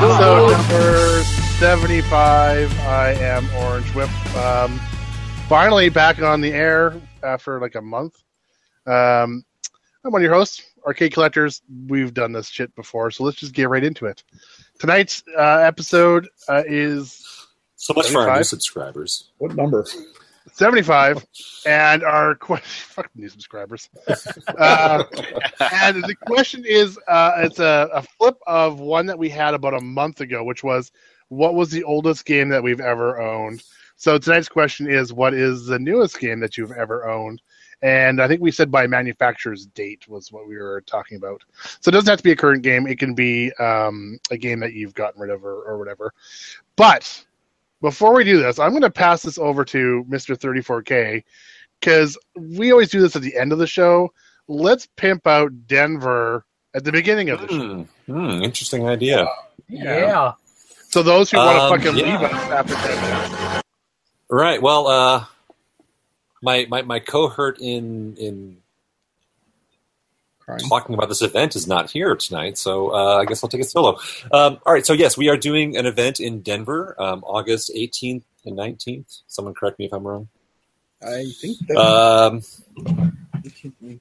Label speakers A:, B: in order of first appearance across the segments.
A: Uh-huh.
B: 75. I am Orange Whip. Um, finally back on the air after like a month. Um, I'm one of your hosts, Arcade Collectors. We've done this shit before, so let's just get right into it. Tonight's uh, episode uh, is
A: So much for our new
B: 25?
A: subscribers.
C: What number?
B: 75, and our question. Fuck new subscribers. Uh, and the question is uh, it's a, a flip of one that we had about a month ago, which was what was the oldest game that we've ever owned? So tonight's question is what is the newest game that you've ever owned? And I think we said by manufacturer's date was what we were talking about. So it doesn't have to be a current game. It can be um, a game that you've gotten rid of or, or whatever. But before we do this, I'm going to pass this over to Mr. 34K because we always do this at the end of the show. Let's pimp out Denver at the beginning of the show.
A: Hmm, hmm, interesting idea.
B: Yeah. So those who want to
A: Um,
B: fucking
A: yeah.
B: leave us after Denver.
A: Right. Well, uh, my, my my cohort in in
C: Crime.
A: talking about this event is not here tonight, so uh, I guess I'll take it solo. Um, all right. So yes, we are doing an event in Denver, um, August 18th and 19th. Someone correct me if I'm wrong.
C: I think that
A: Um,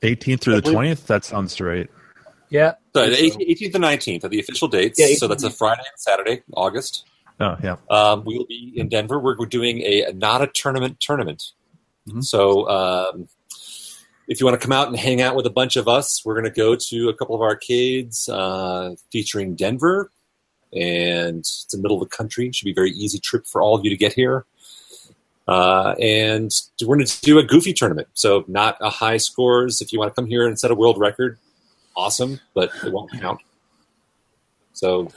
D: 18th through
B: I
D: the
B: believe-
D: 20th? That sounds right.
E: Yeah.
A: so the 18th and 19th are the official dates.
C: Yeah,
A: so that's a Friday and Saturday, August.
D: Oh, yeah.
A: Um, we will be in Denver. We're doing a not a tournament tournament. Mm-hmm.
D: Mhm.
A: So um, if you want to come out and hang out with a bunch of us, we're going to go to a couple of arcades uh, featuring Denver, and it's the middle of the country. Should be a very easy trip for all of you to get here. Uh, and we're going to do a goofy tournament. So not a high scores. If you want to come here and set a world record, awesome, but it won't count. So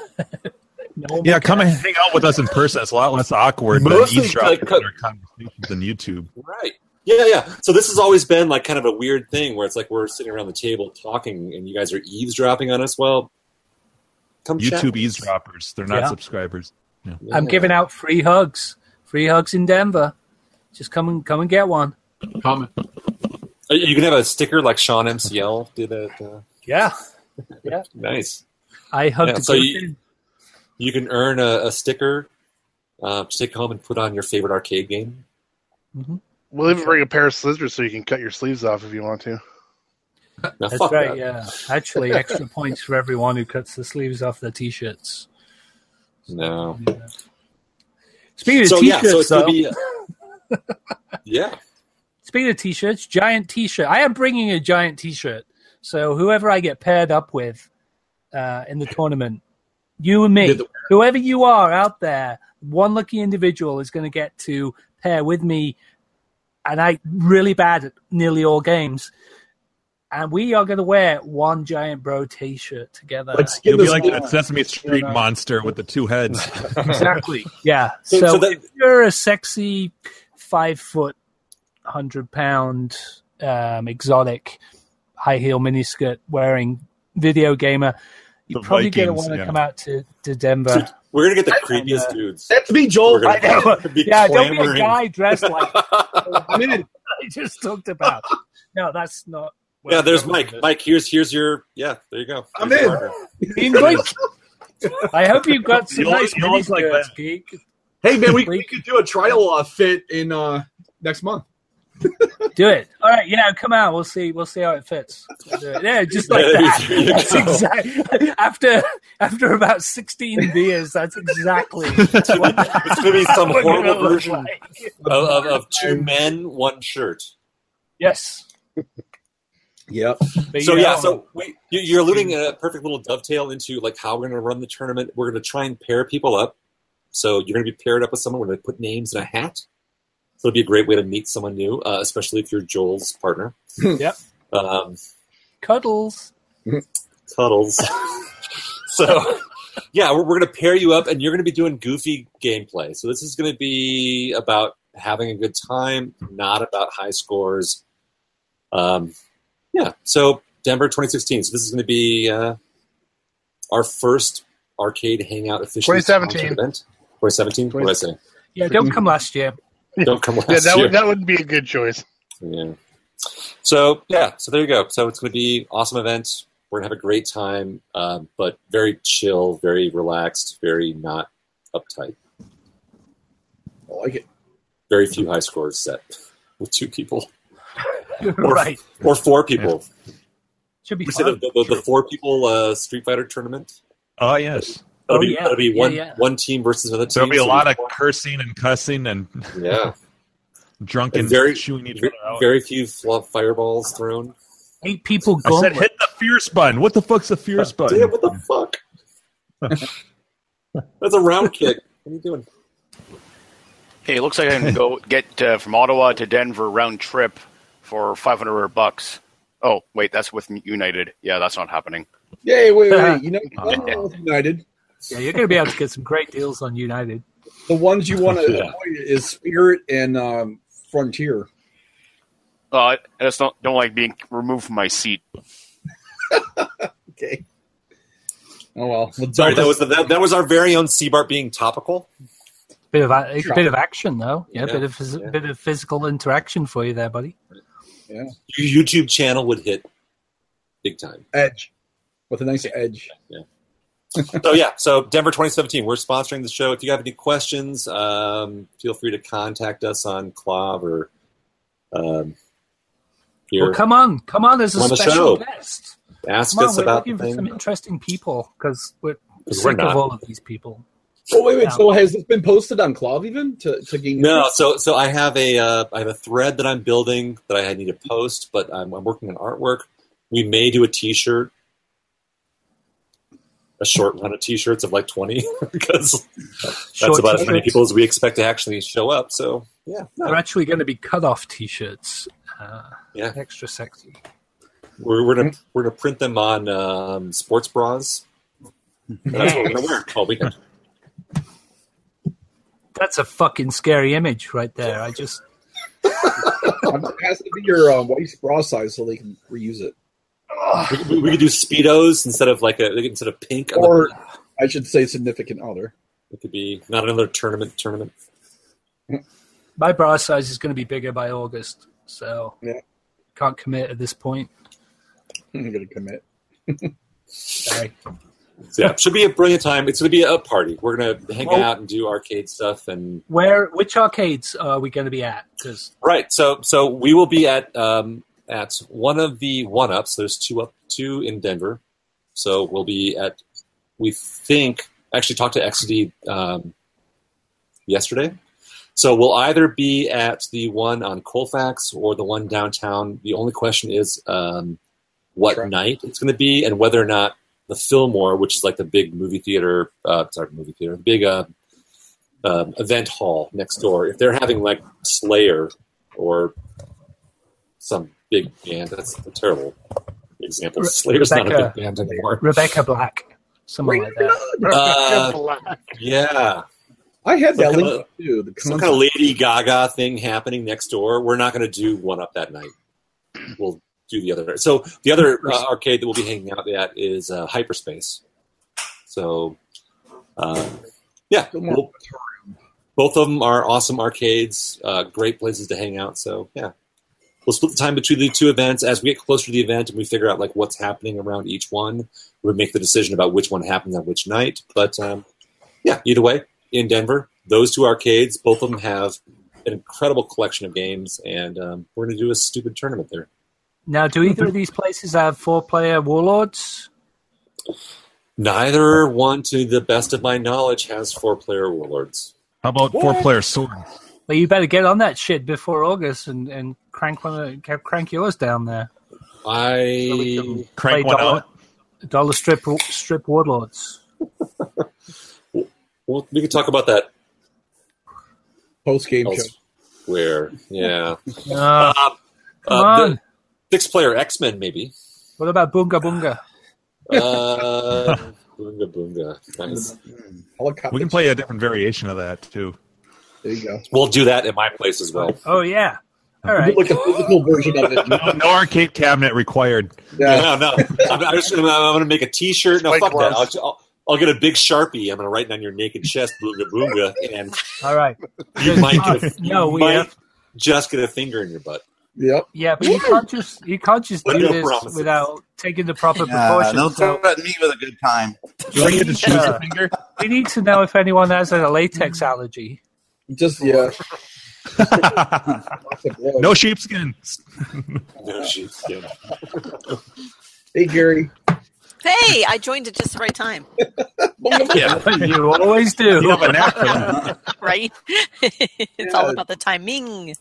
E: No
D: Yeah, come and hang out with us in person. It's a lot less awkward
A: Mostly,
D: than eavesdropping
A: like,
D: on our conversations on YouTube.
A: Right. Yeah, yeah. So this has always been like kind of a weird thing where it's like we're sitting around the table talking and you guys are eavesdropping on us. Well, come chat.
D: YouTube eavesdroppers. They're not
E: Yeah.
D: subscribers.
A: Yeah.
E: I'm giving out free hugs. Free hugs in Denver. Just come and come and get one.
F: Comment.
A: Uh, You can have a sticker like Sean MCL did at. Uh,
E: Yeah.
A: nice.
E: I hugged
A: Yeah,
E: a
A: so
E: good
A: you-
E: thing.
A: You can earn a, a sticker. Uh, take home and put on your favorite arcade game.
B: We'll even bring a pair of scissors so you can cut your sleeves off if you want to.
A: Now,
E: That's
A: fuck
E: right,
A: that.
E: yeah. Actually extra points for everyone who cuts the sleeves off their t shirts.
A: No.
E: Speaking of
A: So
E: t
A: yeah,
E: shirts
A: so it's
E: though,
A: gonna be. uh, yeah.
E: speaking of t shirts, giant t shirt. I am bringing a giant t shirt. So whoever I get paired up with uh, in the tournament, you and me,
A: Did the-
E: whoever you are out there, one lucky individual is going to get to pair with me. And I really bad at nearly all games. And we are going to wear one giant bro t shirt together.
C: Let's get
D: You'll be
C: this
D: like
C: going.
D: that Sesame Street
C: Yeah.
D: monster with the two heads.
E: exactly. Yeah.
A: So-
E: So,
A: so that-
E: if you're a sexy five foot, hundred pound, um, exotic, high heel miniskirt wearing video gamer, you're
D: The
E: probably going to
D: Vikings,
E: want to
D: yeah.
E: come out to, to Denver.
A: We're gonna get the
E: I-
A: creepiest
E: uh,
A: dudes.
C: That's me,
A: We're
C: Joel.
A: gonna-
C: I know.
A: be
E: yeah, don't be a
A: clamoring.
E: guy dressed like
C: I'm in.
E: I just talked about. No, that's not.
A: yeah, there's Mike. Mike, here's here's your yeah. There you go.
C: I'm
A: Here's your
C: in.
A: partner.
E: Mean Mike. I hope you've got some
D: You'll-
E: nice
D: you'll look like
E: miniskirts,
D: that.
E: geek.
C: Hey man, we, we could do a trial uh, fit in uh, next month.
E: Do it. All right, yeah, come out. We'll see. We'll see how it fits. We'll do it. Yeah, just like
A: Yeah,
E: that.
A: there you
E: That's
A: go.
E: exactly after after about sixteen beers. That's exactly what
A: It's gonna be some
E: we're gonna
A: horrible
E: look
A: version
E: like.
A: of, of, of two men, one shirt.
E: Yes.
C: Yep.
E: But
A: So
E: you
A: yeah,
E: know,
A: so wait, you- you're alluding a perfect little dovetail into like how we're going to run the tournament. We're going to try and pair people up. So you're going to be paired up with someone. We're going to put names in a hat. So it'll be a great way to meet someone new, uh, especially if you're Joel's partner.
E: Yep.
A: Um,
E: cuddles.
A: cuddles. so yeah, we're, we're going to pair you up, and you're going to be doing goofy gameplay. So this is going to be about having a good time, not about high scores. Um, yeah. So Denver 2016. So this is going to be uh, our first arcade hangout official
B: 2017.
A: event. 2017. What did I say?
E: Yeah, don't come last year.
A: Don't come last
B: Yeah, that,
A: year.
B: would, that would be a good choice.
A: Yeah. So yeah, so there you go. So it's going to be awesome event. We're gonna have a great time, um, but very chill, very relaxed, very not uptight.
C: I like it.
A: Very few high scores set with two people
E: right.
A: or four people.
E: Should be
A: We said the,
E: fun.
A: the, the four people uh, Street Fighter tournament.
D: Oh yes.
E: Oh,
A: That'll be,
E: yeah.
A: that'll be
E: Yeah,
A: one
E: yeah.
A: one team versus another team.
D: There'll be a
A: so
D: lot of
A: four-
D: cursing and cussing and
A: yeah,
D: drunken
A: And very-
D: chewing each
A: Ve-
D: other out.
A: very few flop fireballs thrown.
E: Eight people
D: I said
E: gauntlet.
D: hit the fierce button. What the fuck's the fierce button?
A: Damn, what the fuck? That's a round kick. What are you doing?
F: Hey, it looks like I can go get uh, from Ottawa to Denver round trip for 500 bucks. Oh, wait, that's with United. Yeah, that's not happening.
C: Yay! Wait, wait, wait. You know,
A: Uh,
C: United.
E: Yeah, you're going to be able to get some great deals on United.
C: The ones you want to
A: Yeah.
C: avoid is Spirit and um, Frontier.
F: Uh, I just don't, don't like being removed from my seat.
C: Okay. Oh well. Well,
A: Sorry, that
C: Delta-
A: was the, that, that was our very own Seabart being topical.
E: Bit of a,
C: Sure.
E: a bit of action though. Yeah,
A: Yeah,
E: bit of phys-
A: yeah.
E: bit of physical interaction for you there, buddy.
A: Your YouTube channel would hit big time.
C: edge with a nice edge.
A: so yeah, so Denver 2017, we're sponsoring the show. If you have any questions, um, feel free to contact us on Clav or um, here.
E: Well, come on, come on as a
A: On the
E: special
A: show.
E: guest.
A: Ask
E: Come on,
A: us
E: we're
A: about
E: looking
A: the
E: for some
A: thing.
E: interesting people because we're
A: 'Cause we're
E: sick of
A: not.
E: all of these people.
C: Oh wait, wait.
E: Yeah.
C: So has this been posted on Clav even to to gain?
A: No, so so I have a uh, I have a thread that I'm building that I need to post, but I'm, I'm working on artwork. We may do a T-shirt, a short run of T-shirts of like 20 because that's
E: Short
A: about as many
E: t-shirts.
A: people as we expect to actually show up. So yeah, no,
E: They're actually going to be cut-off T-shirts. Uh,
A: Yeah.
E: extra sexy.
A: We're, we're gonna we're gonna print them on um, sports bras. And That's what we're gonna wear all weekend.
E: That's a fucking scary image right there. I just
C: I'm- It has to be your uh, wife's bra size so they can reuse it.
A: We, we, we could do speedos instead of like a instead of pink. on the-
C: Or I should say significant other.
A: it could be not another tournament tournament.
E: my bra size is going to be bigger by August, so
C: Yeah.
E: can't commit at this point.
C: I'm gonna commit.
E: Sorry.
A: So yeah, should be a brilliant time. It's gonna be a party. We're gonna hang
E: Well-
A: out and do arcade stuff and
E: Where? Which arcades are we going to be at? Because
A: right. So so we will be at um, at one of the one ups. There's two up two in Denver. So we'll be at we think actually talked to XD um, yesterday. So we'll either be at the one on Colfax or the one downtown. The only question is um, what
C: Sure.
A: night it's going to be and whether or not the Fillmore, which is like the big movie theater, uh, sorry, movie theater, big uh, um, event hall next door, if they're having like Slayer or some big band, that's a terrible example.
E: Re-
A: Slayer's not a
E: Rebecca-
A: big band anymore.
E: Rebecca Black, someone like that.
A: Uh, Yeah. Uh,
C: I had
A: Some
C: that
A: kinda-
C: link too. The
A: Some kind of Lady Gaga thing happening next door. We're not going to do one up that night. We'll do the other. So the other uh, arcade that we'll be hanging out at is uh, Hyperspace. So, uh, yeah,
C: Fillmore
A: we'll- both of them are awesome arcades, uh, great places to hang out. So yeah, we'll split the time between the two events as we get closer to the event and we figure out like what's happening around each one. We'll make the decision about which one happens on which night. But um, yeah, either way, in Denver, those two arcades, both of them have an incredible collection of games, and um, we're going to do a stupid tournament there.
E: Now, do either of these places have four-player warlords?
A: Neither one, to the best of my knowledge, has four-player warlords.
D: How about four player sword?
E: Well, you better get on that shit before August and, and crank one, of- crank yours down there. So we
A: I
E: can
D: Crank
E: play
D: one
E: dollar,
D: out.
E: Dollar strip strip warlords.
A: well, we can talk about that
C: post game show.
A: elsewhere. Yeah.
E: No,
A: Um,
E: come
A: uh,
E: on.
A: the six player X Men, maybe.
E: what about Bunga Bunga?
A: Uh, boonga boonga. Nice.
C: Helicopter.
D: We can play a different variation of that too.
C: There you go.
A: We'll do that at my place as well.
E: Oh yeah. All right.
C: Like a physical version of it.
D: No, no arcade cabinet required.
C: Yeah.
A: No, no. I'm, I'm just gonna, I'm gonna make a t shirt. No,
B: White
A: fuck that. I'll,
B: gloves.
A: I'll, I'll get a big sharpie. I'm gonna write down your naked chest, boonga boonga, and
E: All right.
A: you might get a,
E: No,
A: you
E: we
A: might
E: have-
A: just get a finger in your butt.
C: Yep.
E: Yeah, but you can't just you can't just
A: But
E: do
A: no
E: this
A: promises.
E: without taking the proper
G: Yeah,
E: precautions.
G: don't
E: So
G: threaten me with a good time.
D: Do I get to choose
E: Yeah.
D: a finger?
E: we need to know if anyone has a latex allergy.
G: Just yeah. Lots of blood.
D: No sheepskin.
A: No, she's yeah.
G: Hey Gary.
H: Hey, I joined at just the right time,
A: yeah.
E: you always do.
D: You have a knack for that.
H: right? it's all about the timing.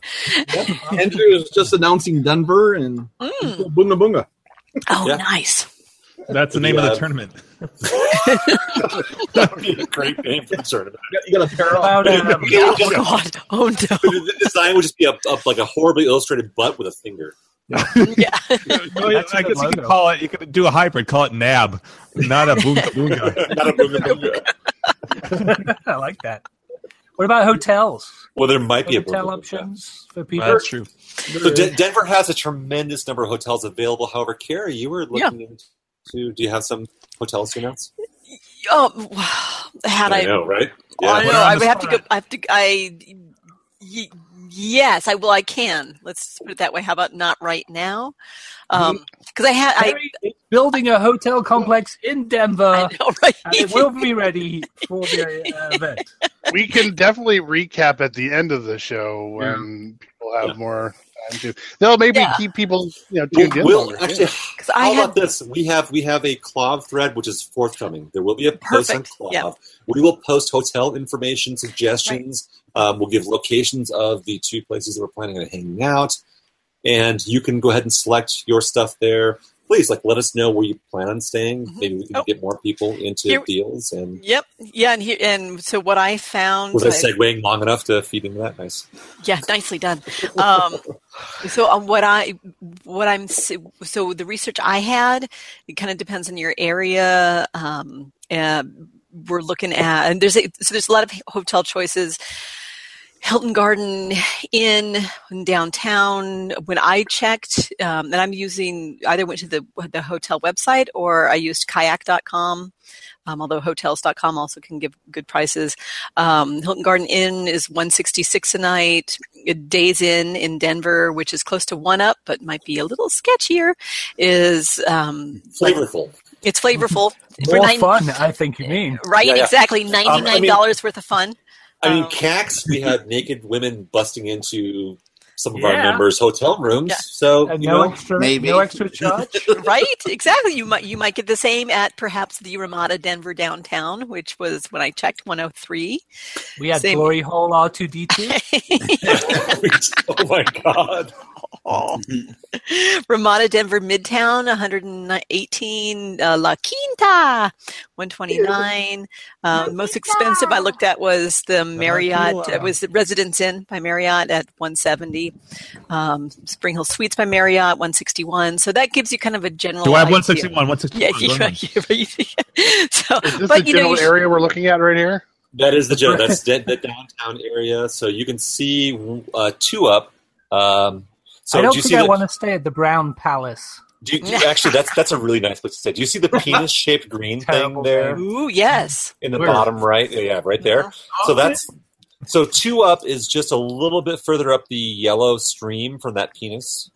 C: Andrew is just announcing Denver and
H: Mm.
C: Bunga Bunga.
H: Oh,
A: Yeah.
H: nice.
D: That's the name of
A: Yeah.
D: the tournament.
A: That would be a great name for the tournament.
C: You got a pair up.
E: About, um,
H: Oh God! Oh no!
A: The design would just be a, a like a horribly illustrated butt with a finger.
H: Yeah.
D: I guess
E: That's a good
D: you could
E: logo.
D: call it. You could do a hybrid. Call it Nab, not a Boonga Boonga.
A: Not a boonga boonga.
E: I like that. What about hotels?
A: Well, there might be a
E: Hotel
A: boonga boonga.
E: options for people.
D: That's true.
A: So De- Denver has a tremendous number of hotels available. However, Carrie, you were looking into. Do you have some hotels to announce?
H: Um, had I,
A: know, right?
H: Oh, I know.
A: Yeah.
D: Put her on
H: I
D: the
H: would have to go.
D: spot.
H: I have to. I. Y- yes, I will. I can. Let's put it that way. How about not right now?
A: Mm-hmm.
H: Because Um, I had. I,
E: Mm-hmm. Very- building a hotel complex in Denver,
H: I know, right?
E: and it will be ready for the uh, event.
B: we can definitely recap at the end of the show when people have
A: Hmm. Yeah.
B: more time to. They'll maybe
H: Yeah.
B: keep people you know tuned in.
A: We'll, we'll-
B: longer.
A: actually,
H: Because I
A: how
H: had.
A: about this? We have we have a clov thread which is forthcoming. There will be a post
H: Perfect,
A: on clov.
H: yeah.
A: We will post hotel information suggestions. Um, we'll give locations of the two places that we're planning on hanging out, and you can go ahead and select your stuff there. Please, like, let us know where you plan on staying.
H: Mhm.
A: Maybe we can
H: Oh.
A: get more people into
H: Here-
A: deals. And
H: Yep. Yeah. And here. And so what I found.
A: was I
H: I-
A: segueing long enough to feed into that? Nice.
H: yeah nicely done um, so um, what i what i'm s- so the research i had it kind of depends on your area um, uh, we're looking at and there's a, so there's a lot of hotel choices Hilton Garden Inn in downtown. When I checked, um, and I'm using either went to the the hotel website or I used kayak.com, um, although hotels.com also can give good prices. Um, Hilton Garden Inn is 166 a night. Days Inn in Denver, which is close to one up, but might be a little sketchier, is um, like-
A: Flavorful.
H: it's flavorful for
E: More
H: nine-
E: fun, I think you mean.
H: right?
A: Yeah, Um, yeah.
H: Exactly, ninety nine dollars worth of fun.
A: I mean,
H: Um,
A: CACs, we had naked women busting into some of our
E: Yeah.
A: members' hotel rooms.
H: Yeah.
A: So,
E: And
A: you
E: no
A: know,
E: extra,
I: maybe.
E: no extra charge.
H: right exactly you might you might get the same at perhaps the ramada denver downtown which was when i checked 103
E: We had
H: Same.
E: glory hole R two D two.
A: oh my God.
H: Oh. ramada denver midtown 118 uh, la quinta 129 um, most expensive i looked at was the marriott it was the residence inn by marriott at 170 um, spring hill suites by marriott 161 so that gives you kind of a general
D: Do I have
H: idea.
D: one sixty one? One sixty
H: yeah,
D: one.
H: you, you, so,
B: Is this
H: but
B: the
H: you know,
B: general
H: you should-
B: area we're looking at right here?
A: That is the joke. That's the, the downtown area. So you can see uh, two up. Um, so
E: I don't
A: do you
E: think
A: see
E: I
A: the,
E: want to stay at the Brown Palace.
A: do you, do you- actually that's that's a really nice place to stay. Do you see the penis shaped green thing
E: Terrible
A: there
E: name.
H: Ooh, yes.
A: in the
B: Where?
A: bottom right? Yeah, right there.
E: Uh-huh.
A: So that's so two up is just a little bit further up the yellow stream from that penis.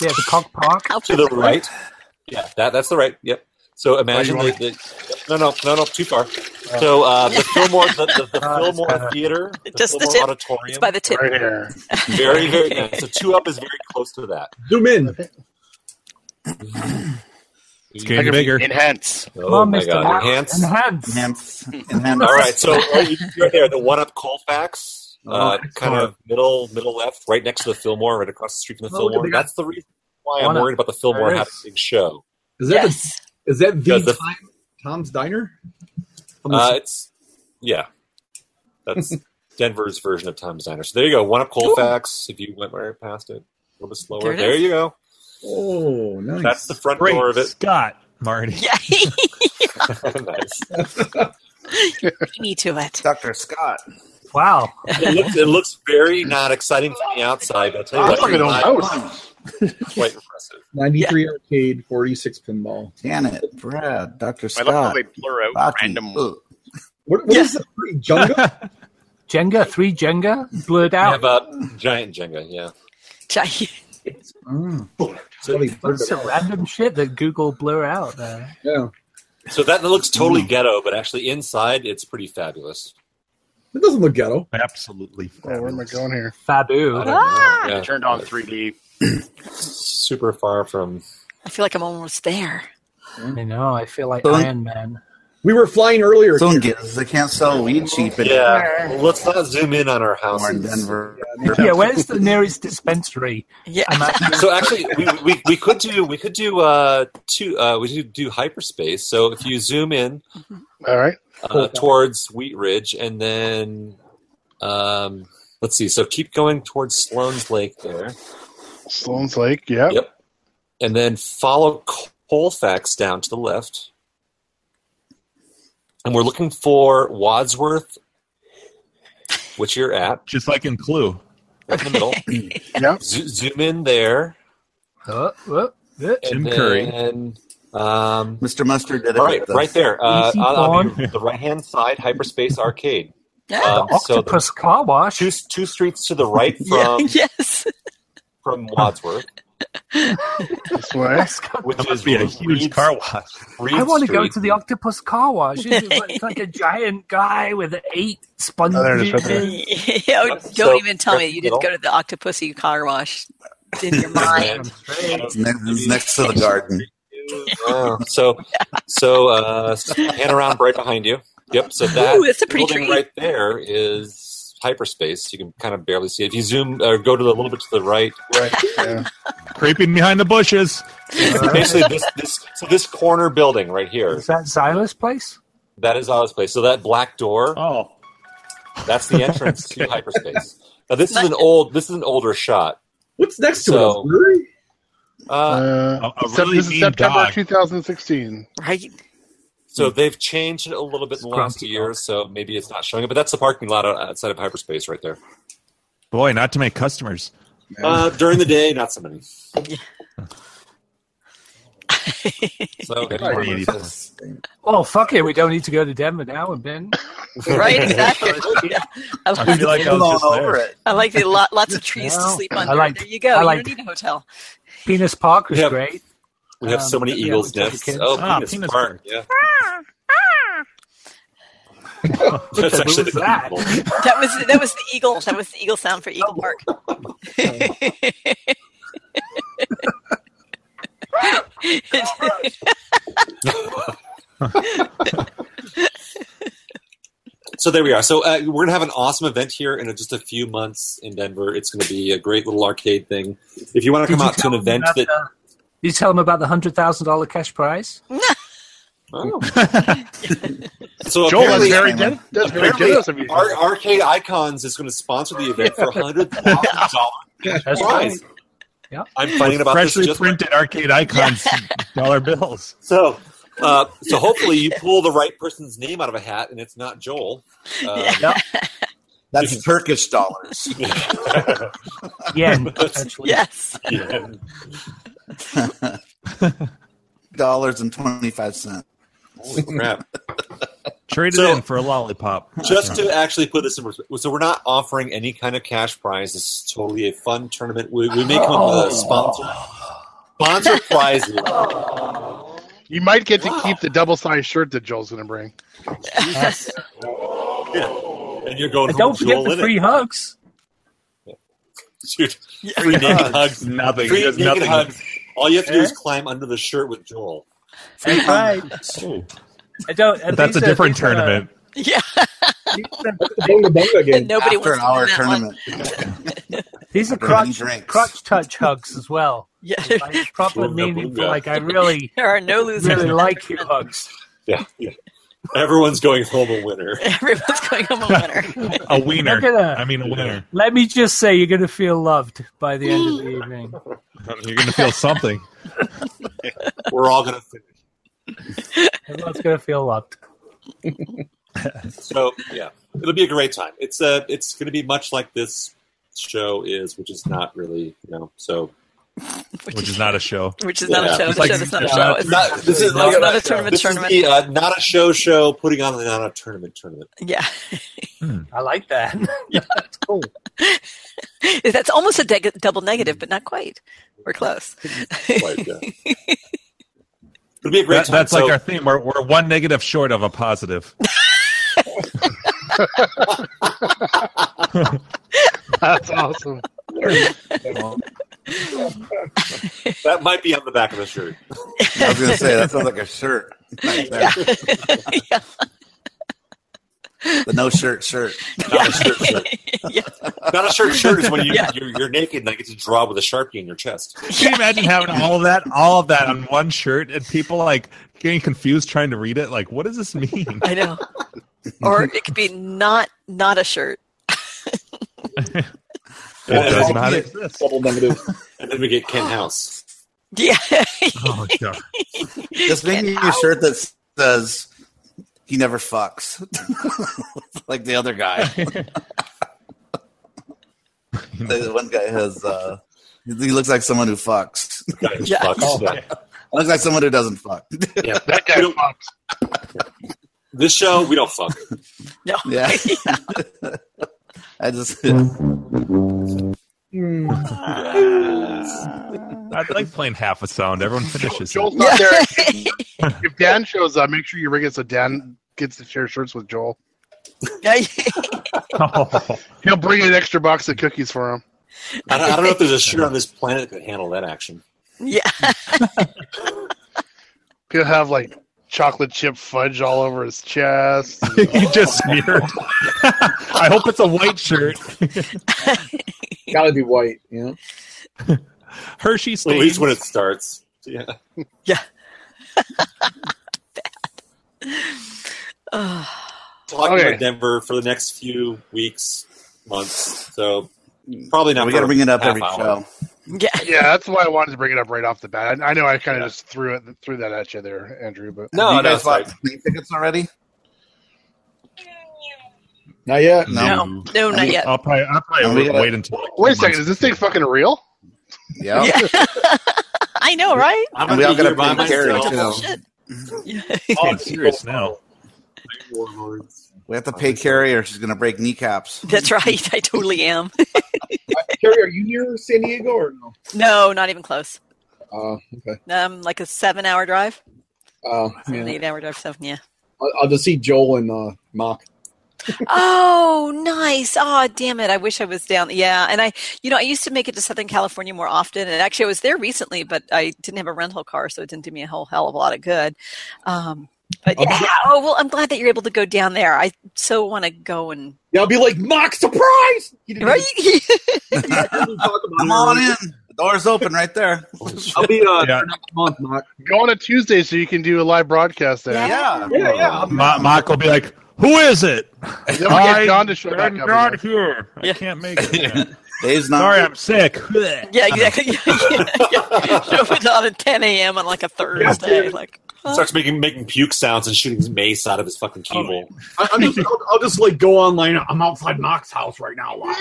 E: Yeah, the Cock Park.
A: to the right. Yeah, that, that's the right. Yep. So imagine
B: Oh, you
A: the, the no no no no too far. So uh, the Fillmore the, the, the
E: Oh, that's
A: Fillmore
E: kinda-
A: Theater, the
H: Just the
A: Fillmore
H: tip.
A: Auditorium,
H: It's by the tip.
B: Right here.
A: very very nice. So two up is very close to that.
C: Zoom in.
D: It's
B: I
D: getting
B: can-
D: bigger.
F: Enhance.
A: Oh
E: Come on,
A: my
E: Mr.
A: God!
E: Mouse.
A: Enhance.
E: Enhance.
I: Enhance. Enhance.
A: All right, so oh, you- you're there. The one up Colfax, uh,
I: Oh,
A: kind of middle middle left, right next to the Fillmore, right across the street from the
E: Oh, look at
A: Fillmore.
E: that.
A: That's the reason why I'm
E: One Up.
A: worried about the Fillmore
E: There it
A: having
E: is.
A: a big show.
C: Is that the,
H: Yes.
C: is that the
A: Does the-
C: time, Tom's Diner?
A: Uh, it's yeah, that's Denver's version of Tom's Diner. So there you go. One up Colfax. If you went right past it, a little bit slower.
H: There
A: There,
H: it is.
A: you go.
C: oh, nice.
A: That's the front
D: Great
A: door of it.
D: Scott, Marty.
H: Yeah.
A: nice.
H: Me to it.
I: Dr. Scott.
E: Wow.
A: It looks, it looks very not exciting from the outside. But I'll tell you
B: I'm
A: what,
B: looking at
A: it's
B: a
A: not
B: house.
A: quite impressive.
C: 93 arcade, 46 pinball.
I: Janet, Brad, Dr.
F: I love how
I: Scott.
F: they blur out
I: Baki.
F: random.
I: Ugh.
C: What, what is the Jungle?
E: Jenga, three Jenga, blurred
A: We
E: out.
A: have a giant Jenga. Yeah.
H: Jai-
I: Mm.
A: So,
E: That's some random shit that Google blur out there.
C: yeah.
A: so that looks totally ghetto, but actually inside it's pretty fabulous.
C: It doesn't look ghetto.
D: Absolutely.
B: Oh, where am I going here?
E: Fabu.
H: Ah!
A: Yeah.
F: It turned on 3D.
A: Super far from.
H: I feel like I'm almost there.
B: Mm.
E: I know. I feel like
I: So-
E: Iron Man.
C: We were flying earlier.
I: Soon gets they can't sell weed cheap in
A: Yeah. Well, let's not zoom in on our
I: anymore in
A: houses.
I: Denver.
E: Yeah, where's the nearest dispensary?
H: Yeah.
E: I'm at-
A: so actually, we, we, we could do we could do uh two uh we could do hyperspace. So if you zoom in
B: Mm-hmm. All right.
A: uh, towards Wheat Ridge, and then um let's see. So keep going towards Sloan's Lake there,
B: Sloan's Lake. Yep.
A: Yep. and then follow Colfax down to the left. And we're looking for Wadsworth, which you're at,
D: Just like in Clue.
A: right in the middle.
B: Yep.
A: Zo- zoom in there.
E: Oh, oh, oh.
A: and
D: Jim
A: uh,
D: Curry.
A: then, um,
I: Mr. Mustard did it.
A: all right,
I: with the-
A: right there. Uh,
E: Easy
A: on, on
E: Pawn.
A: the right hand side, Hyperspace Arcade.
H: Yeah.
A: Um, so the
E: Octopus car wash.
A: two, two streets to the right from,
H: yes.
A: from Wadsworth,
B: This way.
A: which
D: That
A: is
D: must be a huge
A: Reed-
D: car wash.
A: Reed
E: I want to go
A: Street.
E: to the octopus car wash. It's just like, it's like a giant guy with eight sponges.
B: Oh, there it is, right there.
H: Yeah, don't
A: So-
H: even tell me you didn't go to the octopussy car wash in your mind.
I: It's ne- it's next to the garden.
A: Wow. uh, So, so uh, pan around right behind you. Yep. So that
H: Ooh, that's a pretty
A: building
H: tree.
A: right there is hyperspace. You can kind of barely see it. If you zoom or go to the, a little bit to the right,
B: Right. Yeah.
D: Creeping behind the bushes.
A: it's basically this this so this corner building right here.
E: Is that Xylas place?
A: That is Oz place. So that black door,
D: Oh.
A: that's the entrance to hyperspace. Now this is an
H: Nice.
A: old this is an older shot.
C: What's next to
A: So-
C: it? A brewery?
A: Uh,
B: Uh,
D: A, a
B: Sep-
D: really
B: this is
D: mean
B: September
D: dog.
B: 2016.
H: Right?
A: so they've changed it a little bit in the last
E: Scrumpy
A: year, so maybe it's not showing up. But that's the parking lot outside of hyperspace right there.
D: Boy, not to make customers.
A: Uh, during the day, not so many. so
D: Right.
A: anyway, that's-
E: Oh, fuck it. We don't need to go to Denver now and Ben.
H: Right? Exactly. I
D: I
H: like,
D: feel like I
I: Come on
D: was just
I: over
D: there.
I: it.
H: I like the lot, lots of trees to
E: Wow.
H: sleep
E: I
H: under.
E: like-
H: there you go.
E: I
H: you
E: like-
H: don't need a hotel.
E: Venus Park was
A: Yeah.
E: great.
A: we have so
E: Um,
A: many
E: yeah,
A: eagles'
E: we took the
A: nests.
E: kids.
A: Oh,
D: Ah,
A: penis,
D: penis
A: park. Yeah, that's actually
E: the hell was that?
A: the eagle.
H: That was that was the eagle. That was the eagle sound for Eagle Park.
A: So there we are. So uh, we're gonna have an awesome event here in just a few months in Denver. It's gonna be a great little arcade thing. If you want to
E: Did
A: come
E: you
A: out to
E: tell
A: an
E: them
A: event
E: about
A: that,
E: the- Did you tell him about the hundred thousand dollar cash prize?
A: Oh. so
B: Joel, that's
A: apparently,
B: very, gen- that's very
A: apparently
B: generous of you.
A: Ar- Arcade Icons is going to sponsor the event for hundred thousand dollars.
E: That's right.
A: prize.
E: Yeah.
A: I'm fighting about this
D: Freshly
A: just
D: printed arcade icons, dollar bills.
A: So, uh, so hopefully you pull the right person's name out of a hat, and it's not Joel. Uh,
I: That's Turkish dollars.
E: Yen, potentially.
H: yes.
A: yeah.
I: dollars and twenty five cents.
A: Holy crap!
D: Trade it
A: So-
D: in for a lollipop.
A: Just to actually put this in perspective, so we're not offering any kind of cash prize. This is totally a fun tournament. We, we may come up
D: Oh.
A: with a sponsor sponsor prize.
B: You might get to keep the double sized shirt that Joel's going to bring.
E: Yes.
A: and you're going home
E: And don't
A: with
E: forget
A: Joel
E: the
A: in
E: free
A: it.
E: hugs.
A: Dude, free naked hugs.
D: Nothing.
A: Free
D: There's
A: naked
D: nothing.
A: hugs. All you have to do is
E: Eh?
A: climb under the shirt with Joel.
E: That's right.
D: Oh,
E: I don't.
D: but
E: and
D: that's a
E: these are-
D: different
E: these are- uh,
D: tournament.
H: Yeah.
E: these are-
C: The Bunga Bunga
H: And
C: game.
H: nobody
I: After
H: wants
I: an
H: to
I: hour
H: win that one.
I: tournament.
E: These are
I: After many
E: crotch,
I: drinks.
E: crotch touch hugs as well.
H: Yeah.
E: Like, proper
A: Boonga,
E: meaningful.
A: boonga.
E: Like I really,
H: There are no losers.
E: really like you hugs.
A: Yeah. yeah. Everyone's going home a winner.
H: Everyone's going home a winner.
D: A wiener.
E: Look at that.
D: I mean, a winner.
E: Let me just say, you're going to feel loved by the end of the evening.
D: You're going to feel something.
A: We're all going to finish.
E: Everyone's going to feel loved.
A: So yeah, it'll be a great time. It's uh, it's going to be much like this show is, which is not really you know. So
D: which is not a show.
H: Which is not
A: Yeah.
H: a show.
D: It's
H: The
D: like-
H: show that's not a
D: it's
H: show.
D: not-
H: It's
A: not, this is
H: No,
A: like
H: it's not
A: a,
H: a tournament
A: this is
H: tournament.
A: the, uh, not a show show putting on the not a tournament tournament.
H: yeah.
E: I like that. That's cool.
H: That's almost a deg- double negative, but not quite. We're close.
A: Like, uh, it'll be a great
D: That,
A: time.
D: that's
A: so,
D: like our theme. We're, we're one negative short of a positive.
B: That's awesome.
A: that might be on the back of the shirt.
I: I was going to say, that sounds like a shirt.
H: Yeah. yeah.
I: The no shirt shirt.
A: Not a shirt shirt.
H: yeah.
A: Not a shirt shirt is when you,
H: Yeah.
A: you're, you're naked and I get to draw with a sharpie in your chest.
D: Can you imagine having all of that, all of that on one shirt, and people like getting confused trying to read it? Like, what does this mean?
H: I know. Or it could be not not a shirt.
D: It does not exist.
G: Double negative.
A: And then we get Ken House.
H: Yeah.
D: Oh, yeah.
I: Just make me a shirt that says he never fucks, like the other guy. the one guy has. Uh, he looks like someone who fucks.
A: Guy who
H: Yeah.
A: fucks. Yeah.
I: looks like someone who doesn't fuck.
A: Yeah.
B: That guy
A: We don't-
B: fucks.
A: This show, we don't fuck.
H: No.
I: Yeah. I just yeah.
D: Mm. I like playing half a sound. Everyone finishes.
B: Joel's
D: it.
B: not there.
H: Yeah.
B: If Dan shows up, make sure you rig it so Dan gets to share shirts with Joel.
D: Oh.
B: He'll bring an extra box of cookies for him.
A: I don't, I don't know if there's a shirt on this planet that could handle that action.
H: yeah.
B: He'll have like chocolate chip fudge all over his chest.
D: he just smeared. I hope it's a white shirt.
G: Gotta be white, you know?
D: Hershey
A: At
D: stains.
A: least when it starts. Yeah.
H: Oh,
A: Talking
B: Okay.
A: about Denver for the next few weeks, months. So probably not.
I: we got to
A: for
I: bring it up
A: half
I: every
A: hour.
I: show.
H: yeah.
B: yeah, that's why I wanted to bring it up right off the bat. I, I know I kind of just threw it threw that at you there, Andrew, but
A: No,
I: Have you
A: no,
I: guys
A: it's fine.
I: bought plane tickets already?
G: Not yet.
H: No. No, not yet.
D: I'll probably, I'll
I: And
D: probably
I: we gotta-
D: wait until. like, two
B: wait a second,
D: months.
B: is this thing fucking real?
I: Yeah.
H: Yeah. I know, right? Oh,
A: I'm
I: And we all
A: gonna be
I: gotta bring Terry,
A: here by myself. Oh,
I: too. No.
H: Shit. Yeah.
D: I'm serious now.
I: We have to pay Carrie or she's going to break kneecaps.
H: That's right. I totally am.
G: Terry, are you near San Diego or no?
H: No, not even close.
G: Oh, okay.
H: Um, like a seven-hour drive,
G: Oh,
H: an
G: yeah.
H: eight-hour drive. So yeah.
G: I'll, I'll just see Joel and uh, Mock.
H: Oh, nice. Oh, damn it. I wish I was down. Yeah. And I, you know, I used to make it to Southern California more often. And actually, I was there recently, but I didn't have a rental car, so it didn't do me a whole hell of a lot of good. Um, but
G: I'll be
H: yeah. Oh, well, I'm glad that you're able to go down there. I so want to go and.
G: Yeah, I'll be like, Mock, surprise! He didn't-
H: Right?
G: he didn't really talk about
I: Come
G: it.
I: on in. The door's open right there.
G: I'll be uh,
D: Yeah.
G: there next month, Mock.
B: Go on a Tuesday so you can do a live broadcast there.
I: Yeah.
G: Yeah, yeah. I'll be-
D: Ma- Mock will be like, "Who is it?"
B: Then we get John to show back
D: I'm
B: up.
D: not here.
H: Yeah.
D: I can't make it.
I: Dave's not.
D: Sorry, I'm sick.
H: yeah, exactly. Yeah, yeah. Show up on at 10 a.m. on like a Thursday. Like, huh?
A: Starts making making puke sounds and shooting mace out of his fucking keyhole.
C: I, I'm just, I'll, I'll just like go online. I'm outside Mock's house right now. Wow.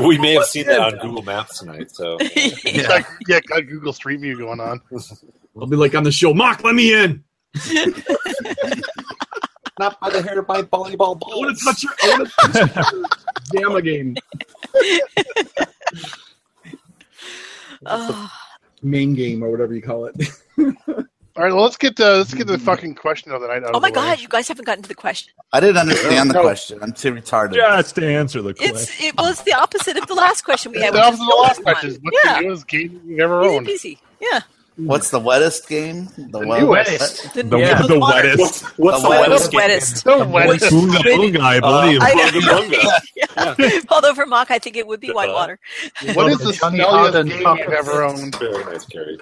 A: we may have seen that on Google Maps tonight. So
B: It's like, yeah, got Google Street View going on.
C: I'll be like on the show. Mock, let me in.
A: not by the hair of my volleyball
C: I want to touch your. I want to touch your gamma game.
H: Oh.
G: Main game or whatever you call it.
B: All right, well, let's get the let's get the fucking question of the night. Out
H: Oh
B: of the
H: my
B: way.
H: God, you guys haven't gotten to the question.
I: I didn't understand the
G: No.
I: question. I'm too retarded.
D: Just to answer the question.
H: It's it, well, it's the opposite of the last question we had.
B: That
H: which
B: was
H: is
B: the
H: no
B: last
H: one.
B: question. is What's
H: Yeah,
B: the newest game you've ever
H: easy
B: owned?
H: peasy. Yeah,
I: What's the wettest game? The,
B: newest.
H: the,
D: The,
H: yeah,
D: the
H: water.
D: wettest.
I: The
A: What's the
I: wettest Uh,
A: wettest
H: The
A: game?
H: wettest.
B: So wet.
D: Boonga boonga, I believe.
H: I-
A: Bunga bunga.
H: Although for mock, I think it would be
A: Yeah.
H: whitewater.
B: What is the
J: Johnny
B: smelliest
J: Ogden
B: game
J: puppets.
B: you've ever owned?
A: Very nice, Carrie.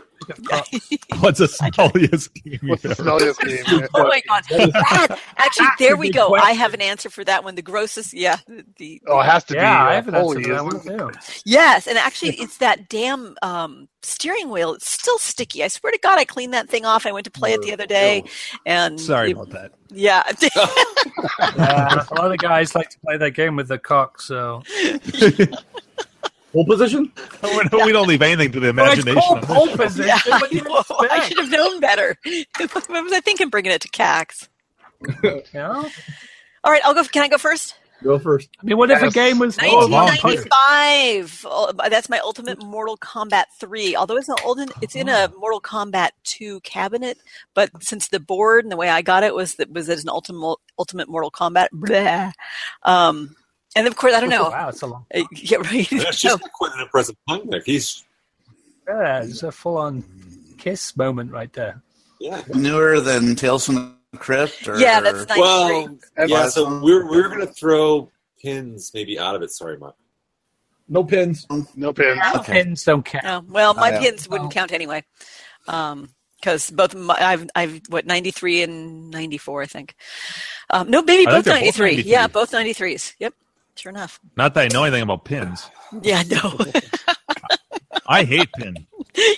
D: What's the smelliest game
B: What's
D: you've
B: the
D: ever
B: smelliest game? Yeah.
H: Oh my god! That- actually,
E: That's
H: there
E: a
H: we
E: good
H: go. I
E: question.
H: have an answer for that one. The grossest, yeah, the, the
B: Oh, it has to
E: yeah, I
B: be.
E: have
B: uh,
E: an answer
B: holy,
E: for that
B: isn't
E: one
B: it?
E: too.
H: yes, and actually, it's that damn um, steering wheel. It's still sticky. I swear to God, I cleaned that thing off. I went to play it the other day, and
D: Sorry
H: it-
D: about that.
H: yeah,
E: Uh, a lot of guys like to play that game with the cock. So
G: Pole position?
D: We're not- we don't leave anything to the imagination.
E: Well,
D: on
E: it's
D: this show.
E: called pole position.
H: yeah.
E: What do you
H: Well, I
E: expect?
H: should have known better. what was I thinking? Bringing it to CAX.
E: You know?
H: All right, I'll go. Can I go first?
G: Go first.
E: I mean, what if a game was
G: Oh, long player.
H: 1995. Oh, that's my ultimate Mortal Kombat 3. Although it's not old, in- it's in
E: Ah.
H: a Mortal Kombat 2 cabinet. But since the board and the way I got it was that was that an ultimate ultimate Mortal Kombat. Blah. Um, and of course, I don't know.
E: Oh, Wow, it's a long.
H: Uh, Yeah, right.
A: That's just quite an impressive pun there. He's
E: Yeah, it's a full-on kiss moment right there.
A: yeah.
I: Newer than Tales from the Crypt? Or,
H: Yeah, that's nice.
A: Well,
B: And-
A: yeah. So we're we're gonna throw pins maybe out of it. Sorry, Mark.
G: No pins.
B: No pins.
I: Okay.
E: Pins don't count.
H: No, Oh, well, my
I: Oh, yeah.
H: pins
D: Oh.
H: wouldn't count anyway, because both my, I've I've what ninety three and ninety four, I think. Um, no, maybe
D: I think
H: both
D: they're both
H: ninety three. Yeah,
D: 93.
H: both ninety threes. Yep, sure enough.
D: Not that I know anything about pins.
H: Yeah, no,
D: I hate pin.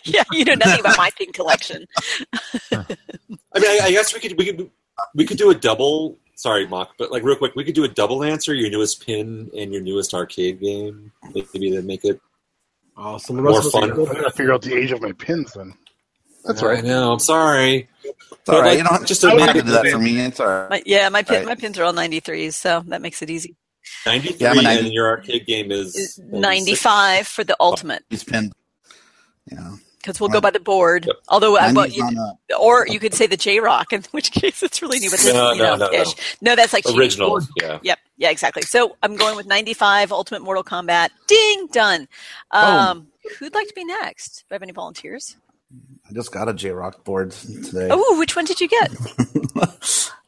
H: yeah, you know nothing about my pin collection.
A: I mean, I, I guess we could we could we could do a double. Sorry, Mock, but like real quick, we could do a double answer: your newest pin and your newest arcade game. Maybe to make it
G: Oh, so the
A: more
G: rest of us-
B: I'm
A: fun.
B: gonna figure out the age of my pins then. That's
A: I
B: right.
A: know. I'm sorry.
I: It's all
A: But,
I: right.
A: like,
I: you don't have
A: just
I: you don't
A: to
I: have to
A: make
I: do that
A: it-
I: for me. It's all right.
H: My, yeah, my pin,
I: Right.
H: my pins are all ninety threes, so that makes it easy.
A: 93
I: Yeah, I'm a 90.
A: and your arcade game is
H: Ninety five for the ultimate,
I: He's pinned. Yeah.
H: because we'll go by the board. Although I, well,
I: 90s
H: you,
I: on up.
H: or you could say the J Rock, in which case it's really new. But this,
A: No,
H: you
A: no,
H: know,
A: no, no.
H: ish. no, that's like cheating.
A: Original. Yeah.
H: Yep. Yeah, exactly. So I'm going with 95 Ultimate Mortal Kombat. Ding, done. Um, who'd like to be next? Do I have any volunteers?
I: I just got a J Rock board today.
H: Oh, which one did you get?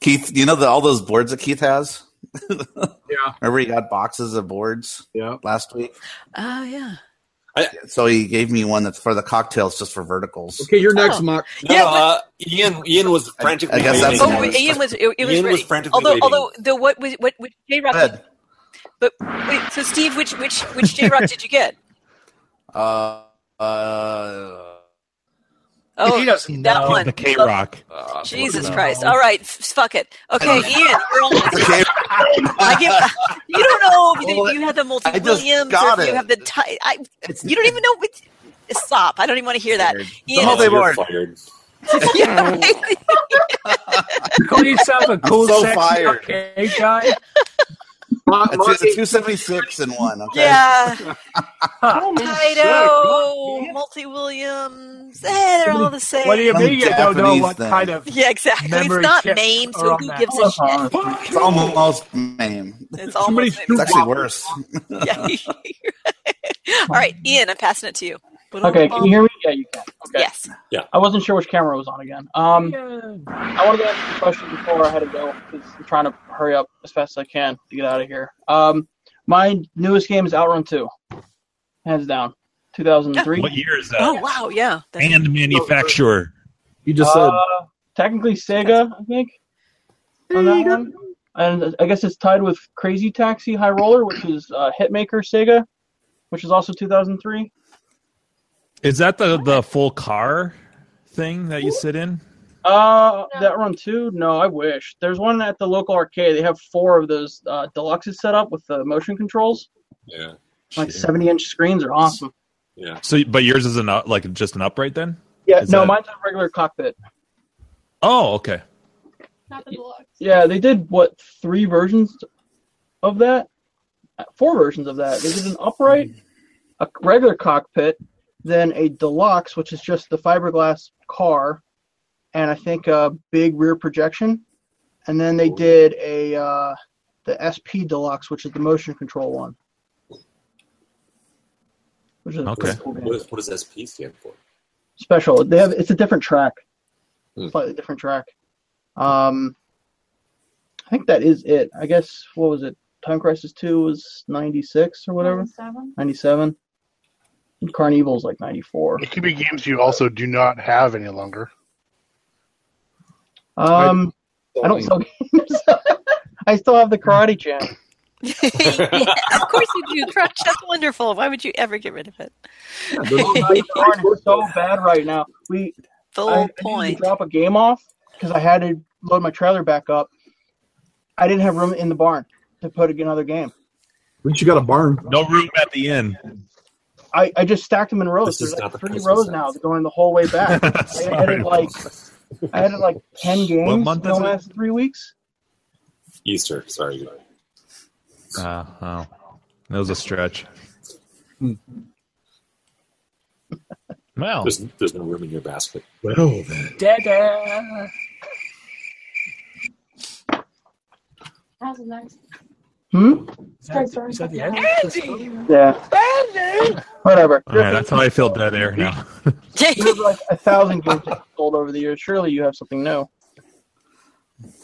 I: Keith, you know the, all those boards that Keith has?
G: Yeah.
I: Remember he got boxes of boards
G: Yeah.
I: last week?
H: Oh, yeah.
I: So he gave me one that's for the cocktails, just for verticals.
G: Okay, you're next,
H: Oh.
G: Mock.
A: No,
H: Yeah,
A: uh, Ian. Ian was frantically.
I: I guess that's
A: waiting.
H: Oh,
I: Yeah.
H: Ian was. It, it was,
A: Ian was
H: really-
A: frantically
H: although,
A: waiting.
H: although the what was what, what J
I: Go
H: Rock?
I: ahead.
H: But wait, so Steve, which which which J Rock did you get?
I: Uh, uh,
H: Oh,
E: He doesn't
H: that
E: know.
H: one. Oh,
D: The K Rock.
I: uh,
H: Jesus
I: no.
H: Christ! All right, f- fuck it. Okay, Ian, you're on.
I: Okay,
H: I give. uh, You don't know if you,
I: Well,
H: if you have the multi
I: I just
H: Williams
I: got
H: or if you
I: it.
H: have the. Ty- I,
I: it's
H: you don't even know. Which, stop! I don't even want to hear that.
I: The
H: Ian,
I: whole day
A: You're
I: board.
A: fired.
E: Call yourself a cool,
I: so
E: sexy
I: fired.
E: arcade guy.
G: Mo-
I: It's,
G: Monty,
I: two seventy six and one. Okay.
H: yeah,
G: Come
H: Taito, multi Williams. Eh, they're all the same.
E: What do you
I: Some
E: mean you don't know
I: Japanese
E: what
I: thing.
E: kind of?
H: yeah, exactly.
E: Memory
H: it's not
E: chips
H: MAME,
E: are
H: so
E: on
H: who
E: that.
H: gives a shit?
I: It's almost name.
H: It's almost
G: Somebody's
I: It's
H: MAME.
I: actually worse.
H: Yeah. all right, Ian, I'm passing it to you.
J: Okay, can you hear me? Yeah, you can. Okay.
H: Yes.
J: I wasn't sure which camera was on again. Um, I wanted to answer the question before I had to go because I'm trying to hurry up as fast as I can to get out of here. Um, my newest game is Outrun 2, hands down, 2003.
D: What year is that?
H: Oh wow, yeah. That's,
D: And manufacturer.
G: you just said.
J: Uh, technically Sega, I think. On that one. And I guess it's tied with Crazy Taxi High Roller, which is uh, Hitmaker Sega, which is also 2003.
D: Is that the the full car thing that you sit in?
J: Uh, that run too? No, I wish. There's one at the local arcade. They have four of those uh, deluxes set up with the motion controls.
A: Yeah.
J: Like
D: Shit.
J: 70 inch screens are awesome.
A: Yeah.
D: So, but yours is an up, like just an upright then?
J: Yeah,
D: Is
J: no,
D: that-
J: mine's a regular cockpit.
D: Oh, okay.
K: Not the deluxe.
J: Yeah, they did what three versions of that? Uh, Four versions of that. They did an upright, a regular cockpit, then a deluxe, which is just the fiberglass car, and I think a big rear projection, and then they did a uh, the SP deluxe, which is the motion control one. Which is a
D: Okay.
J: pretty cool game.
A: What, is, what does SP stand for?
J: special. They have it's a different track,
A: Hmm.
J: slightly different track. Um, I think that is it. I guess what was it? Time Crisis Two was ninety six or whatever,
K: Seven.
J: ninety seven. And Carnival's like ninety four.
B: It could be games you also do not have any longer.
J: Um, I don't sell games. I still have the Karate Champ.
H: yeah, of course you do, Crunch. That's wonderful. Why would you ever get rid of it?
J: We're so bad right now. We
H: The
J: I, I
H: whole
J: needed
H: point.
J: to drop a game off because I had to load my trailer back up. I didn't have room in the barn to put another game.
G: At least you got a barn.
D: No room at the inn.
J: I, I just stacked them in rows.
A: This is
J: There's like
A: not the
J: three
A: Christmas
J: rows
A: episode.
J: now going the whole way back. I
D: Sorry.
J: added like I added like ten games in
D: month
J: the
D: is it?
J: last three weeks.
A: Easter. Sorry.
D: Uh, oh, that was a stretch. Well,
A: there's, there's no room in your basket.
D: Well, then.
E: Da-da.
K: That was nice.
J: Hmm?
E: Is that, is that the end?
J: Yeah. Whatever.
D: All right, that's how I feel dead air now.
J: You have like a thousand games that you've sold over the years. Surely you have something new.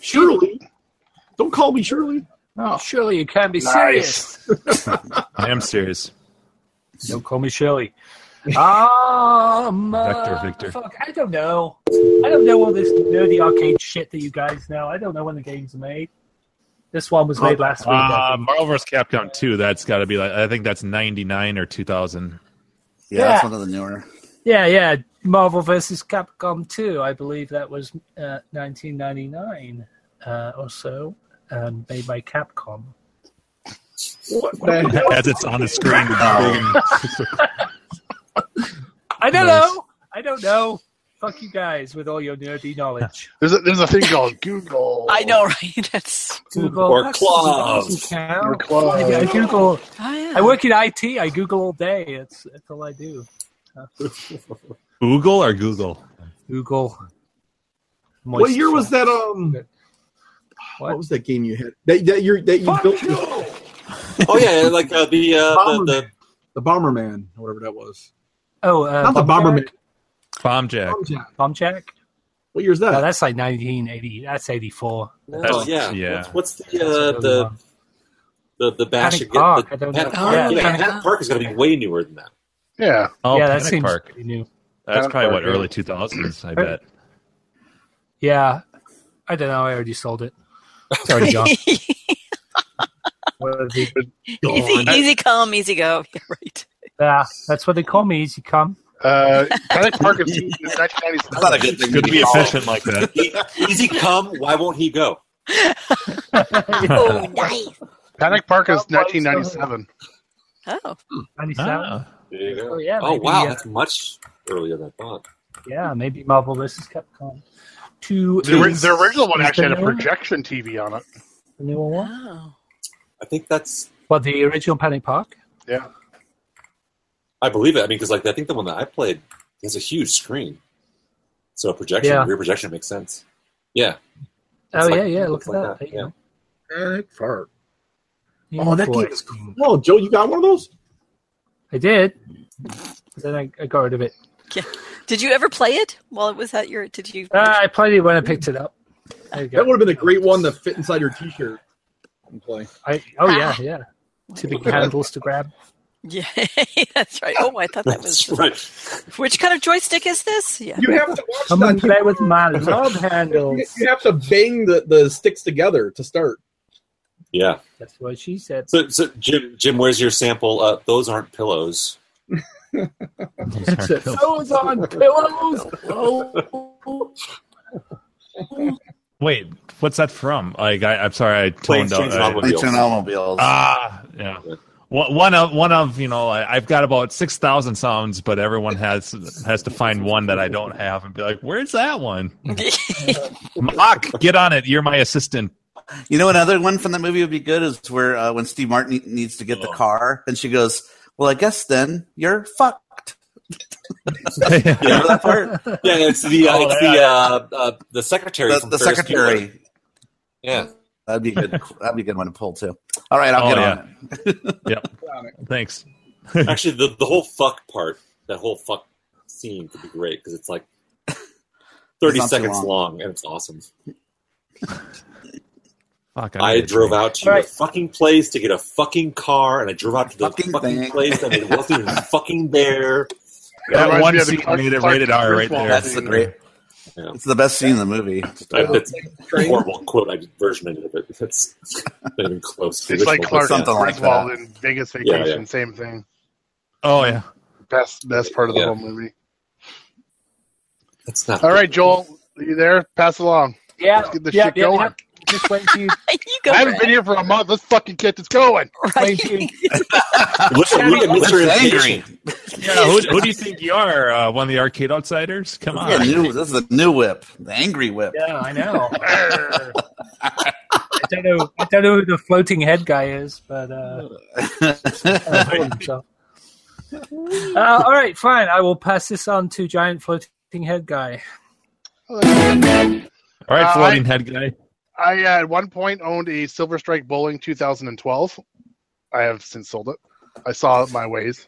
C: Surely. Don't call me Shirley.
J: No.
E: Surely you can be
C: Nice.
E: serious.
D: I am serious.
E: Don't call me Shirley. Um,
D: Vector
E: uh,
D: Victor.
E: Fuck, I don't know. I don't know all this nerdy arcade shit that you guys know. I don't know when the game's are made. This one was made last week. I
D: Uh,
E: think.
D: Marvel vs. Capcom 2, that's got to be like, I think that's 99 or 2000.
E: Yeah, that's Yeah.
I: one of the newer.
E: Yeah, yeah. Marvel versus Capcom 2. I believe that was uh, 1999 uh, or so, um, made by Capcom.
C: What
D: As it's on the screen.
E: I
D: Nice.
E: don't know. I don't know. Fuck you guys with all your nerdy knowledge.
B: There's a, there's a thing called Google.
H: I know, right? That's
E: Google
B: Or
E: that's-
B: cloves.
E: doesn't count.
B: Or cloves.
E: I, I
H: Oh,
E: Google.
H: yeah.
E: I work in IT. I Google all day. It's that's all I do.
D: Google or Google?
E: Google.
C: What year was that? Um, what? was that game you had? That that you that you built?
A: oh yeah, like uh, the, uh, the
C: Bomberman. the
A: the
C: Bomberman, whatever that was.
E: Oh, uh,
C: Not the Bomberman.
D: Bomb
E: Oh,
D: Jack.
C: Bomberjack.
E: Bomb check.
C: What year is that?
E: No, that's like 1980. That's 84.
A: Oh, yeah. What's, what's the
E: That's
A: uh,
E: another
A: the,
E: one.
A: the the bash
E: Panic
A: again? the-
E: Park, I don't know.
A: Panic
E: Oh,
A: Park. Yeah,
E: yeah.
A: Panic Park is going to be way newer than that.
B: Yeah.
D: Oh,
E: yeah, that
D: Panic
E: seems
D: Park.
E: pretty new.
D: That's
B: Panic
D: probably what,
B: Park,
D: early 2000s, I bet.
E: Yeah, I don't know. I already sold it. It's already gone. What is it?
H: easy, easy come, easy go. Yeah, right.
E: yeah, that's what they call me. Easy come.
B: Uh, Panic Park is is 1997.
I: That's not a good thing.
D: Good to be
I: called.
D: efficient like that.
A: E- Easy come, why won't he go?
H: Oh, nice.
B: Panic Park is 1997.
H: Oh,
E: 97.
D: Ah,
A: There you go.
E: Oh, yeah,
A: oh
E: maybe,
A: wow,
E: uh,
A: that's much earlier than I thought.
E: Yeah, maybe Marvel vs. Capcom. Two.
B: The, ori-
E: is-
B: the original one
E: is
B: actually had a
E: the newer-
B: projection TV on it.
E: the newer one.
H: wow.
A: I think that's.
E: What the original Panic Park?
B: Yeah.
A: I believe it. I mean, because like I think the one that I played has a huge screen, so a projection,
E: Yeah.
A: rear projection makes sense. Yeah.
E: Oh
A: It's like-
E: yeah, yeah. Look
A: it's
E: at
A: like
E: that.
A: that,
E: There you
C: Panic Park.
E: go.
C: Oh, that
E: Boy.
C: game is cool. Oh, Joe, you got one of those?
E: I did. Then I, I got rid of it.
H: Did you ever play it while it was at your? Did you?
E: Uh, I played it when I picked it up. There you go.
C: That would have been a great one to fit inside your T-shirt and play.
E: I, oh yeah,
H: Ah.
E: yeah. Two big handles to grab.
H: yeah, that's right. Oh, I thought that was.
A: That's right.
H: Which kind of joystick is this? Yeah.
C: You have to watch
E: Come and
C: that.
E: play with my love handles.
C: You have to bang the, the sticks together to start.
A: Yeah.
E: That's what she said.
A: So, so Jim, Jim, where's your sample? Uh, those aren't pillows.
D: those aren't pills.
E: Those on pillows. Oh.
D: Wait, what's that from? Like, I, I'm sorry, I toned
A: Planes,
D: out.
A: Trains, and
D: I-
A: Automobiles.
I: Planes, Trains, and automobiles.
D: Ah, yeah. One one of one of you know, I, I've got about six thousand sounds, but everyone has has to find one that I don't have and be like, "Where's that one?" Mock, get on it. You're my assistant.
I: you know, another one from that movie would be good is where uh, when Steve Martin needs to get
D: Oh.
I: the car, and she goes, "Well, I guess then you're fucked." Remember that part?
A: Yeah, it's the uh,
D: Oh,
A: it's the
D: yeah.
A: uh, uh, the secretary.
I: The,
A: from
I: the
A: Ferris
I: secretary.
A: Bueller. Yeah.
I: That'd be good. That'd be a good one to pull too. All right, I'll
D: Oh,
I: get
D: yeah.
I: on it.
D: yep. Thanks.
A: Actually, the, the whole fuck part, that whole fuck scene could be great because it's like 30
I: It's not too
A: seconds
I: long.
A: long. and it's awesome.
D: Fuck.
A: I drove out to
E: All
A: your
E: right.
A: fucking place to get a fucking car, and I drove out to the
I: Fucking
A: fucking,
I: thing.
A: place, and it wasn't even fucking there.
D: That
B: Reminds
D: one
B: me of the
D: scene
B: Clark-
D: made it
B: Clark
D: rated R right
B: Griswold
D: there.
I: That's the
B: scene.
I: great.
A: Yeah.
I: It's the best scene in the movie.
A: I, that's a horrible quote I did version I did of it. That's not even close. to the
B: It's like
A: original,
B: Clark
A: but
I: something like
B: Griswold
I: that.
B: in Vegas
A: Yeah,
B: Vacation.
A: yeah.
B: Same thing.
D: Oh yeah.
B: Best best part of the
A: Yeah.
B: whole movie.
A: That's not
B: All right, Joel, are you there? Pass along.
E: Yeah.
B: Let's get this
E: yeah,
B: shit
E: yeah,
B: going.
E: yeah. Just wait till you,
H: you go.
B: I haven't been
H: Brad.
B: here for a month. Let's fucking get this going.
H: Right.
E: wait till you
A: Look, look at
I: That's
A: Mr.
I: angry.
A: Impatient.
D: Yeah. Who, who do you think you are? Uh, one of the arcade outsiders? Come on.
I: Yeah, new. This is a new whip. The angry whip.
E: Yeah, I know. I don't know. I don't know who the floating head guy is, but uh, uh, hold on, so. Uh, all right, fine. I will pass this on to giant floating head guy.
D: All right,
B: Uh,
D: floating
B: I-
D: head guy.
B: I uh, at one point owned a Silver Strike Bowling 2012. I have since sold it. I saw it my ways.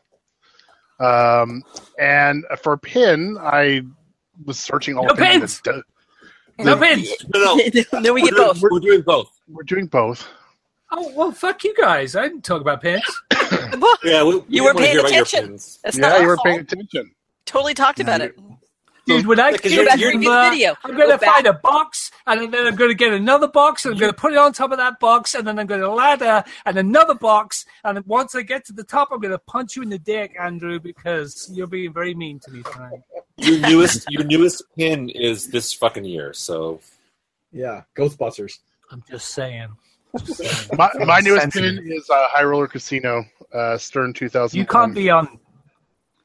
B: Um, and for pin, I was searching all
H: No
B: kinds
H: pins!
B: of du-
H: No
B: the-
H: pins! No, no. No, we get We're doing- both.
B: We're
A: doing both.
B: We're doing both.
E: Oh well, fuck you guys. I didn't talk about pants.
A: yeah, we,
H: You were paying attention. That's
B: yeah,
H: not our
B: you were
H: fault.
B: paying attention.
H: Totally talked about it.
E: Dude, when I
H: Because you're-
E: get
H: you're-
E: them,
H: Review the
E: uh,
H: video.
E: I'm going
H: Go
E: to
H: back.
E: find a box, and then I'm going to get another box, and I'm going to put it on top of that box, and then I'm going to ladder and another box, and then once I get to the top, I'm going to punch you in the dick, Andrew, because you're being very mean to me tonight.
A: Your newest, your newest pin is this fucking year. So
C: Yeah, Ghostbusters.
E: I'm just saying.
B: My, my newest
E: Sensitive.
B: pin is uh, High Roller Casino uh, Stern 2000.
E: You can't be on.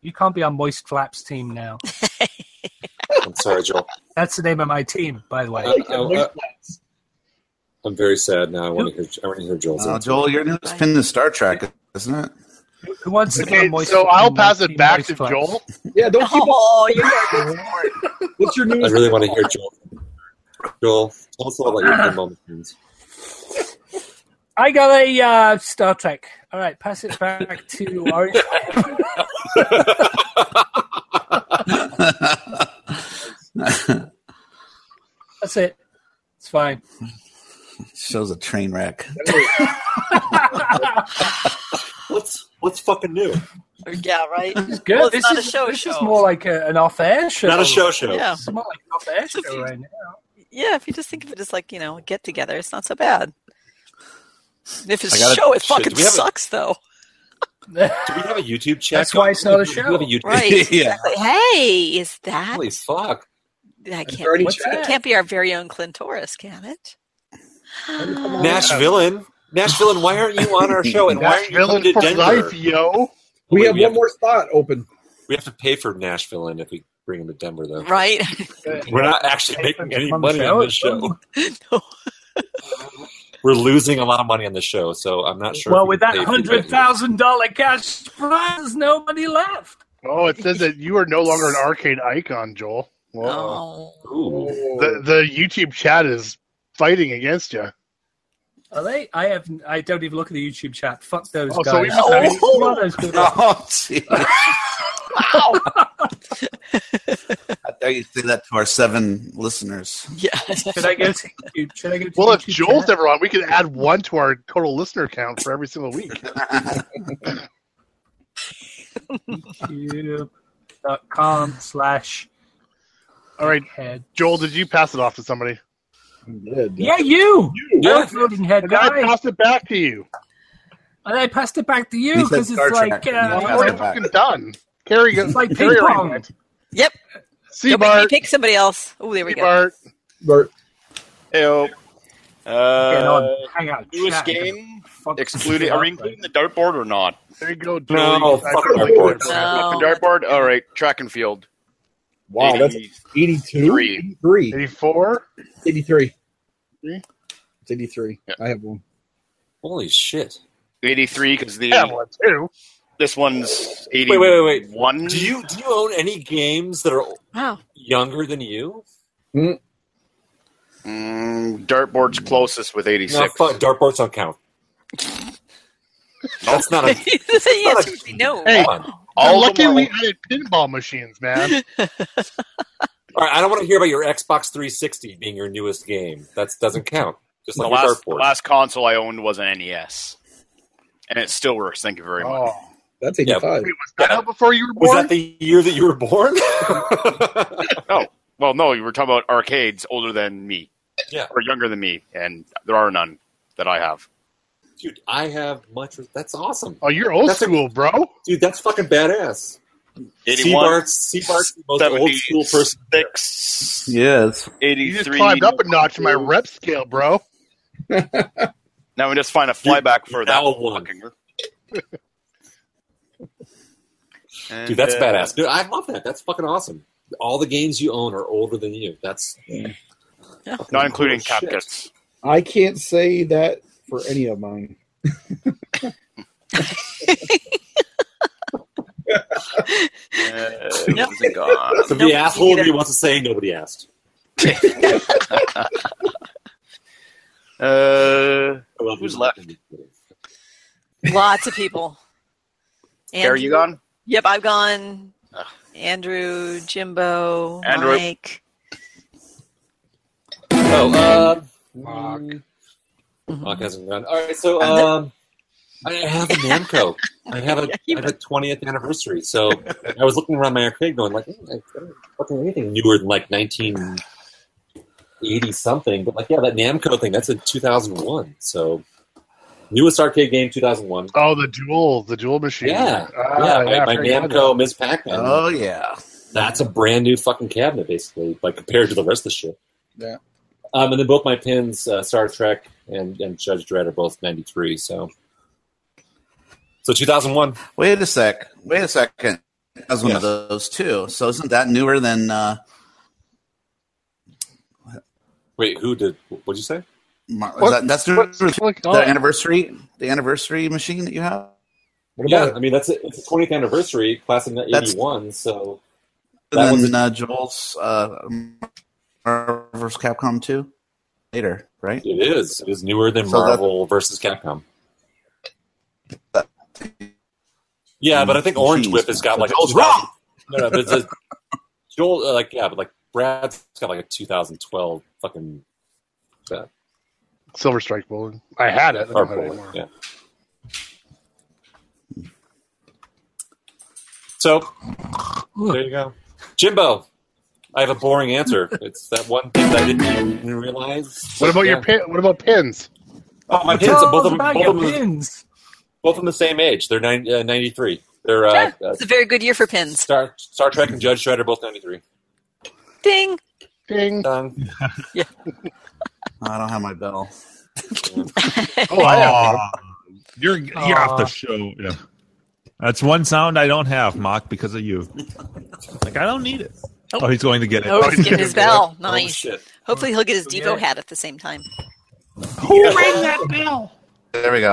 E: You can't be on Moist Flaps team now.
A: I'm sorry, Joel.
E: That's the name of my team, by the way.
B: Uh,
A: I- I- I- I'm very sad now. I want to hear. I want to hear Joel's.
I: Oh,
A: answer.
I: Joel, your newest pin is Star Trek, isn't it?
E: Who wants to be on Moist
B: so I'll
E: Flaps?
B: pass it back
E: Moist
B: to
E: Flaps.
B: Joel.
C: Yeah, don't keep.
H: Oh, you're
C: What's your
A: I
C: newest?
A: really want to hear Joel. Joel, tell us all about your pin moment. friends.
E: I got a uh, Star Trek. All right, pass it back to Orange. That's it. It's fine.
I: Shows a train wreck.
A: What's what's fucking new?
H: Yeah, right.
E: It's good.
H: Well, it's
E: this
H: not
E: is
H: a show
E: This
H: show.
E: is more like a, an off-air show.
A: Not a show show.
H: Yeah.
E: It's more like an off-air show right now.
H: yeah, if you just think of it as like you know, a get together, it's not so bad. If it's
A: I gotta-
H: a show, it
A: shit,
H: fucking
A: do we have a-
H: sucks, though.
A: Do we have a YouTube chat?
E: That's why it's not a
A: Do we
E: show.
A: have a YouTube-
H: Right?
A: yeah.
H: Exactly. Hey, is that
A: Holy fuck!
H: that can't,
C: already
H: what's-
C: chat.
H: it can't be our very own Clintoris, can it?
A: Nash villain. Nash villain. Why aren't you on our show? And why aren't you coming to
B: for
A: Denver?
B: life, yo.
C: We
A: Wait,
C: have
A: we
C: one
A: have-
C: more spot open.
A: We have to pay for Nash villain if we bring him to Denver, though.
H: Right?
A: We're not actually making any money on this show.
H: No.
A: We're losing a lot of money on the show, so I'm not sure. if
E: Well,
A: we
E: with
A: can
E: that
A: pay for
E: hundred thousand dollar cash prize, there's no money left.
B: Oh, it says that you are no longer an arcade icon, Joel. Whoa.
H: Oh.
A: Ooh.
B: The, the YouTube chat is fighting against you.
E: Are they? I have. I don't even look at the YouTube chat. Fuck those
B: Oh, so we
E: guys.
B: must have-
E: Who are those people?
I: Oh, gee. I dare you say that to our seven listeners.
H: Yeah.
E: Should I go to YouTube? Should I go to
B: Well, if
E: YouTube
B: Joel's
E: chat?
B: ever on, we could add one to our total listener count for every single week.
E: YouTube.com slash
B: All right,
E: head.
B: Joel, did you pass it off to somebody?
E: Yeah, you.
A: Yeah.
E: You're a floating head
B: And then I
E: guy.
B: passed it back to you.
E: and I passed it back to you
I: He said
E: because
I: Star
E: it's like
I: Trek, and
E: uh,
I: you
B: We're
I: passed it
E: it's
I: back.
B: fucking done. Carrie, go,
E: like ping
B: Carrie already
E: pong.
B: went.
H: Yep.
B: See
H: Go make me
B: Bart.
H: pick somebody else. Oh, there we go.
B: See Bart.
C: Bert.
F: Heyo.
E: Getting
F: Uh,
E: on. Hang out.
F: newest
E: chat.
F: game
E: Fuck
F: excluded.
E: shit
F: Are we
E: up,
F: including the dartboard or not?
B: There you go, Joel.
A: No,
B: I
A: fuck
B: put a link there
A: dartboard.
B: for you.
H: No.
F: The dartboard. All right, track and field.
C: Wow, that's 82?
F: Three.
C: 83.
B: 84?
C: 83.
B: Three?
C: It's 83.
F: Yeah.
C: I have one.
A: Holy shit!
F: Eighty-three because the
B: I have one too.
F: this one's
A: Wait,
F: eighty-one.
A: wait, wait, wait. Do you do you own any games that are
H: Wow.
A: younger than you?
F: Mm, dartboard's closest with
A: No,
F: eighty-six.
A: fuck. Dartboards don't count. That's not a.
H: yes, you would know.
B: Hey,
A: Come on.
B: All
F: All
B: lucky
F: the more-
B: we added pinball machines, man.
A: All right, I don't want to hear about your Xbox 360 being your newest game. That doesn't count. Just
F: the
A: like
F: last the
A: your dartboard.
F: last console I owned was an NES, and it still works. Thank you very much.
B: Oh.
C: That's
A: Yeah,
C: 85.
B: Wait, was that out before you were
A: Was
B: born?
A: that the year that you were born?
F: No, well, no, you were talking about arcades older than me,
A: Yeah.
F: or younger than me, and there are none that I have.
A: Dude, I have much. That's awesome.
B: oh, you're old
A: That's a-
B: school, bro.
A: Dude, that's fucking badass.
F: 81,
A: Seabart's, Seabart's the most old school person. there.
F: 76,
I: Yes.
F: 83.
B: You just climbed up a notch in my rep scale, bro.
F: Now we just find a flyback for that
A: now one.
F: fucking-
A: Dude, that's
F: And, uh,
A: badass. Dude, I love that. That's fucking awesome. All the games you own are older than you. That's
F: Not including
A: Holy shit.
F: Capcus.
L: I can't say that for any of mine.
A: Nope.
F: is it gone?
A: So
F: Nope,
A: the asshole
F: neither.
A: who wants to say nobody asked.
F: Uh, who's left?
H: Lots of people.
F: Gary, you
H: Andrew-
F: gone?
H: Yep, I've gone. Andrew, Jimbo,
F: Andrew.
H: Mike.
A: Oh, uh,
D: mm.
A: Mark hasn't gone. All right, so um, I have a Namco. I have a I have a twentieth anniversary. So I was looking around my arcade, going like, "Hmm, I don't fucking know anything newer than like nineteen eighty something. But like, yeah, that Namco thing that's in two thousand one. So newest arcade game two thousand one.
B: Oh, the dual, the dual machine.
A: Yeah,
B: Ah,
A: yeah, my, my
B: I forgot Oh,
A: Namco
B: that.
A: Ms. Pac-Man. yeah, that's a brand new fucking cabinet, basically, like compared to the rest of the shit.
L: Yeah.
A: Um, and then both my pins, uh, Star Trek and, and Judge Dredd, are both '93. So, so 2001.
I: Wait a sec. Wait a second. That was one of those too. So isn't that newer than? Uh,
A: wait, who did? What'd you say?
I: Mar-
A: What?
I: is that, that's newer
A: What's
I: than
A: going
I: the
A: on?
I: anniversary. The anniversary machine that you have.
A: What yeah, I mean that's it. it's the 20th anniversary, class of
I: That's-
A: '81. So
I: That
A: that
I: and
A: one's
I: then uh, Joel's uh, Marvel vs. Capcom two later, right?
A: it is it is newer than
I: So that-
A: Marvel versus Capcom. Yeah, but I think Orange
I: Jeez.
A: Whip has got like a
I: Joel's
A: 2000
I: wrong!
A: No, no, but it's a, Joel, uh, like yeah, but like Brad's got like a 2012 fucking. Uh,
B: Silver Strike Bowling. I had it. I
A: Or
B: don't have it
A: bullet,
B: anymore.
A: yeah. So there you go, Jimbo. I have a boring answer. It's that one thing that I didn't even realize.
B: What about
A: Yeah.
B: your pin? What about pins?
A: Oh, my pins!
B: Oh,
A: both of them.
B: about
A: Both
B: your
A: of them,
E: pins.
A: both of them the same age. They're nine, uh, 93. They're uh, uh,
H: It's a very good year for pins.
A: Star Star Trek and Judge Dredd are both 93.
H: Ding.
B: Ding.
A: Dong.
H: yeah.
I: I don't have my bell.
B: oh, I have one.
D: You're you're off
B: Aw.
D: the show. Yeah. That's one sound I don't have, Mock, because of you. Like I don't need it.
H: Oh.
D: Oh, he's going to get it. Oh,
H: Oh, he's getting his bell. Nice.
A: shit.
H: Hopefully, he'll get his
E: Yeah.
H: Devo hat at the same time.
D: Who
E: rang that bell?
I: There we go.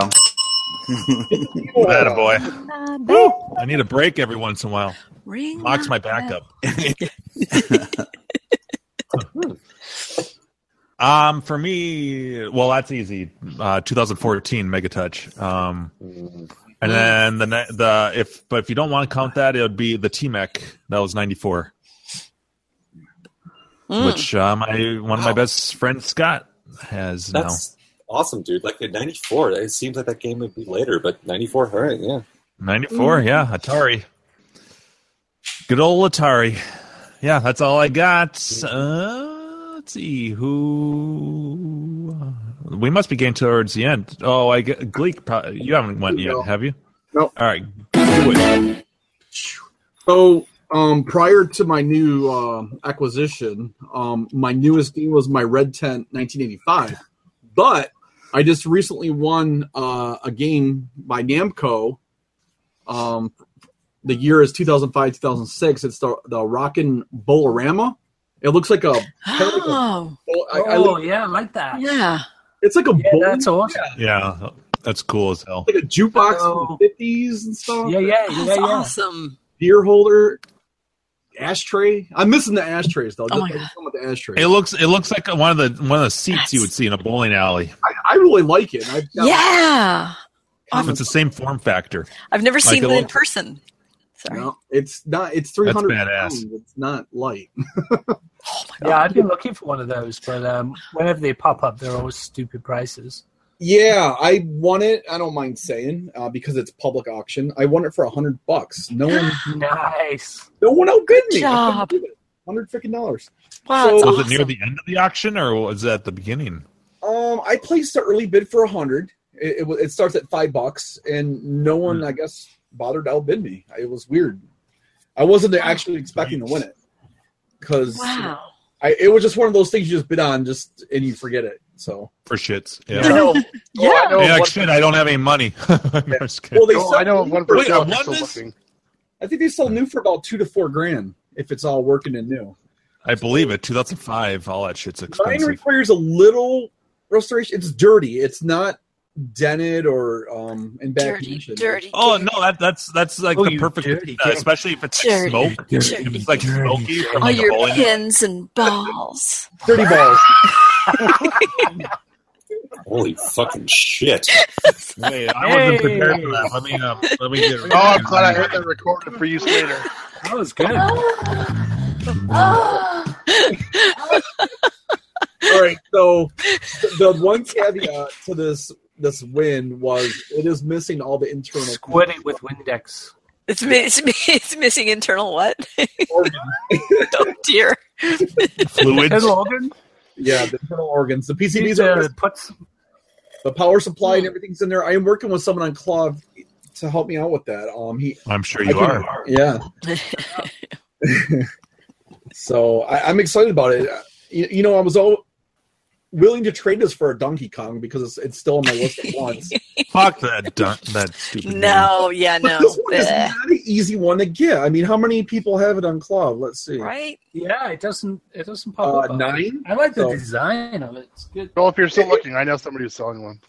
D: That a boy.
H: My
D: Woo! I need a break every once in a while.
H: Ring
D: Mock's my backup. um, for me, well, that's easy. Uh, 2014 Megatouch. Um, and then the ne- the if but if you don't want to count that, it would be the T Mech. That was 94,
H: Mm.
A: Mm.
D: which uh, my one of my best friends Scott has
A: That's awesome, dude. Like at 94, it seems like that game would be later, but 94, all right, yeah.
D: now. 94, yeah, Atari. Good old Atari. Yeah, that's all I got. Uh, let's see who. We must be getting towards the end. Oh, I get Gleek. Pro- you haven't went yet, have you?
C: No.
D: All right.
C: So, um, prior to my new um, acquisition, um, my newest game was my Red Tent 1985. But I just recently won uh, a game by Namco. Um, the year is 2005, 2006. It's the, the Rockin' Bolorama. It looks like a.
H: Oh.
C: I- I
E: oh
C: look-
E: yeah, I like that.
H: Yeah.
C: It's like a.
E: Yeah, that's awesome.
D: Yeah, that's cool as hell.
C: Like a jukebox from the 50s and stuff.
E: Oh. Yeah, yeah,
H: That's yeah, yeah. awesome.
C: Deer holder, ashtray. I'm missing the ashtrays
H: Oh
C: though. Just- I'm talking about the ashtray.
D: It looks it looks like one of the one of the seats you would see in a bowling alley.
C: I, I really like it. I,
H: Yeah.
D: It's the same form factor.
H: I've never
D: Like
H: seen
D: the
H: one in
D: little-
H: person.
C: No, it's not. It's 300
D: badass.
C: pounds. It's not light.
E: Yeah, I've been looking for one of those, but um, whenever they pop up, they're always stupid prices.
C: Yeah, I won it. I don't mind saying uh, because it's public auction. I won it for 100 bucks. No one,
E: nice.
C: no one outbid
H: Good
C: me. I couldn't
H: job.
C: believe it. 100 freaking dollars.
H: Wow,
C: So-
H: that's
D: Was
H: awesome.
D: it near the end of the auction or was it at the beginning?
C: Um, I placed the early bid for 100. It, it, wa- it starts at five bucks, and no one,
D: Mm.
C: I guess, bothered to outbid me. It was weird. I wasn't actually expecting to win it because
H: Wow.
C: I it was just one of those things you just bid on, just and you forget it. So
D: For shits.
B: I know- oh, I know
D: Yeah, like,
B: one-
D: shit, I don't have any money. I'm just kidding.
C: Well, they
B: Oh,
C: sell
B: I know
C: new
B: one
C: for-
B: for
C: Wait,
B: sale.
C: I
B: I'm
C: won
B: still
C: this?
B: looking.
C: I think they sell new for about two to four grand if it's all working and new.
D: I believe it. 2005, all that shit's
C: Mine
D: expensive.
C: requires a little restoration. It's dirty. It's not dented or um in bad condition.
H: dirty.
D: Oh no, that that's that's like
C: Oh,
D: the
C: you
D: perfect,
C: dirty
D: uh,
C: kid.
D: especially if it's
H: Dirty,
D: like smoke.
H: dirty, Oh,
D: If it's like smoky from
H: All
D: like
H: your
D: bowling.
H: pins and balls.
C: Dirty balls.
A: Holy fucking shit!
D: Wait, I wasn't prepared for that. Let me um, let me get.
B: Oh, I'm glad I heard that recorded for you later.
E: That was good.
H: Oh.
C: All right. So the one caveat to this this win was it is missing all the internal
E: Squid it with Windex.
H: It's, mi- it's, mi- it's missing internal what? oh dear.
D: Fluids.
E: Internal organ?
C: Yeah, the internal organs. The PCBs
E: Yeah,
C: are
E: it puts
C: the power supply
H: Hmm.
C: and everything's in there. I am working with someone on Claw to help me out with that. Um, he.
D: I'm sure
C: I
D: you
C: can-
D: are.
C: Yeah. So I, I'm excited about it. You, you know, I was all willing to trade this for a Donkey Kong because it's, it's still on my list at once.
D: Fuck that dun- that stupid.
H: No, yeah,
C: But
H: no.
C: this one is
H: Bleh.
C: not an easy one to get. I mean, how many people have it on Claw? Let's see.
H: Right?
E: yeah, it doesn't it doesn't pop
C: Uh,
E: up.
C: nine.
E: I like the
C: So-
E: design of it. It's good.
B: Well, if you're still looking, I know somebody who's selling one.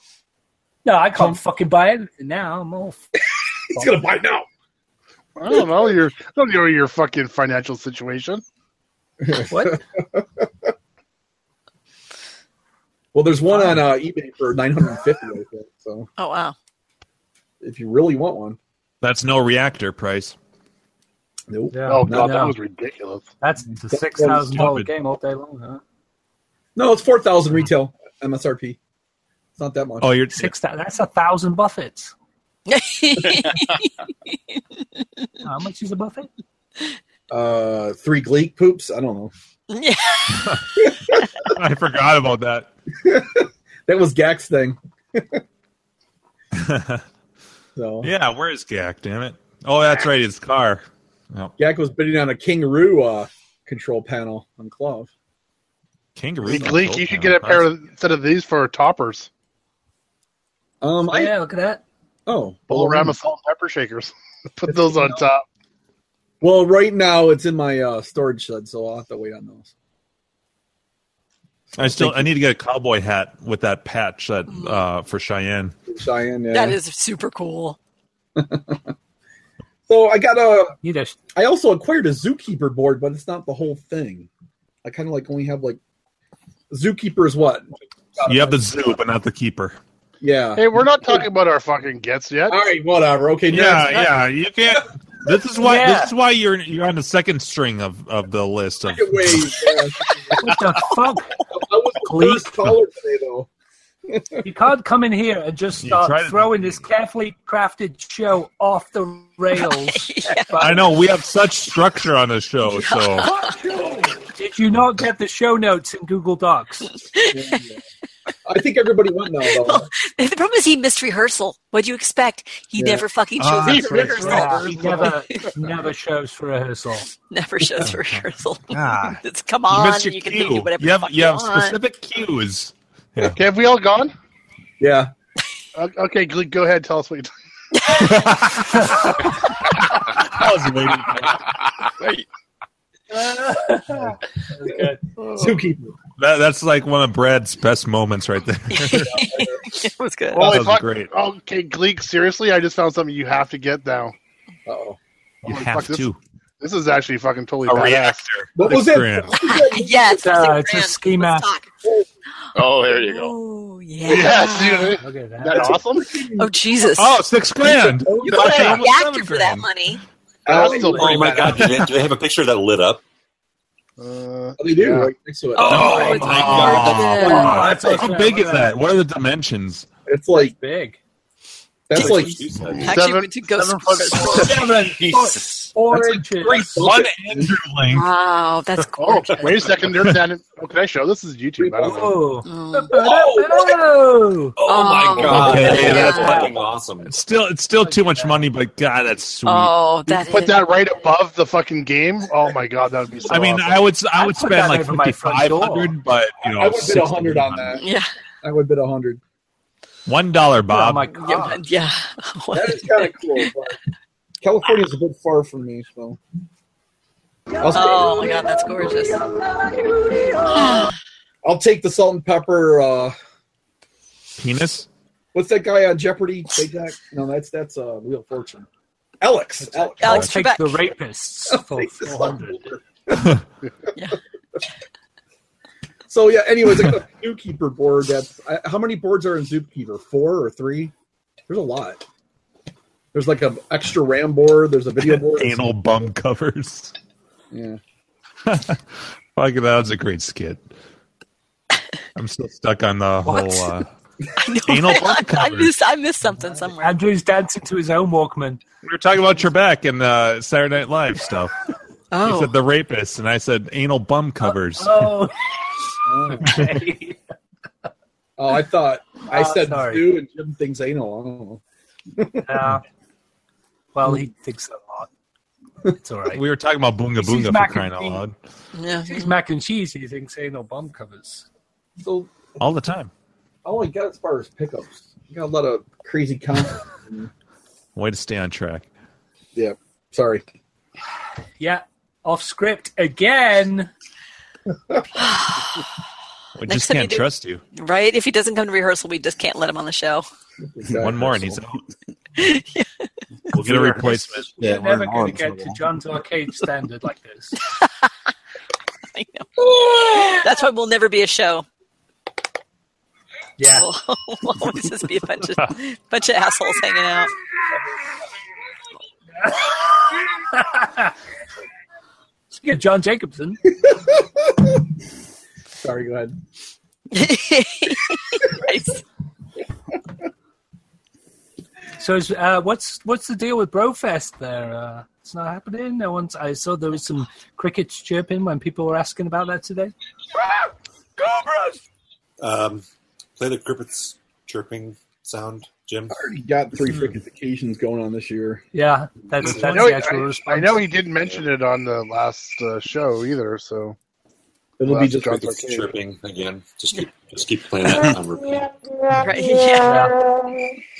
E: No, I can't fucking buy it now. I'm all f-
C: He's gonna buy it now.
B: I don't know your I don't know your fucking financial situation.
E: what?
C: Well, there's one on uh, eBay for 950. I think so.
H: Oh wow.
C: If you really want one,
D: That's no reactor price.
C: nope.
E: Yeah,
B: Oh
E: no,
B: god, that
E: no.
B: was ridiculous.
E: That's the six thousand dollar game all day long, huh?
C: No, it's 4,000 retail MSRP. It's not that much.
D: Oh, you're
E: Six thou- that's a thousand buffets. How much is a buffet?
C: Uh, three Gleek poops. I don't know.
H: yeah.
D: I forgot about that.
C: That was Gack's thing. so
D: Yeah, where is Gak? Damn it! Oh, that's right, his car. Oh,
C: Gack was bidding on a kangaroo uh, control panel on Clove.
D: kangaroo.
B: Hey, Gleek, you should get a pair of, instead of these for toppers.
C: Um,
E: Oh,
C: I
E: yeah, look at that.
C: oh
B: Bull ram of salt and pepper shakers. Put those on top.
C: Well, right now it's in my uh, storage shed, so I'll have to wait on those.
D: I still I need to get a cowboy hat with that patch that uh, for Cheyenne.
C: Cheyenne. Yeah.
H: That is super cool.
C: so I got a.
E: You just
C: I also acquired a zookeeper board, but it's not the whole thing. I kind of like only have like zookeeper is what.
D: You have the zoo, but not the keeper.
C: Yeah.
B: Hey, we're not talking about our fucking gets yet.
C: All right, whatever. Okay.
D: Yeah,
C: next.
D: yeah. You can't. This is why.
E: Yeah.
D: This is why you're you're on the second string of, of the list of.
C: Wait, yeah.
E: what the fuck?
C: I was the
E: Gleek.
C: first caller today, though.
E: You can't come in here and just
D: You
E: start
D: tried it.
E: throwing this carefully crafted show off the rails.
D: I know we have such structure on the show, so
E: Did you not get the show notes in Google Docs?
C: I think everybody went now, though.
H: The problem is he missed rehearsal. What'd you expect? He
C: Yeah.
H: never fucking shows
D: Ah,
H: up
D: that's
H: for
D: right.
H: rehearsal.
E: Yeah, he never, never shows for rehearsal.
H: Never shows for rehearsal.
D: God.
H: it's come
D: you
H: on,
D: missed your
H: you can do
D: cue.
H: whatever
D: You have
H: fuck
D: you have
H: want.
D: specific cues.
B: Okay, have we all gone?
C: Yeah.
B: O- Okay, Gleek, go ahead. Tell us what you.
D: I was waiting. for that.
C: Zookeeper.
D: That, that's like one of Brad's best moments right there.
H: it was good.
B: Holy
D: was
B: fuck.
D: great.
B: oh, Okay, Gleek. Seriously, I just found something you have to get now.
C: Uh-oh.
D: you
B: Holy
D: have
B: fuck, this-
D: to
B: This is actually fucking totally
D: a
B: badass.
D: reactor.
C: What
D: Six
C: was it?
D: grand.
H: yeah, it's,
E: It's, uh,
H: six
E: it's a
H: grand.
E: ski
H: Let's
E: mask.
H: talk.
F: Oh, there you go.
H: Oh yeah.
B: Yes, dude.
E: Look at
B: Isn't that
E: that.
B: awesome?
H: Oh Jesus.
D: Oh, six grand.
H: you could
D: Fucking
H: have a
D: almost seven
H: reactor for that
D: grand.
H: money.
B: That's still pretty
A: Oh my
B: badass.
A: god! Do they, do they have a picture of that lit up?
B: Uh,
C: Oh, They do
B: yeah.
C: right next to it.
H: Oh,
D: Oh,
H: it's
D: my
H: gorgeous.
D: God.
E: Oh,
D: That's
E: that's
D: how
E: awesome.
D: big is that? What are the dimensions?
C: It's like
E: Big.
C: that's like
H: Actually,
B: Seven-
H: we should go.
B: seven foot four.
D: Seven.
A: Jesus.
E: Four
C: That's like
E: inches.
C: three-
D: One Andrew length.
H: Wow, that's
B: Oh,
H: gorgeous.
B: wait a second. There's that. Oh, can I show this? Is YouTube? I don't know.
E: Whoa.
H: Mm.
E: Oh,
A: Oh
H: Oh,
A: my god!
D: okay,
A: Hey, that's
H: yeah.
A: fucking awesome.
D: It's still, it's still too much money, but God, that's sweet.
H: Oh,
B: You
H: that
B: put
H: is-
B: that right above the fucking game. Oh my god, that would be so.
D: I mean,
B: awesome.
D: I would, s- I
E: I'd
D: would
E: put
D: spend
E: that
D: like
E: over my front
D: fifty-five
E: door.
D: hundred, but you know,
C: I would bid a hundred on
D: 60,
C: that.
H: Yeah.
C: I would bid a hundred.
D: One dollar, Bob.
E: Oh my
H: Yeah.
E: god.
H: but- yeah.
C: That is kind of cool, but California's a bit far from me, so. I'll,
H: oh my god, that's gorgeous.
C: I'll take the salt and pepper uh,
D: Penis?
C: What's that guy on Jeopardy? Big Jack? No, that's that's uh, Wheel of Fortune. Alex. Alex.
E: Alex I'll take Trebek. the rapists
C: I'll take this one. So yeah. Anyways, I got a zookeeper board. That's I, how many boards are in zookeeper? Four or three? There's a lot. There's like an extra RAM board. There's a video board.
D: Anal bum covers.
C: Yeah.
D: Like that was a great skit. I'm still stuck on the
H: What?
D: whole uh,
H: I know.
D: Anal bum
H: I, I
D: covers.
H: missed. I missed something somewhere.
E: Andrew's dancing to his own Walkman.
D: We were talking about Trebek and uh, Saturday Night Live stuff. He
H: Oh.
D: said the rapist, and I said anal bum covers.
E: Oh.
C: Oh, I thought I
E: Oh,
C: said
E: sorry.
C: Stu and Jim thinks anal. I don't know.
E: Yeah. well, he thinks a lot. It's all right.
D: We were talking about Boonga
E: He sees
D: Boonga
E: mac
D: for
E: and
D: crying out
E: cheese.
D: loud
H: Yeah.
E: He's mac and cheese. He thinks ain't no bum covers.
C: So
D: all the time.
C: all I got as far as pickups, you got a lot of crazy comments.
D: Way to stay on track.
C: yeah, sorry.
E: Yeah, off script again.
D: We
H: Next
D: just
H: time you
D: can't
H: do-
D: trust you.
H: Right? If he doesn't come to rehearsal, we just can't let him on the show.
D: One more, and he's out. We'll get a
I: Sure.
D: replacement.
I: Yeah,
E: You're
I: we're
E: never going
I: on
E: to get to
I: trouble.
E: John's arcade standard like this.
H: That's why we'll never be a show.
E: Yeah.
H: We'll, we'll always just be a bunch of bunch of assholes hanging out.
E: Speaking of John Jacobson,
C: Sorry, go ahead.
H: Nice.
E: so is, uh, what's what's the deal with Brofest there? Uh, it's not happening. No one's. I saw there was some crickets chirping when people were asking about that today.
M: Cobras!
A: Um, play the crickets chirping sound, Jim.
C: Already got three freaking occasions going on this year.
E: Hmm. Yeah, that's
B: I
E: that's
B: know,
E: the
B: he,
E: actual
B: I,
E: response.
B: I know he didn't mention it on the last uh, show either, so
C: It'll be
B: Last
C: just
B: John's
A: Crickets
B: Arcade.
A: chirping again. Just keep, just keep playing that on repeat.
H: Right.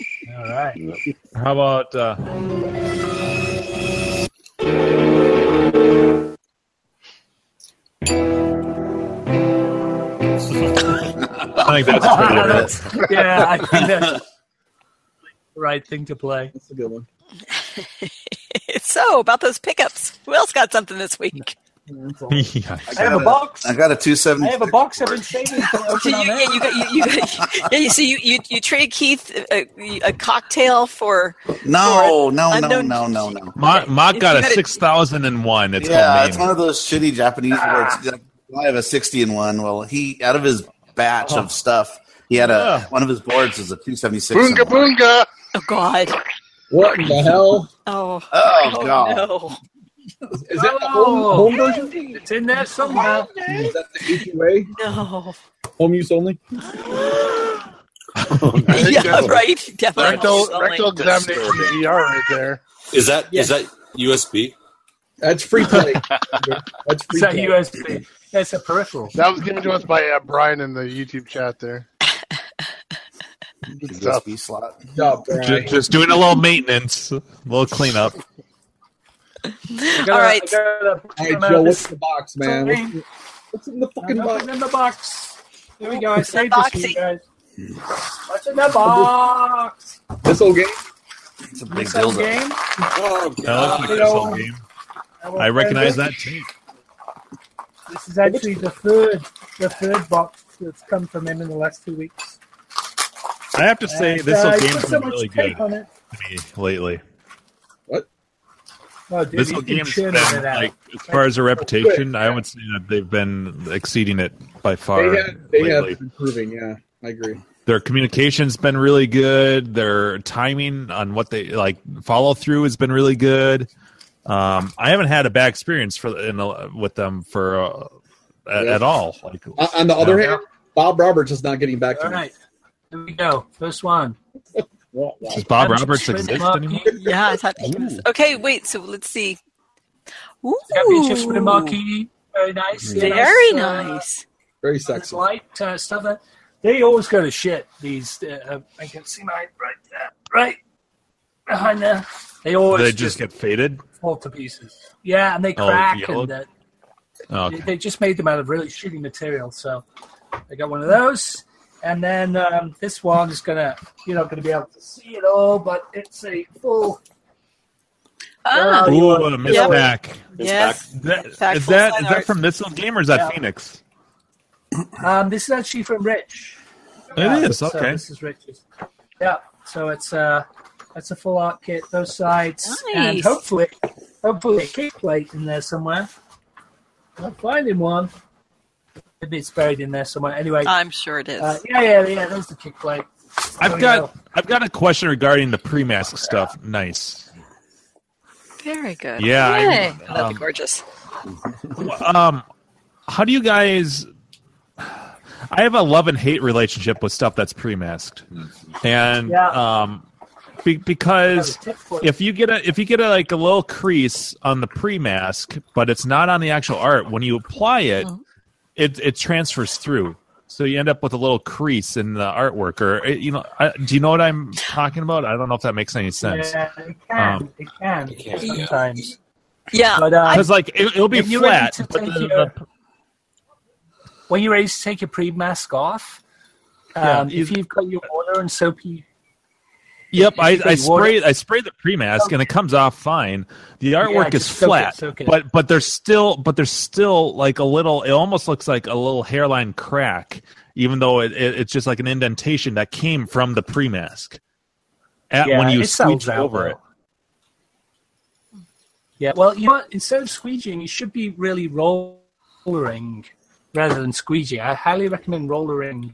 H: Yeah.
E: All right.
D: How about uh, I think that's pretty good.
E: That's- yeah, I think that's the right thing to play.
C: That's a good one.
H: So about those pickups, who else got something this week?
D: yeah.
E: I have a box.
I: I got a two
E: I
I: seventy.
E: have a box I've been saving for
H: So
E: open
H: you,
E: on
H: yeah, you got you, you got yeah. You, so you you, you traded Keith a, a cocktail for
I: No, no, no,
H: Unknown-
I: no, no, no.
D: Mock, Mock got a
H: You got it.
D: six thousand and one. It's
I: Yeah, it's one
D: called Maine.
I: of those shitty Japanese words. Like, I have a sixty and one. Well, he out of his batch of stuff, he had a
D: Yeah.
I: one of his boards was a two seventy six.
B: Boonga Boonga.
H: Oh God!
C: What in the hell?
H: Oh,
I: Oh,
H: oh
I: God!
H: no!
C: Is that the home,
E: Oh.
C: home version?
E: It's in there somewhere.
C: Is that the
H: No!
C: HUA? Home use only?
B: I think
H: Yeah,
B: that's
H: right. Yeah, right.
B: rectal,
H: Only-
B: rectal examination
M: disturbing.
B: VR right there.
A: Is that is that USB?
C: That's free play. That's free
E: It's a
C: play.
E: USB. That's a peripheral.
B: That was given to us by uh, Brian in the YouTube chat there. Good stuff.
I: USB slot.
C: Good job, Brian.
D: Ju- Just doing a little maintenance, a little cleanup.
E: I
H: All right.
E: I gotta put
C: Hey,
E: them out
C: Joe,
E: of
C: what's
E: this-
C: the box, man? What's, in- what's in the fucking
E: I'm
C: box?
E: opening in the box. There we go. I saved this for
H: Boxy.
E: you guys. What's in the box?
C: This old game?
I: It's a big
E: This old
I: dildo.
E: game.
A: Oh,
D: That looks like this whole game. I recognize that tape.
E: This is actually the third, the third box that's come from him in the last two weeks.
D: I have to say,
E: And,
D: this
E: uh,
D: whole
E: he
D: game's
E: put so
D: been
E: much
D: really
E: tape
D: good
E: on it.
D: to me lately.
E: Oh, dude,
D: This
E: he's
D: whole
E: been
D: game's been
E: churning it out.
D: like, as far as a reputation, I would say that they've been exceeding it by far
C: They had, they had
D: lately.
C: improving, yeah. I agree.
D: Their communication's been really good. Their timing on what they like follow through has been really good. Um, I haven't had a bad experience for in a, with them for uh, at,
C: Yeah.
D: at all. Like,
C: Uh, on the other
D: Yeah.
C: hand, Bob Roberts is not getting back to
E: All
C: me.
E: right, there we go. First one.
C: Wah, wah.
D: does Bob
E: Um,
D: Roberts
E: Prince
D: exist
E: Mark-
D: anymore?
H: Yeah, I thought. Okay, wait. So let's see. Ooh,
E: Championships for the marquee. Very nice.
H: very
E: uh,
H: nice.
C: Very
E: That's
C: sexy.
E: light uh, stuff. That they always go to shit. These uh, uh, I can see mine right there, right behind there. They always
D: They just
E: just,
D: get faded.
E: fall to pieces. Yeah, and they
D: Oh,
E: crack,
D: yellow?
E: and uh,
D: Oh,
E: they-
D: okay.
E: they just made them out of really shitty material. So I got one of those. And then um, this one is gonna, you know, gonna be able to see it all, but it's a full.
H: Ah.
E: Oh, you
D: Ooh,
E: want-
D: a miss
E: yeah.
D: pack.
E: Yes.
D: Is that,
E: Miss
D: is
E: pack,
D: that,
E: full
D: is
E: side
D: that
E: art.
D: from Missile Game or is that
E: Yeah.
D: Phoenix?
E: Um, this is actually from Rich.
D: It is,
E: so
D: okay.
E: this is Rich's. Yeah. So it's uh, it's a full art kit, those sides, and
H: Nice.
E: hopefully, hopefully a kick plate in there somewhere. I'm finding one. Maybe it's buried in there somewhere. Anyway,
H: I'm sure it is.
E: Uh, yeah, yeah, yeah. There's the kick plate.
D: I've got I've got a question regarding the pre-mask stuff. Nice.
H: Very good.
D: Yeah, I-
H: Yay. That'd
D: um,
H: be gorgeous.
D: um, how do you guys? I have a love and hate relationship with stuff that's pre-masked, and um, be- because if you get a if you get a like a little crease on the pre-mask, but it's not on the actual art, when you apply it, it it transfers through. So you end up with a little crease in the artwork, or it, you know, I, do you know what I'm talking about? I don't know if that makes any sense.
E: Yeah, it can.
D: Um,
E: it can.
D: can, yeah.
E: sometimes.
H: Yeah.
E: But um,
D: Because like it, it'll be
E: when you're ready
D: flat,
E: to
D: but
E: take
D: the-
E: your- when you're ready to take your pre-mask off,
D: Yeah,
E: um, if you've got your water and soapy,
D: Yep, I,
E: you
D: I
E: got water-
D: spray I spray the pre mask and it comes off fine. The artwork is
E: just soak it,
D: flat,
E: soak it.
D: but but there's still but there's still like a little. It almost looks like a little hairline crack, even though it, it, it's just like an indentation that came from the pre mask. At
E: Yeah,
D: when you
E: it sells
D: switch
E: out,
D: over it,
E: yeah. Well, you know, what? instead of squeegeeing, you should be really rollering rather than squeegeeing. I highly recommend rollering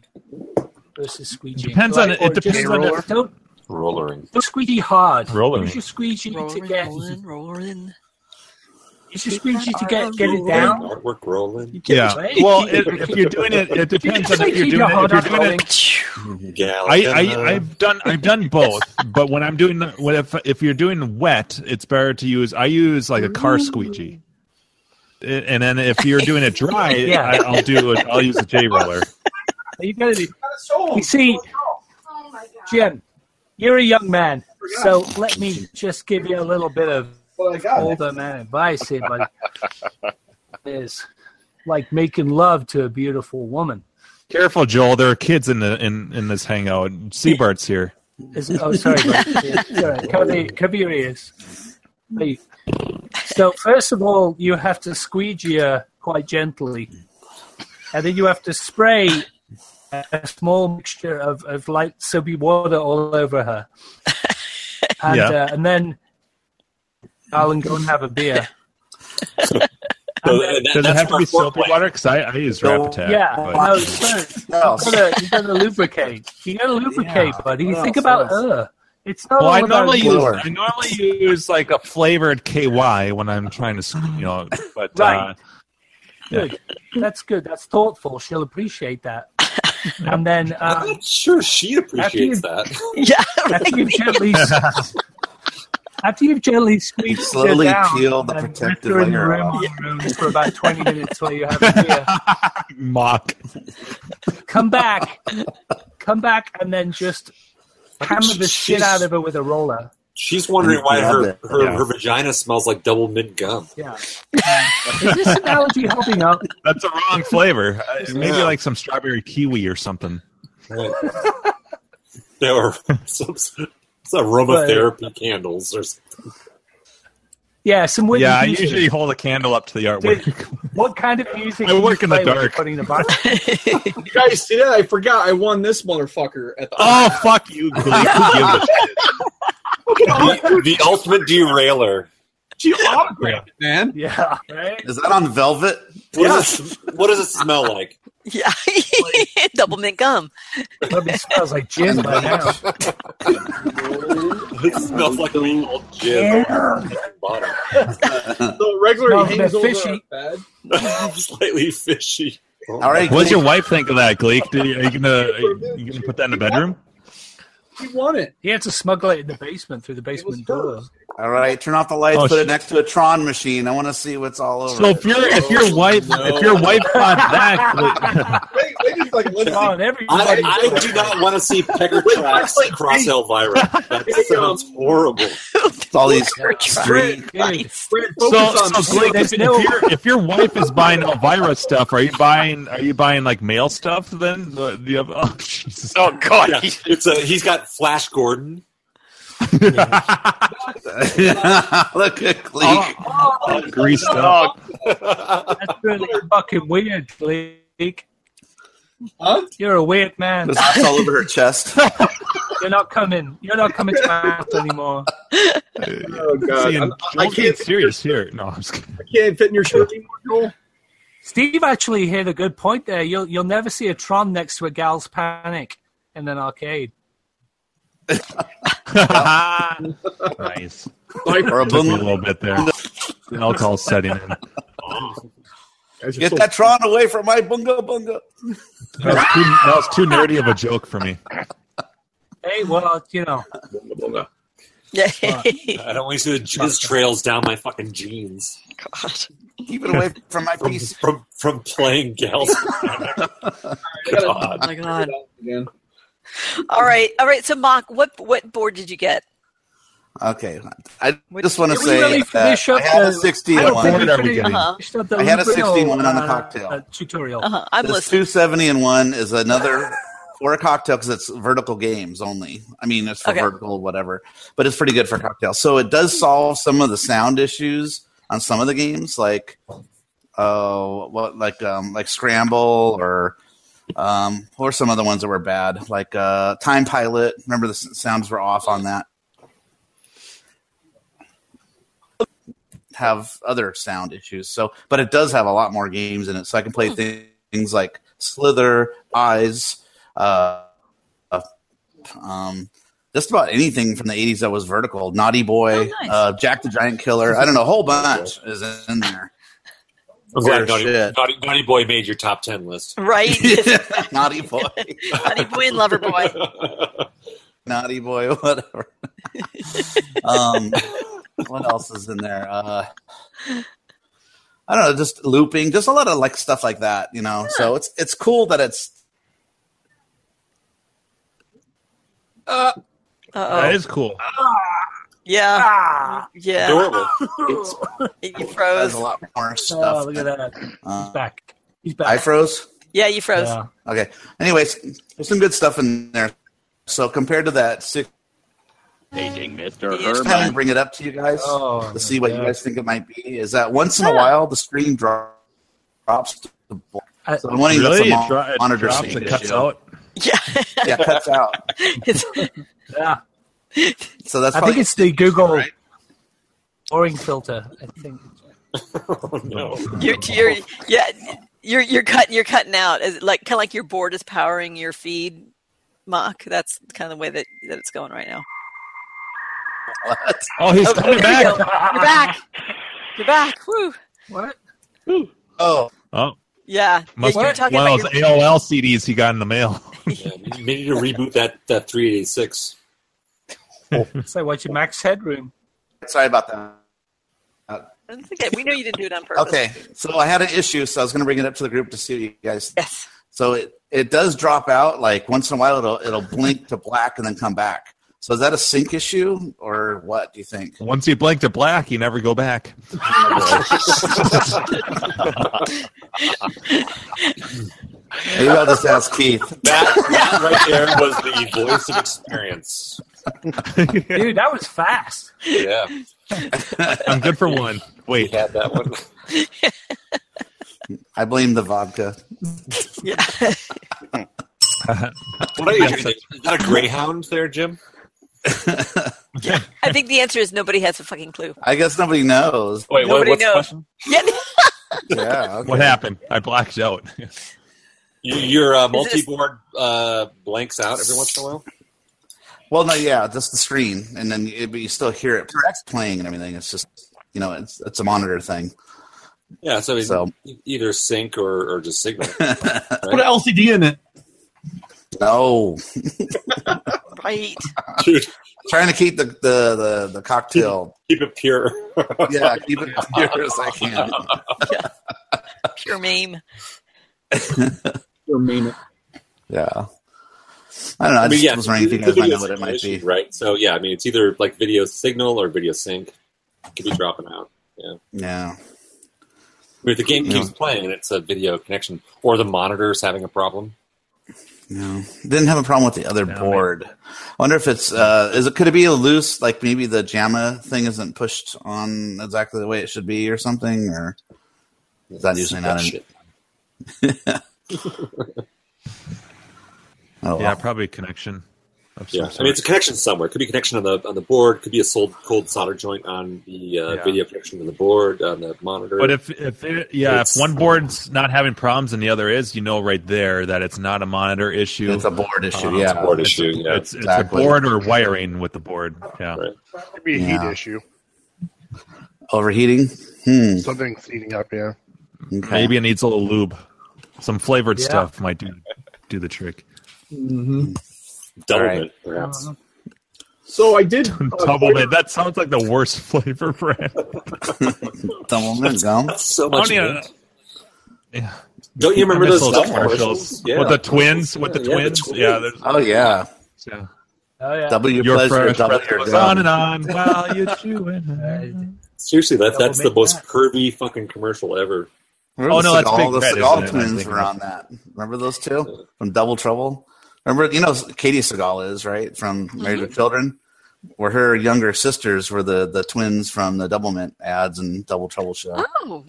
E: versus squeegeeing.
D: Depends on it- it
E: or just
D: depends on the-
E: don't
A: rollering.
E: don't squeegee hard.
D: Rollering.
E: Use your squeegee to
H: Rolling,
E: get
H: rolling, rolling.
E: use your
H: Keep
E: squeegee
H: that
E: to get
H: arm
E: get it
H: rolling.
E: down.
A: Artwork rolling.
D: yeah.
E: right?
D: Well, it, if you're doing it, it
E: You
D: depends
E: just
D: on if
E: say
D: you're
E: keep
D: doing
E: your
D: it.
E: hard
D: If you're
E: on
D: doing it,
A: Yeah,
D: I,
A: like in, uh,
D: I I've done I've done both, but when I'm doing the, when if if you're doing wet, it's better to use I use like a
E: Mm.
D: car squeegee, A- and then if you're doing it dry,
E: Yeah.
D: I, I'll do it. I'll use a J roller.
E: You gotta be. You see, Jim, you're a young man, so let me just give you a little bit of older man advice here, buddy. Is like making love to a beautiful woman.
D: Careful, Joel. There are kids in the in in this hangout. Seabart's here.
E: Is, oh, sorry, buddy. It's all
J: uh,
E: right. cover, cover your ears. Please. So first of all, you have to squeegee her quite gently, and then you have to spray a small mixture of, of light soapy water all over her, and
D: Yeah.
E: uh, and then darling, go and have a beer.
A: So, uh,
E: And
A: that-
D: Does it
A: that's
D: have to
A: for
D: be soapy
A: foreplay.
D: water? Because I, I use Rap Attack.
E: yeah,
D: but-
E: no, it's true. you gotta you gotta lubricate. You gotta lubricate, buddy. You
D: What
E: think
D: else?
E: about
D: What
E: her. It's not
D: well,
E: all
D: I
E: about
D: normally use
E: you.
D: I normally use like a flavored KY when I'm trying to you know, but uh,
E: Right.
D: yeah.
E: Good. That's good. That's thoughtful. She'll appreciate that. And then um,
A: I'm not sure she appreciates
E: you-
A: that.
H: Yeah.
E: after you've gently after you've gently squeezed
I: Slowly
E: her down,
I: peel the
E: and
I: protective
E: left her in the
I: layer
E: room,
I: off.
E: on her own for about twenty minutes while you have a beer.
D: mock.
E: Come back, come back, and then just hammer the shit out of her with a roller.
A: She's wondering why
I: Yeah,
A: her
I: but-
A: her,
D: yeah.
A: her vagina smells like double mint gum.
E: Yeah. Is this analogy helping out?
D: That's a wrong flavor. Uh, Maybe
A: Yeah.
D: like some strawberry kiwi or something.
A: Right. There were some, some aromatherapy candles or something.
E: Yeah, some Whitney
D: yeah, I
E: Houston.
D: usually hold a candle up to the artwork.
E: Dude, what kind of music?
D: I
E: do you
D: work in the
E: play when you're
D: dark.
E: Putting the box.
L: You guys see that? I forgot I won this motherfucker at the.
D: oh fuck you, Billy. Who gives a shit?
A: The, the ultimate derailer.
L: She autographed it, man.
E: Yeah, right.
I: Is that on velvet?
A: What, does it, what does it smell like?
H: Yeah. Double mint gum.
E: Probably smells like gin by now.
A: It smells like anal jizz on the bottom.
L: So regularly hangs
E: Smells a bit
L: over
E: fishy.
L: our bed.
A: Slightly fishy.
I: All right.
D: What's your wife think of that, Gleek? Do you, are you gonna are you gonna put that in the bedroom?
L: She won it.
E: He had to smuggle it in the basement through the
L: It was
E: basement door.
L: hers.
I: All right. Turn off the lights.
D: Oh,
I: put
D: shit.
I: it next to a Tron machine. I want to see what's all over.
D: So
I: it.
D: if your if your wife if your wife bought that,
L: Wait, just like listen.
E: on every.
A: I, I do not want to see pecker tracks cross Elvira. That sounds horrible.
I: It's all these street.
D: So, so Blake, if, if, your, if your wife is buying Elvira stuff, are you buying are you buying like male stuff then? The, the, oh, Jesus.
F: oh God,
A: Yeah, it's a, he's got Flash Gordon.
I: Look at Gleek.
D: greased
F: up.
I: Oh,
E: That's really fucking weird, Bleak. You're a weird man.
I: There's knots all over her chest.
E: You're not coming. You're not coming to my house anymore.
L: Oh god,
D: Seeing,
L: I'm- I, I
D: can't
L: can't.
D: serious here. No, I'm just kidding.
L: I can't fit in your shirt anymore, Joel.
E: Steve actually hit a good point there. You'll you'll never see a Tron next to a Gal's Panic in an arcade.
D: nice.
I: Or a
D: Took me a
I: boom.
D: little bit there. The alcohol's setting in.
L: Guys, you're
I: Get
L: so-
I: that Tron away from my bunga bunga.
D: That was, too, that was too nerdy of a joke for me.
E: Hey, well, you know,
A: I don't want to see the jizz trails down my fucking jeans
H: God.
I: Keep it away from my
A: from
I: piece.
A: from, from playing gals. God.
H: Oh my god.
L: Again.
H: All right. All right. So Mock, what what board did you get?
I: Okay, I
H: What-
I: just want to
E: Did we
I: say
E: really finish
I: uh,
E: up
I: I had
E: the-
I: a 16
E: I don't
I: one.
E: think
D: What
E: we
D: are we
E: finished-
D: getting?
H: Uh-huh.
E: finished up the
I: I had a
E: Lubril,
I: 61 on the cocktail.
E: uh, tutorial.
H: Uh-huh. I'm
I: This
H: listening.
I: 270 and one is another for a cocktail because it's vertical games only. I mean, it's for
H: Okay.
I: vertical, whatever, but it's pretty good for cocktails. So it does solve some of the sound issues on some of the games, like oh, what like um, like Scramble or um, or some other ones that were bad, like uh, Time Pilot. Remember the s- sounds were off on that. have other sound issues. So, but it does have a lot more games in it. So I can play thi-
H: Hmm.
I: things like Slither, Eyes, uh, uh, um, just about anything from the '80s that was vertical. Naughty Boy,
H: Oh, nice.
I: uh, Jack the Giant Killer. I don't know, a whole bunch is in there.
A: I'm glad
I: Oh,
A: Naughty,
I: shit.
A: Naughty, Naughty Boy made your top 10 list.
H: Right?
I: Naughty Boy,
H: Honey boy and lover boy.
I: Naughty Boy, whatever. um, what else is in there? Uh, I don't know, just looping, just a lot of like stuff like that, you know. So it's it's cool that it's
D: That
H: Uh oh.
D: is cool.
H: Yeah.
E: Ah,
H: Yeah.
A: Adorable.
H: You
I: has
H: froze.
I: a lot more stuff.
E: oh, look at that. He's
I: Uh,
E: back. He's
I: I
E: back.
I: froze.
H: Yeah, you froze.
E: Yeah.
I: Okay. Anyways, there's some good stuff in there. So compared to that, six,
N: Paging Mr.
H: Yes.
I: I haven't
N: Herman.
I: bring it up to you guys
E: Oh,
I: to see what
E: yeah.
I: you guys think it might be. Is that once in a while the screen dro- drops to the board.
E: I-
I: So I'm wondering if
D: Really?
I: that's a
D: It,
I: mon-
D: dro- it
I: monitor
D: drops
I: screen
D: and cuts
I: issue.
D: out?
H: Yeah.
I: Yeah, cuts out.
H: It's,
E: yeah.
I: So that's
E: I
I: probably
E: think it's the Google boring filter. I think.
A: Oh, no.
H: you're, you're, yeah. You're you're cutting you're cutting out Is it like kind of like your board is powering your feed, mock. That's kind of the way that, that it's going right now.
D: Oh, he's
H: Oh,
D: coming
H: there you go.
D: back.
H: You're back. You're back. Woo.
E: What?
I: oh
D: Oh,
H: Yeah.
D: must
H: yeah you were
D: be
H: talking
D: one
H: about
D: of
H: your,
D: those AOL CDs he got in the mail.
A: Yeah, maybe maybe to reboot that, that 386.
E: It's like watching Max Headroom.
I: sorry about that.
H: I don't think I- we know you didn't do it on purpose.
I: Okay. So I had an issue, so I was gonna bring it up to the group to see what you guys
H: Yes.
I: So it, it does drop out like once in a while it'll it'll blink to black and then come back. So is that a sync issue or what do you think?
D: Once you blink to black, you never go back.
I: Maybe I'll just ask Keith.
A: That, that right there was the voice of experience.
E: Dude, that was fast.
A: Yeah,
D: I'm good for one.
A: we
D: Wait,
A: had that one.
I: I blame the vodka.
H: Yeah.
A: What are you drinking? Is that a greyhound there, Jim?
H: I think the answer is nobody has a fucking clue.
I: I guess nobody knows.
A: Wait, what,
H: Nobody
A: what's the
H: knows.
A: question?
H: Yeah.
I: Yeah. okay.
D: what happened? I blacked out.
A: You, your uh,
H: Is this-
A: multi-board uh, blanks out every once in a while.
I: Well, no, yeah, just the screen, and then it, but you still hear it playing and everything. It's just you know, it's it's a monitor thing.
A: Yeah, so, it's
I: So-
A: e- either sync or, or just signal.
G: Put an LCD in it.
I: No,
H: Right.
A: Dude,
I: trying to keep the the the, the cocktail.
A: keep it pure.
I: Yeah, keep it pure as I can.
H: Pure meme.
C: Or mean it.
I: Yeah. I don't know. I,
A: mean,
I: just
A: yeah,
I: was wondering if you
A: it's
I: guys
A: the
I: might know
A: video
I: what it might
A: signal
I: be.
A: issue, Right. So yeah, I mean, it's either like video signal or video sync. Could be dropping out. Yeah.
I: Yeah.
A: But if the game
I: Yeah.
A: keeps playing, it's a video connection, or the monitor's having a problem.
I: No, didn't have a problem with the other board. I wonder if it's uh, is it could it be a loose like maybe the JAMA thing isn't pushed on exactly the way it should be or something or is that usually not in? Oh,
D: yeah,
I: well.
D: probably a connection. of some
A: Yeah, I
D: sort.
A: mean, it's a connection somewhere. Could be a connection on the on the board. Could be a sold, cold solder joint on the uh,
D: Yeah.
A: video connection to the board on the monitor.
D: But if if it, yeah,
A: It's-
D: if one board's not having problems and the other is, you know right there that it's not a monitor issue. Um,
I: It's a board issue,
D: it's
I: yeah.
D: a board
I: It's-
D: issue.
I: yeah,
D: it's, it's
I: exactly.
D: a board or wiring with the board. Yeah.
B: Could be a
I: Yeah.
B: heat issue.
I: overheating? Hmm.
B: Something's heating up. Yeah.
I: Okay.
D: Maybe it needs a little lube. Some flavored
B: Yeah.
D: stuff might do do the trick.
C: Mm-hmm.
A: Doublemint, perhaps.
C: So I did
L: uh,
D: Double mint. That sounds like the worst flavor brand.
I: Double mint gum.
A: so
D: much mint.
A: Don't you remember
D: I miss
A: those Dove commercials? Yeah.
D: With the twins, with the
A: Yeah, yeah, the
D: twins,
A: twins.
D: yeah. There's,
I: Oh yeah.
D: yeah.
E: Oh yeah.
I: Double your,
D: Your
I: pleasure,
D: first
I: double
D: breath
I: your
D: goes
I: gum.
D: on and on while you're chewing.
A: Seriously, that that's the
D: Doublemint.
A: most curvy fucking commercial ever.
I: Remember
D: Oh,
I: the
D: no, that's
I: Seagal-
D: Big
I: the
D: Red,
I: Seagal
D: isn't it? I
I: twins
D: think
I: were
D: it is.
I: on that. Remember those two from Double Trouble? Remember, you know, Katie Seagal is right from Married with Children, where her younger sisters were the the twins from the Doublemint ads and Double Trouble show.
H: Oh.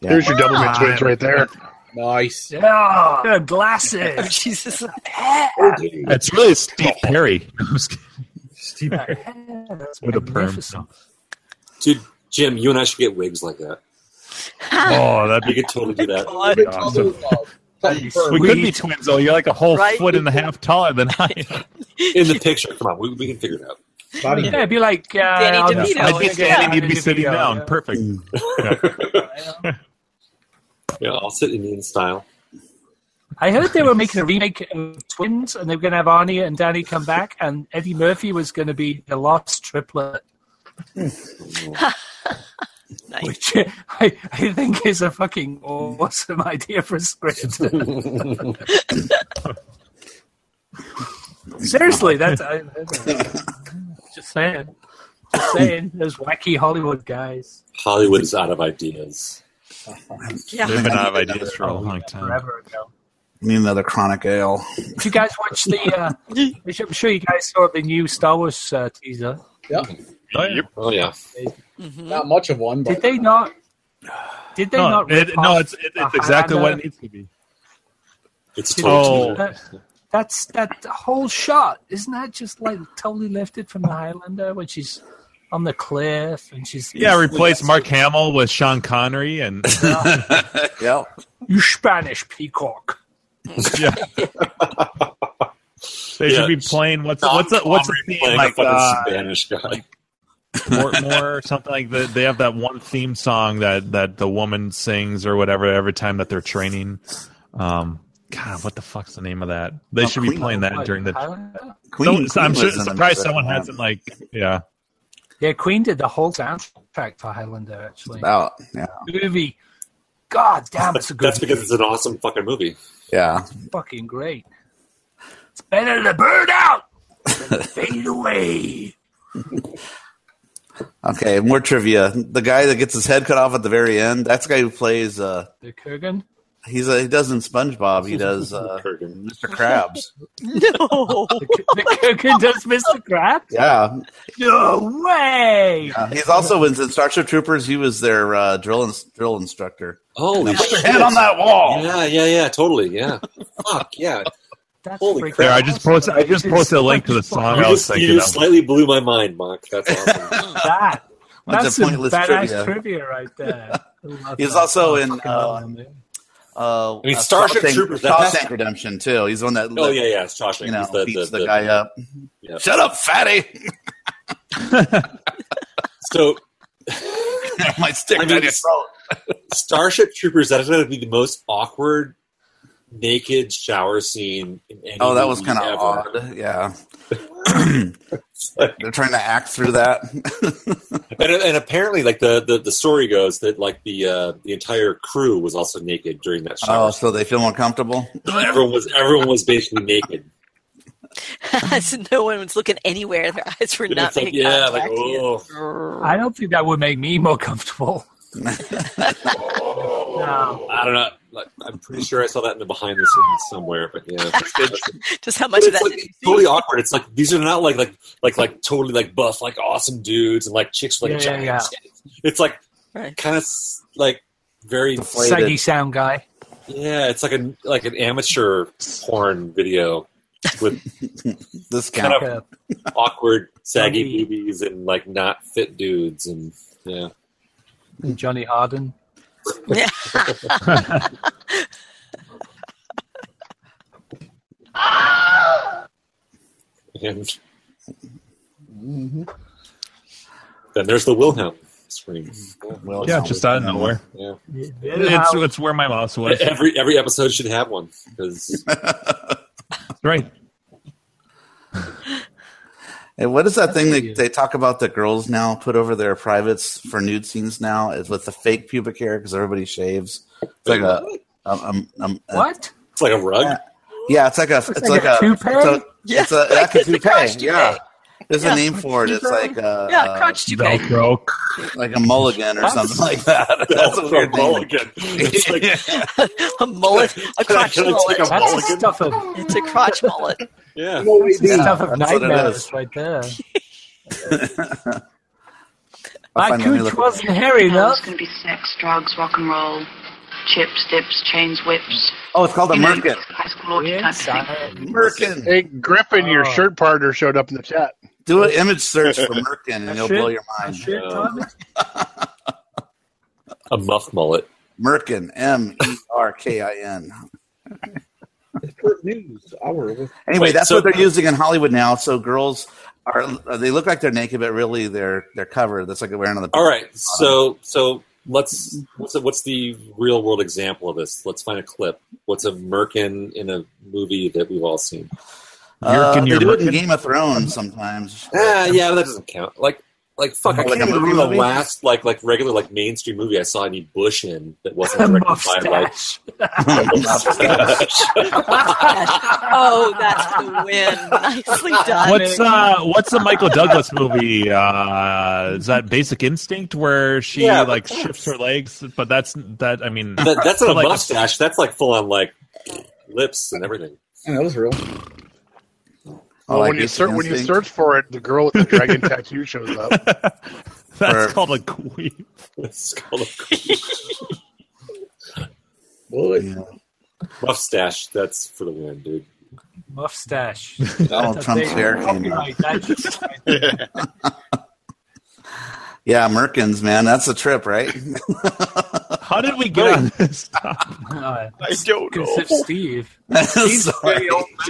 B: Here's your double mint twins right there.
L: Nice.
E: Yeah. Good glasses. oh,
H: Jesus.
D: It's really Steve Perry. No, I'm just kidding. Steve Perry
E: That's
D: with a perm.
A: Dude, Jim, you and I should get wigs like that.
D: Oh, that'd
A: We
D: be
A: could totally do that.
D: That'd be awesome. We could be twins, though. You're like a whole
E: Right?
D: foot and a half taller than I am.
A: In the picture. Come on, we, we can figure it out.
E: Yeah, it'd be like uh, I'll just-
D: I'd be
E: yeah,
D: standing, you'd be
E: DiVito,
D: sitting
E: yeah.
D: down. Perfect.
A: Yeah, I'll sit Indian style.
E: I heard they were making a remake of Twins, and they were going to have Arnie and Danny come back, and Eddie Murphy was going to be the lost triplet. Which uh, I, I think is a fucking awesome idea for a script. Seriously, that's I, I- just saying. Just saying, those wacky Hollywood guys.
A: Hollywood is out of ideas.
E: Yeah.
D: They've been out of ideas for a long time.
E: Forever ago.
I: Need another chronic ale.
E: Did you guys watch the? Uh, I'm sure you guys saw the new Star Wars uh, teaser.
L: Yeah. Mm-hmm.
A: Oh yeah.
L: Not much of one,
E: Did
L: but
E: they not? Did they
D: No,
E: not?
D: it-
E: rip
D: no,
E: off
D: it's- it- it's
E: the
D: exactly what
E: Highlander?
D: it needs to be. Oh,
A: It's
E: Did-
A: totally
E: that- that's that whole shot. Isn't that just like totally lifted from the Highlander when she's on the cliff and she's
D: Yeah, replace Mark Hamill with Sean Connery and
I: yeah.
E: you Spanish peacock.
D: Yeah. They
A: Yeah.
D: should be playing what's what's a, what's a
A: Connery
D: theme
A: playing
D: like
A: a fucking
D: uh,
A: Spanish guy.
D: Portmore or something like that. They have that one theme song that that the woman sings or whatever every time that they're training. Um, God, what the fuck's the name of that? They
I: Oh,
D: should be
I: Queen.
D: playing that
E: Like,
D: during the.
E: Highlander?
I: Queen-
D: so, I'm
I: Queen
D: sure,
I: was in the
D: surprised
I: mix
D: someone
I: at the
D: hasn't like yeah.
E: Yeah, Queen did the whole soundtrack for Highlander. Actually,
I: About yeah,
E: movie. God damn, it's a good.
A: That's because
E: movie.
A: it's an awesome fucking movie.
I: yeah.
E: fucking great. It's better to burn out than fade away.
I: Okay, more trivia. The guy that gets his head cut off at the very end—that's the guy who plays. Uh,
E: The Kurgan?
I: he's uh, he does in SpongeBob. He does uh, Mr. Krabs.
H: No.
E: The Kurgan does Mr. Crab?
I: Yeah,
E: No way!
I: Uh, he's also in in Starship Troopers. He was their uh, drill ins- drill instructor.
A: Holy
I: Put your
A: shit.
I: head on that wall.
A: Yeah, yeah, yeah, totally. Yeah. Fuck, yeah.
E: That's
A: Holy
E: freaking
D: There, I just posted. I just posted a link to the song.
A: You
D: I was
A: just, you
D: thinking
A: just
D: of.
A: slightly blew my mind, Mark. That's awesome.
E: That.
I: That's a
E: That's some
I: pointless trivia.
E: badass trivia. right there. I love
I: He's
E: that.
I: also
E: I
I: in,
E: fucking
I: uh,
E: love that movie.
I: Uh,
A: I mean,
I: uh,
A: Starship
I: Shawshank-
A: Troopers, that-
I: Shawshank
A: that's-
I: Redemption too. He's the one that
A: Oh, yeah, yeah. It's Josh.
I: you know
A: He's the, the,
I: beats the, guy up.
A: yeah.
I: Shut up, fatty!
A: So,
I: My stick
A: I mean,
I: down your throat.
A: Starship Troopers, that's going to be the most awkward naked shower scene. In any
I: Oh, that was
A: movie
I: kind of
A: ever.
I: odd. Yeah. They're trying to act through that.
A: and, and apparently, like the, the, the story goes that like the uh, the entire crew was also naked during that
I: Oh,
A: shower.
I: so they feel uncomfortable?
A: So everyone was everyone was basically naked.
H: so no one was looking anywhere. Their eyes were
A: It's
H: not
A: like,
H: making
A: yeah, like,
H: contact.
A: oh.
E: I don't think that would make me more comfortable.
A: I don't know. Like, I'm pretty sure I saw that in the behind the scenes somewhere, but yeah,
H: Just how
A: But
H: much of
A: oh. it's
H: that?
A: like totally awkward. It's like these are not like like like like totally like buff like awesome dudes and like chicks with, like
E: Yeah, yeah,
A: giant
E: yeah.
A: tits. It's like
H: Right.
A: kind of like very
E: Saggy sound guy.
A: Yeah, it's like an like an amateur porn video with
I: this
A: kind
I: count.
A: of awkward saggy boobies and like not fit dudes and yeah.
I: Hmm.
E: And Johnny Harden.
A: And
I: Mm-hmm.
A: then there's the Wilhelm scream.
D: Yeah, just out of nowhere.
A: Yeah.
D: It's, it's where my mouse was.
A: E-, Every every episode should have one because
D: right.
I: And what is that thing they, they talk about that girls now put over their privates for nude scenes now? Is with the fake pubic hair because everybody shaves. It's like a, um, um, um, a-
E: What?
A: It's like a rug.
I: Yeah, Yeah, it's like a. It's, like,
E: like a
I: a,
E: toupee?
I: It's a,
H: Yeah,
I: it's a, like a toupee. Yeah, there's
H: Yeah.
I: a name for it. It's like a,
H: Yeah,
I: a-
H: crotch toupee.
I: like a mulligan or
H: What?
I: something like that. That's a
A: Velcro
I: weird name.
A: mulligan. It's like
H: a mullet, a crotch
A: Can I
H: mullet.
A: take a That's mulligan? the
E: stuff of-
H: it's a crotch mullet.
A: yeah.
E: That's the
I: Yeah,
E: stuff of
I: that's what it
E: nightmares
I: is.
E: right there.
I: I'll find-
E: My
I: let me
E: cooch
I: look it up.
E: wasn't hairy enough.
K: It's going to be sex, drugs, rock and roll, chips, dips, chains, whips.
I: Oh, it's called a
K: You know,
I: merkin.
K: High school orgy type thing.
I: Merkin.
B: Hey, Griffin, your
E: Oh.
B: shirt partner showed up in the chat.
I: Do an image search for merkin, and it'll blow your mind.
A: a muff mullet.
I: Merkin, M E R K I N.
L: Expert news hour with
I: Anyway,
A: Wait,
I: that's
A: so-
I: what they're using in Hollywood now. So girls are they look like they're naked, but really they're they're covered. That's like they're wearing on the.
A: All right, so so let's what's the, what's the real world example of this? Let's find a clip. What's a merkin in a movie that we've all seen?
I: Uh,
A: Merkin,
I: they
A: your
I: do it in
A: merkin?
I: Game of Thrones sometimes.
A: Ah, yeah, but that doesn't count. Like like fuck, I
I: Like
A: can't
I: a
A: remember
I: movie
A: the
I: movie?
A: last like like regular like mainstream movie I saw any Bush in that wasn't directed by like.
H: Oh, that's the win. Nicely done.
D: What's uh what's the Michael Douglas movie? Uh is that Basic Instinct where she
A: Yeah, but
D: like shifts her legs? But that's that I mean
A: That, that's
D: but,
A: not a
D: like,
A: mustache. That's like full on like lips and everything.
L: Yeah, that was real.
B: Well,
I: Oh, I
B: when you
I: guess
B: search
I: you
B: when
I: can
B: you
I: think.
B: search for it, the girl with the dragon tattoo shows up.
I: for-
D: That's called a queen.
A: It's called
L: Well,
I: Yeah.
A: a mustache. That's for the win, dude.
E: Mustache.
I: Donald
E: That's a
I: Trump's
E: big
I: hair came out.
E: copyright. That's just-
I: Yeah, merkins, man, that's a trip, right?
D: How did we get on this?
E: Uh,
F: I don't
E: Because of Steve.
I: Sorry.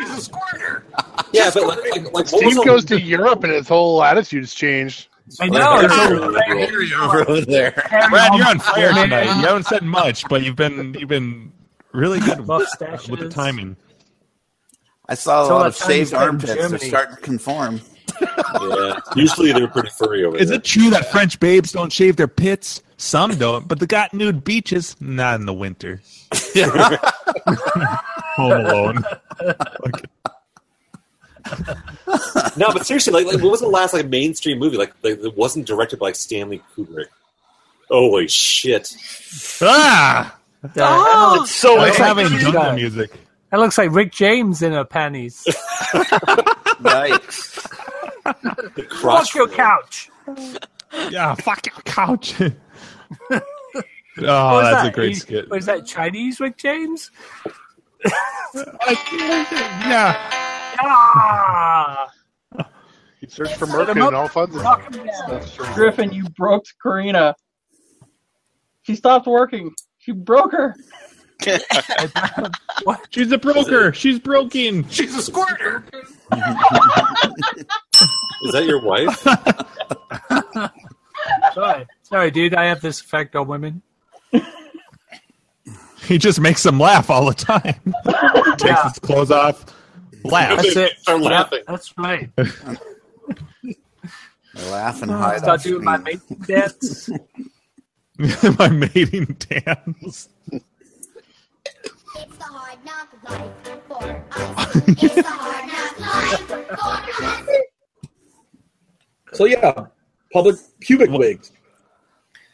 A: Yeah, but like, like, like what was
B: Steve
A: the-
B: goes to Europe and his whole attitude's changed.
E: I know. it's
A: Harry
E: all-
A: Potter.
I: over there.
D: Brad, you're on fire tonight. You haven't said much, but you've been you've been really good with
E: Mustaches.
D: the timing.
I: I saw a
E: So
I: lot
E: that
I: of
E: time you
I: shaved
E: spent in
I: armpits. They're
E: Germany.
I: starting to conform.
A: Yeah, usually they're pretty furry over
D: Is
A: there.
D: it true that French babes don't shave their pits? Some don't, but they got nude beaches. Not in the winter. Home Alone.
A: No, but seriously, like, like, what was the last like mainstream movie like, like that wasn't directed by like, Stanley Kubrick? Holy shit!
D: Ah,
E: Oh,
F: So
D: I was
E: like
D: having
E: Creed.
D: jungle music.
E: that looks like Rick James in her panties.
I: Yikes.
A: The crotch
E: Fuck your
A: roll.
E: couch.
D: Yeah, fuck your couch. oh,
E: What was
D: that's
E: that?
D: a great
E: He-
D: skit.
E: Was that Chinese Rick James?
D: Yeah,
E: Ah!
B: You search for
E: Set 'em
B: merkin
E: up.
B: and all funds.
E: Knock him down.
J: Griffin, you broke Karina. She stopped working. She broke her.
D: she's a broker. She's broken.
A: She's a squirter. Is that your wife?
E: Sorry. Sorry, dude. I have this effect on women.
D: He just makes them laugh all the time. Takes his clothes off, laughs.
E: That's it.
D: Start
E: Yeah,
D: laughing.
E: That's right.
I: Laugh and hide.
E: Start
I: off
E: doing my
I: screen.
E: mating dance.
D: My mating dance.
C: So yeah, public pubic wigs.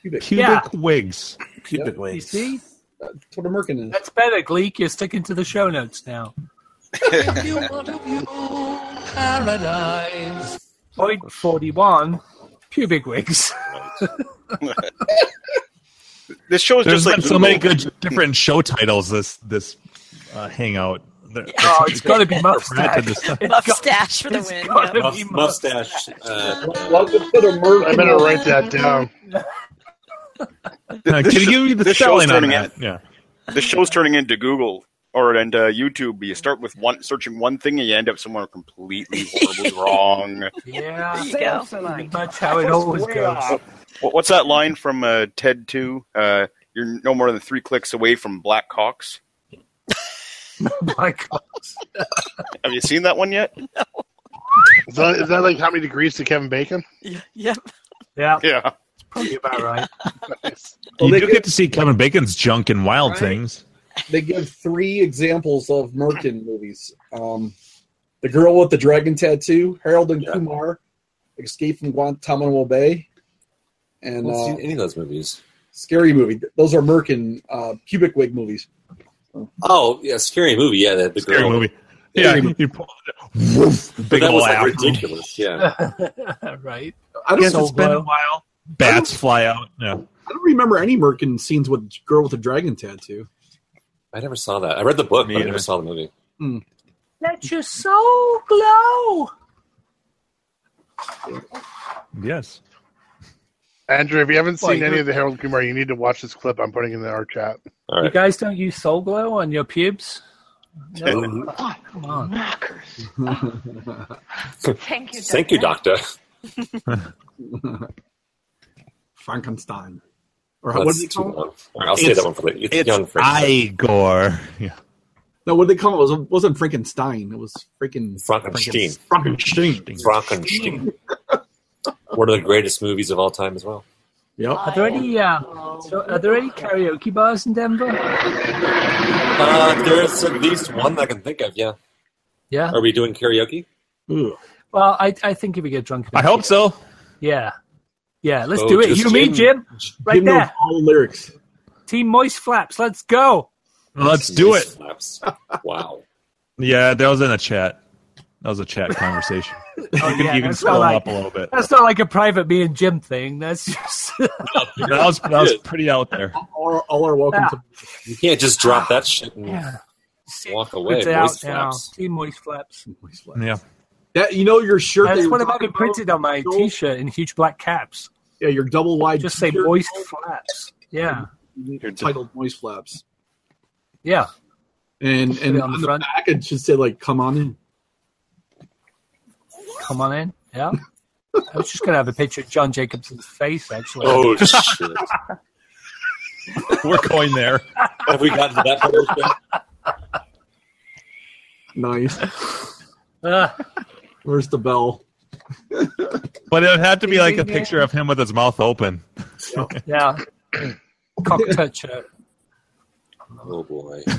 C: Pubic, Uh,
E: Pubic Yeah.
D: wigs.
I: Pubic
E: You see,
C: That's what I'm working in.
E: that's better, Gleek. You're sticking to the show notes now.
O: Paradise.
E: Point forty-one, pubic wigs.
F: This show is
D: There's
F: just
D: been
F: like
D: so many
F: Google.
D: good different show titles this this uh, hangout. There-
E: Oh, it's got to be
D: Granted,
E: mustache.
D: this-
H: Mustache for the win. yeah.
A: Muff- mustache. Uh,
C: Welcome to the murder.
B: I better write that down.
D: Uh,
F: this
D: can you
F: sho-
D: give me the
F: this show's
D: spelling on
F: turning
D: that?
F: in-
D: Yeah.
F: The show's turning into Google or and uh, YouTube. You start with one searching one thing, and you end up somewhere completely horribly wrong.
E: Yeah,
O: There you go. Samsonite.
E: That's how it always
O: Way
E: goes.
O: off.
F: What, what's that line from uh, TED Two? Uh, you're no more than three clicks away from black cocks.
E: My God.
F: Have you seen that one yet?
B: Is that, is that like how many degrees to Kevin Bacon?
H: Yep.
E: Yeah.
F: Yeah.
E: Probably about right.
C: Well,
D: you
C: they
D: do
C: could-
D: get to see Kevin Bacon's junk in Wild
C: Right.
D: Things.
C: They give three examples of Merkin movies. Um, the girl with the dragon tattoo, Harold and Kumar, Escape from Guantanamo Bay,
A: I
C: and
A: haven't
C: uh,
A: seen any of those movies.
C: Scary Movie. Those are Merkin uh, cubic wig movies.
A: Oh, yeah, scary movie. Yeah, the, the
D: Scary
A: girl.
D: movie. Yeah, you pull it. Woof,
A: But
D: big
A: that was like,
D: laugh.
A: ridiculous. Yeah.
E: right.
C: I don't
D: Guess it's been a
C: I
D: while. Bats fly out. Yeah.
C: don't remember any Merkin scenes with girl with a dragon tattoo.
A: I never saw that. I read the book, but I
D: either.
A: never saw the movie.
E: Let your soul glow.
D: Yes.
B: Andrew, if you haven't
E: Well,
B: seen
E: you're-
B: any of the Harold Kumar, you need to watch this clip I'm putting in the our chat.
A: All
E: You guys don't use soul glow on your pubes? No.
A: Ooh.
E: Oh, come on.
O: Thank you.
A: Thank you, Doctor.
C: Frankenstein. Or how,
A: That's
C: what did they
A: too
C: call it?
A: long. All right, I'll say
D: It's-
A: that one for later. It's, young Frank.
D: Igor. Yeah.
C: No, what did they call it? it? was- wasn't Frankenstein. It was freaking
A: Frankenstein.
C: Frankenstein.
A: Frankenstein. One of the greatest movies of all time as well.
C: Yep.
E: Are there any? Uh, so are there any karaoke bars in Denver?
A: Uh, there's at least one I can think of, yeah.
E: Yeah.
A: Are we doing karaoke?
E: Well, I, I think if we get drunk,
D: I
E: enough-
D: hope so.
E: Yeah, yeah. Let's
A: So
E: do it.
A: just
E: You, me, Jim,
A: Jim-
E: right
C: Jim knows
E: there.
C: all the lyrics.
E: Team Moist Flaps. Let's go. Oh,
D: Let's do
A: Nice
D: it.
A: flaps. Wow.
D: Yeah, that was in a chat. That was a chat conversation. you can,
E: yeah,
D: you can
E: that's
D: scroll
E: not
D: up a little bit.
E: That's not like a private me and Jim thing. That's just
D: That was, that was pretty out there.
C: All, all are welcome
E: Yeah.
C: to.
A: You can't just drop that shit and
E: yeah.
A: walk away.
E: It's out
A: Voice
E: now.
A: flaps.
E: Team Moist Flaps.
D: Yeah.
C: That, you know your shirt. that
E: That's
C: you're
E: what might be
C: talking about?
E: printed on my
C: Joel?
E: T-shirt in huge black caps.
C: Yeah, your double wide.
E: Just say
C: t-shirt
E: Moist Flaps. Yeah,
C: titled "Moist Flaps,"
E: yeah.
C: and and on,
E: it on the
C: the
E: front.
C: back it should say like "Come on in."
E: Come on in. Yeah. I was just gonna have a picture of John Jacobson's face actually.
A: Oh, shit.
D: We're going there.
A: Have we gotten to that part of the show?
C: Nice.
E: Uh,
C: Where's the bell?
D: But it would have to be like a picture of him with his mouth open.
E: yeah. Cocktail shirt.
A: Oh, boy.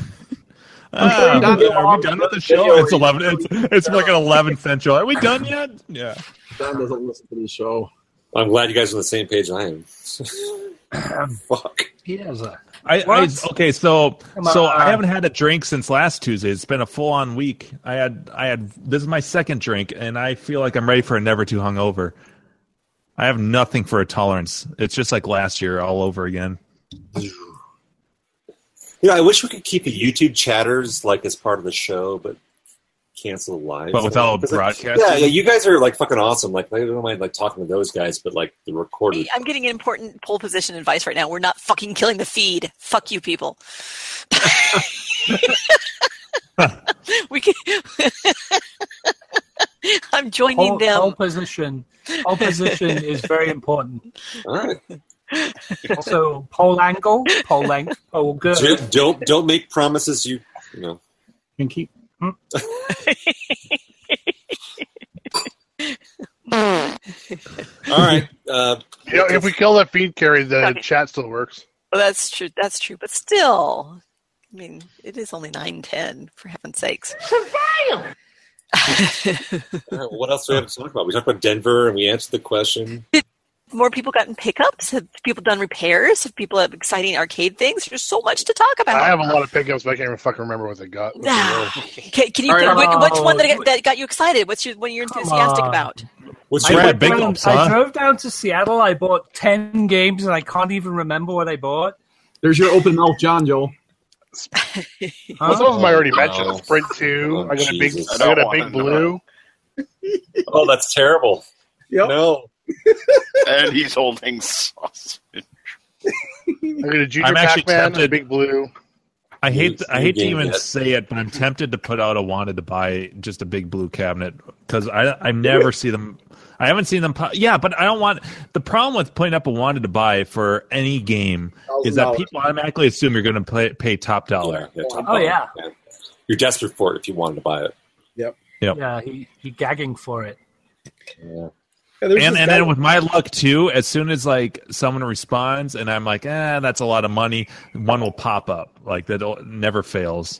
D: Ah,
C: Not
D: are
C: long.
D: we done with the show?
C: Video
D: It's eleven. It's, it's like an eleven central. Are we done yet? Yeah.
C: Don doesn't listen to the show.
A: I'm glad you guys are on the same page I am. Fuck.
E: He has a
D: I, I
E: What?
D: okay. So
E: Come
D: so
E: on.
D: I haven't had a drink since last Tuesday. It's been a full on week. I had I had this is my second drink, and I feel like I'm ready for a never too hungover. I have nothing for a tolerance. It's just like last year all over again.
A: You know, I wish we could keep the YouTube chatters like as part of the show, but cancel the live.
D: But without
A: 'Cause, like,
D: broadcasting?
A: Yeah, yeah. You guys are like fucking awesome. Like I don't mind like talking to those guys, but like the recorded.
H: Hey, I'm getting important pole position advice right now. We're not fucking killing the feed. Fuck you, people. we can. I'm joining
E: pole,
H: them.
E: pole position. Pole position is very important.
A: All right.
E: also, pole angle, pole length, pole girth.
A: Don't- don't don't make promises you you know.
C: Can keep.
A: All right. Uh,
B: You know, if we kill that feed carry, the chat still works.
H: Well, that's true. That's true. But still, I mean, it is only nine ten. For heaven's sakes!
A: all right, what else do we have to talk about? We talked about Denver and we answered the question.
H: More people gotten pickups. Have people done repairs? Have people have exciting arcade things? There's so much to talk about.
B: I have a lot of pickups, but I can't even fucking remember what they got. what they were.
H: Ah, Can, can you?
B: All right,
H: which,
B: I'm-
H: which one that got, that got you excited? What's your, what you're enthusiastic
E: on.
H: about?
A: What's
E: I,
A: your
E: went
A: big
E: down-
A: ups,
E: I
A: huh?
E: drove down to Seattle. I bought ten games, and I can't even remember what I bought.
C: There's your open mouth, John Joel.
B: Well, some of them I already
A: Oh,
B: mentioned.
A: no.
B: Sprint two.
A: Oh,
B: I got a big.
A: Jesus.
B: I got
A: I
B: a
A: don't
B: big
A: wanna know.
B: blue.
A: Oh, that's terrible. No.
F: and he's holding sausage.
B: I got a Junior
D: I'm actually
B: Pac Man. A
D: tempted-
B: big blue.
D: I hate I hate to
B: game
D: even
B: yet.
D: say it, but I'm tempted to put out a wanted to buy just a big blue cabinet because I I never see them. I haven't seen them. po- Yeah, but I don't want the problem with putting up a wanted to buy for any game is that
A: $1,000.
D: people automatically assume you're going to pay, pay top dollar.
A: Yeah, top
E: Oh
A: dollar.
E: yeah,
A: You're desperate for it if you wanted to buy it.
L: Yep.
D: Yep.
E: yeah. He he gagging for it.
A: Yeah.
L: there's
D: and
L: this
D: and
L: guy-
D: then with my luck too, as soon as like someone responds and I'm like, ah, that's a lot of money, one will pop up. Like that al- never fails.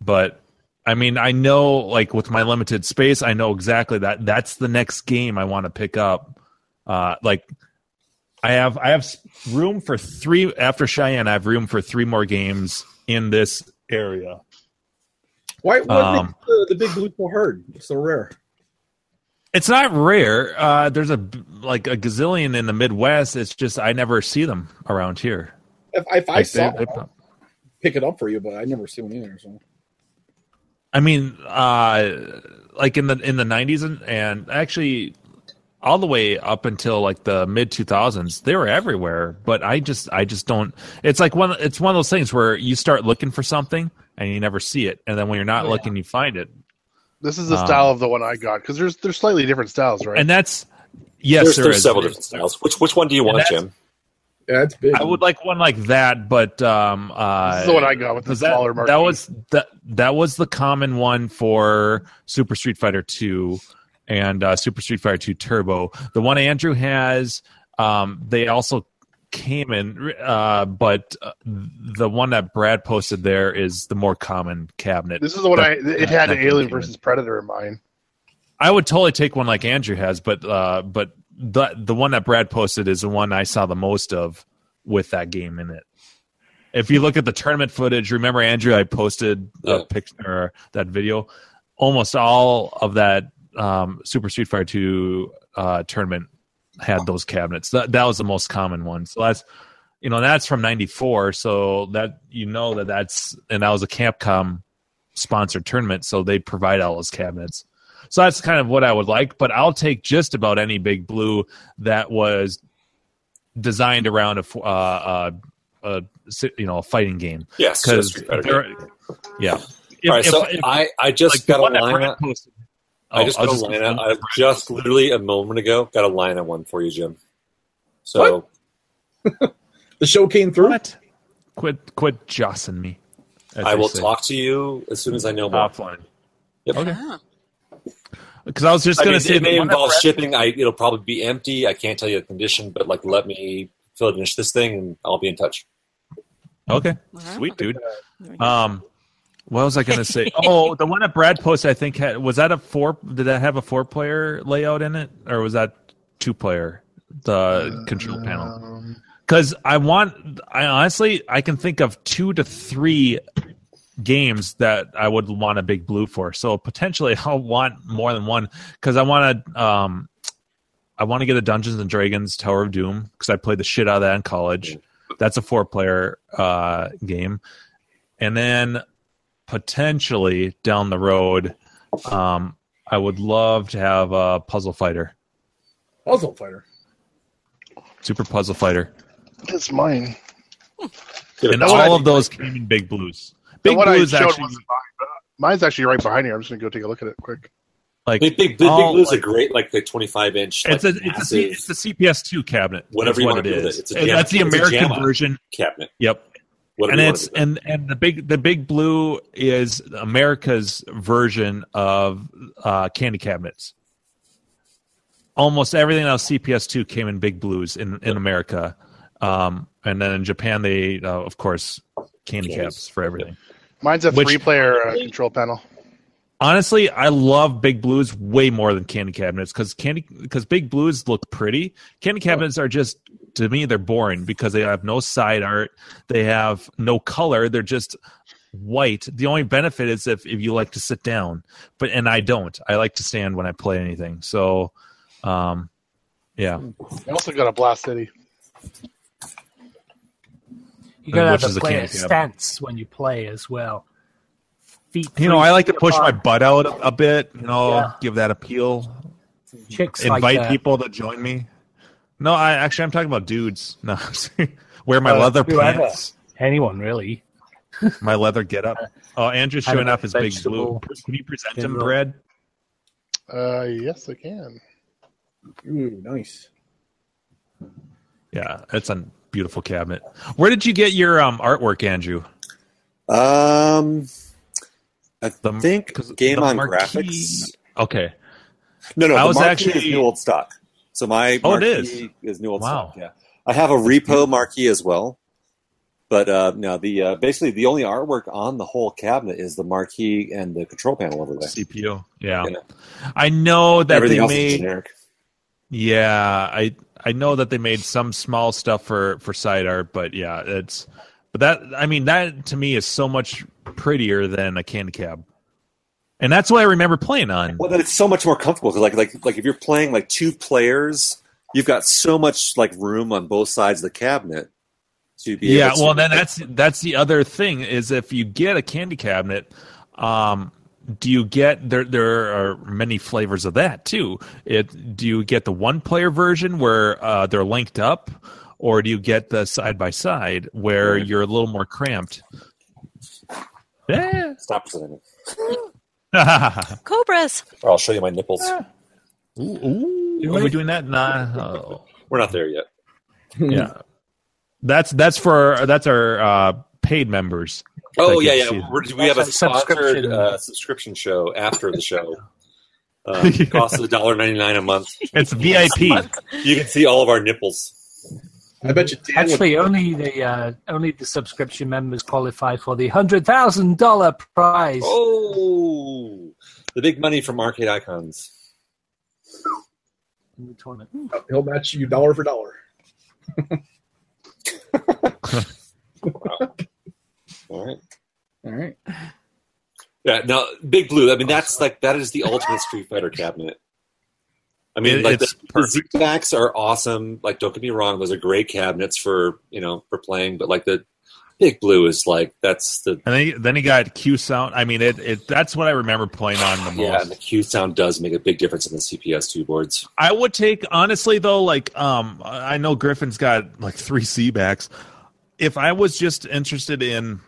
D: But I mean, I know like with my limited space, I know exactly that that's the next game I want to pick up. Uh, like I have I have s- room for three after Cheyenne. I have room for three more games in this area.
L: Why? What
D: Um,
L: makes the, the big blue so hard? So rare.
D: It's not rare. Uh, there's a b- like a gazillion in the Midwest. It's just I never see them around here.
L: If, if I
D: Like, they-
L: saw,
D: they
L: it, I'd
D: pop-
L: pick it up for you, but I never see one either. So.
D: I mean, uh, like in the in the '90s and, and actually all the way up until like the mid 2000s, they were everywhere. But I just I just don't. It's like one. It's one of those things where you start looking for something and you never see it, and then when you're not
B: Oh, yeah.
D: looking, you find it.
B: This is the
D: Um,
B: style of the one I got because there's there's slightly different styles, right?
D: And that's yes,
A: there's,
D: there
A: there's
D: is.
A: several different styles. Which which one do you
D: And
A: want,
D: that's-
A: Jim?
L: Yeah, it's big.
D: I would like one like that, but um, uh,
B: This is the one I got with the
D: 'cause that,
B: smaller
D: That
B: marquee.
D: was that that was the common one for Super Street Fighter Two and uh, Super Street Fighter Two Turbo. The one Andrew has, um, they also came in, uh, but uh, the one that Brad posted there is the more common cabinet.
B: This is the one I.
D: that-
B: It
D: that-
B: had
D: that
B: an Alien
D: came in.
B: versus Predator in mine.
D: I would totally take one like Andrew has, but uh, but the the one that Brad posted is the one I saw the most of with that game in it. If you look at the tournament footage, remember Andrew, I posted a picture or that video. Almost all of that um, Super Street Fighter Two uh, tournament had those cabinets. That that was the most common one. So that's you know that's from '94. So that you know that that's and that was a Capcom sponsored tournament, so they provide all those cabinets. So that's kind of what I would like, but I'll take just about any big blue that was designed around a, f- uh, uh, a si- you know a fighting game.
A: Yes, yes,
D: because
A: Street Fighter
D: yeah.
A: All right, so I- I just got a
D: the one that
A: line
D: Brad
A: up.
D: posted-
A: I just
D: Oh, I
A: got a
D: was just
A: line
D: gonna
A: on. I just literally a moment ago got a line on one for you, Jim. So
L: The show came through.
D: Quit, quit jossing me. as
A: I
D: they
A: will
D: say.
A: talk to you as soon as I know more.
D: Offline.
A: Yep.
D: Okay. Because I was just
A: I
D: going
A: mean,
D: to say
A: it may
D: the one that
A: involve
D: Brad-
A: shipping. I it'll probably be empty. I can't tell you the condition, but like let me finish this thing and I'll be in touch.
D: Okay. Sweet dude. Um what was I gonna say? Oh, the one that Brad posted, I think had was that a four did that have a four player layout in it? Or was that two player? The control panel. Because I want I honestly I can think of two to three games that I would want a big blue for. So potentially I'll want more than one because I want to um I want to get a Dungeons and Dragons Tower of Doom because I played the shit out of that in college. That's a four player uh, game, and then potentially down the road, um, I would love to have a Puzzle Fighter,
L: Puzzle fighter.
D: Super Puzzle Fighter,
B: That's mine.
D: and
B: That's what
D: all
B: I-
D: of those came in big blues.
B: The
D: Big
B: one I
D: blues
B: showed
D: actually.
B: wasn't mine, but mine's actually right behind here. I'm just gonna go take a look at it quick.
D: Like
A: Big, big, big,
D: all,
A: Blue's
D: like-
A: a great, like the 25 inch.
D: It's
A: like,
D: a it's a, C-
A: massive-
D: it's a CPS2 cabinet. is
A: Whatever you
D: what
A: wanna
D: it
A: do with
D: is.
A: it. It's a
D: And
A: jam-
D: that's the
A: it's a
D: American
A: jam-up
D: version
A: cabinet.
D: Yep.
A: Whatever
D: and
A: you wanna
D: it's
A: do with
D: and and the big the big blue is America's version of uh, candy cabinets. Almost everything else CPS2 came in big blues in in America, um, and then in Japan they uh, of course candy caps for everything.
B: Mine's a
D: Which-
B: three-player uh, control panel.
D: Honestly, I love Big Blues way more than Candy Cabinets because candy because Big Blues look pretty. Candy Cabinets are just to me they're boring because they have no side art, they have no color, they're just white. The only benefit is if if you like to sit down, but and I don't. I like to stand when I play anything. So, um, yeah,
B: I also got a Blast City.
E: You gotta
D: Which
E: have
D: is a
E: a player
D: candy cabinet.
E: stance when you play as well. Feet.
D: you know
E: three
D: I like to
E: feet
D: push my
E: apart.
D: butt out a, a bit. You know,
E: Yeah.
D: give that appeal.
E: Chicks like
D: invite
E: that.
D: people to join me. No, I actually I'm talking about dudes. No, I'm sorry. wear my
E: Uh,
D: leather
E: whoever.
D: pants,
E: Anyone really?
D: my leather get up. Oh, Andrew's
E: I
D: showing
E: like
D: up his big blue.
E: vegetable
D: Can you present
E: in
D: him
E: the-
D: bread?
B: Uh, yes, I can.
L: Ooh, nice.
D: Yeah, it's a beautiful cabinet. Where did you get your um, artwork, Andrew?
A: Um, I think Game
D: the
A: on
D: marquee-
A: Graphics.
D: Okay,
A: No, no,
D: I
A: the
D: was
A: marquee
D: actually-
A: is new old stock. So my
D: Oh, it
A: marquee
D: is.
A: is new old
D: Wow. Mm-hmm.
A: stock. Yeah, I have a repo marquee as well. But uh, no, the uh, basically the only artwork on the whole cabinet is the marquee and the control panel overlay.
D: CPU. Yeah,
A: You know.
D: I know that
A: Everything
D: they
A: else is
D: made.
A: generic.
D: Yeah, I I know that they made some small stuff for for side art, but yeah, it's but that I mean that to me is so much prettier than a candy cab, and that's what I remember playing on.
A: Well, then it's so much more comfortable 'cause, like like like if you're playing like two players, you've got so much like room on both sides of the cabinet to be.
D: Yeah,
A: able to,
D: well then that's that's the other thing is if you get a candy cabinet, um, do you get there? There are many flavors of that too. It do you get the one player version where uh, they're linked up, or do you get the side by side where you're a little more cramped? Yeah.
A: Stop presenting.
D: Ooh,
H: Cobras.
A: Or I'll show you my nipples.
B: Eh.
D: ooh, are we doing that? Nah. oh.
A: We're not there yet.
D: Yeah. That's that's for that's our uh, paid members.
A: Oh
D: that
A: yeah,
D: get
A: yeah.
D: to see
A: We're, we have a
D: That's like
A: sponsored
D: subscription.
A: uh, subscription show after the show. Uh, costs a dollar ninety nine a month.
D: It's VIP.
A: You can see all of our nipples.
L: I bet you
E: Actually, only the uh, only the subscription members qualify for the hundred thousand dollar prize.
A: Oh, the big money from Arcade Icons.
E: in the tournament.
L: He'll match you dollar for dollar.
A: All right.
L: All right.
A: Yeah. Now, Big Blue. I mean, that's like that is the ultimate Street Fighter cabinet. I mean,
D: It-
A: like
D: it's
A: the, the Z-backs are awesome. Like, don't get me wrong; those are great cabinets for you know for playing. But like the Big Blue is like that's the
D: And then he, then he got Q sound. I mean, it, it that's what I remember playing on the most.
A: yeah. And the Q sound does make a big difference in the CPS two boards.
D: I would take honestly though, like um, I know Griffin's got like three C backs. If I was just interested in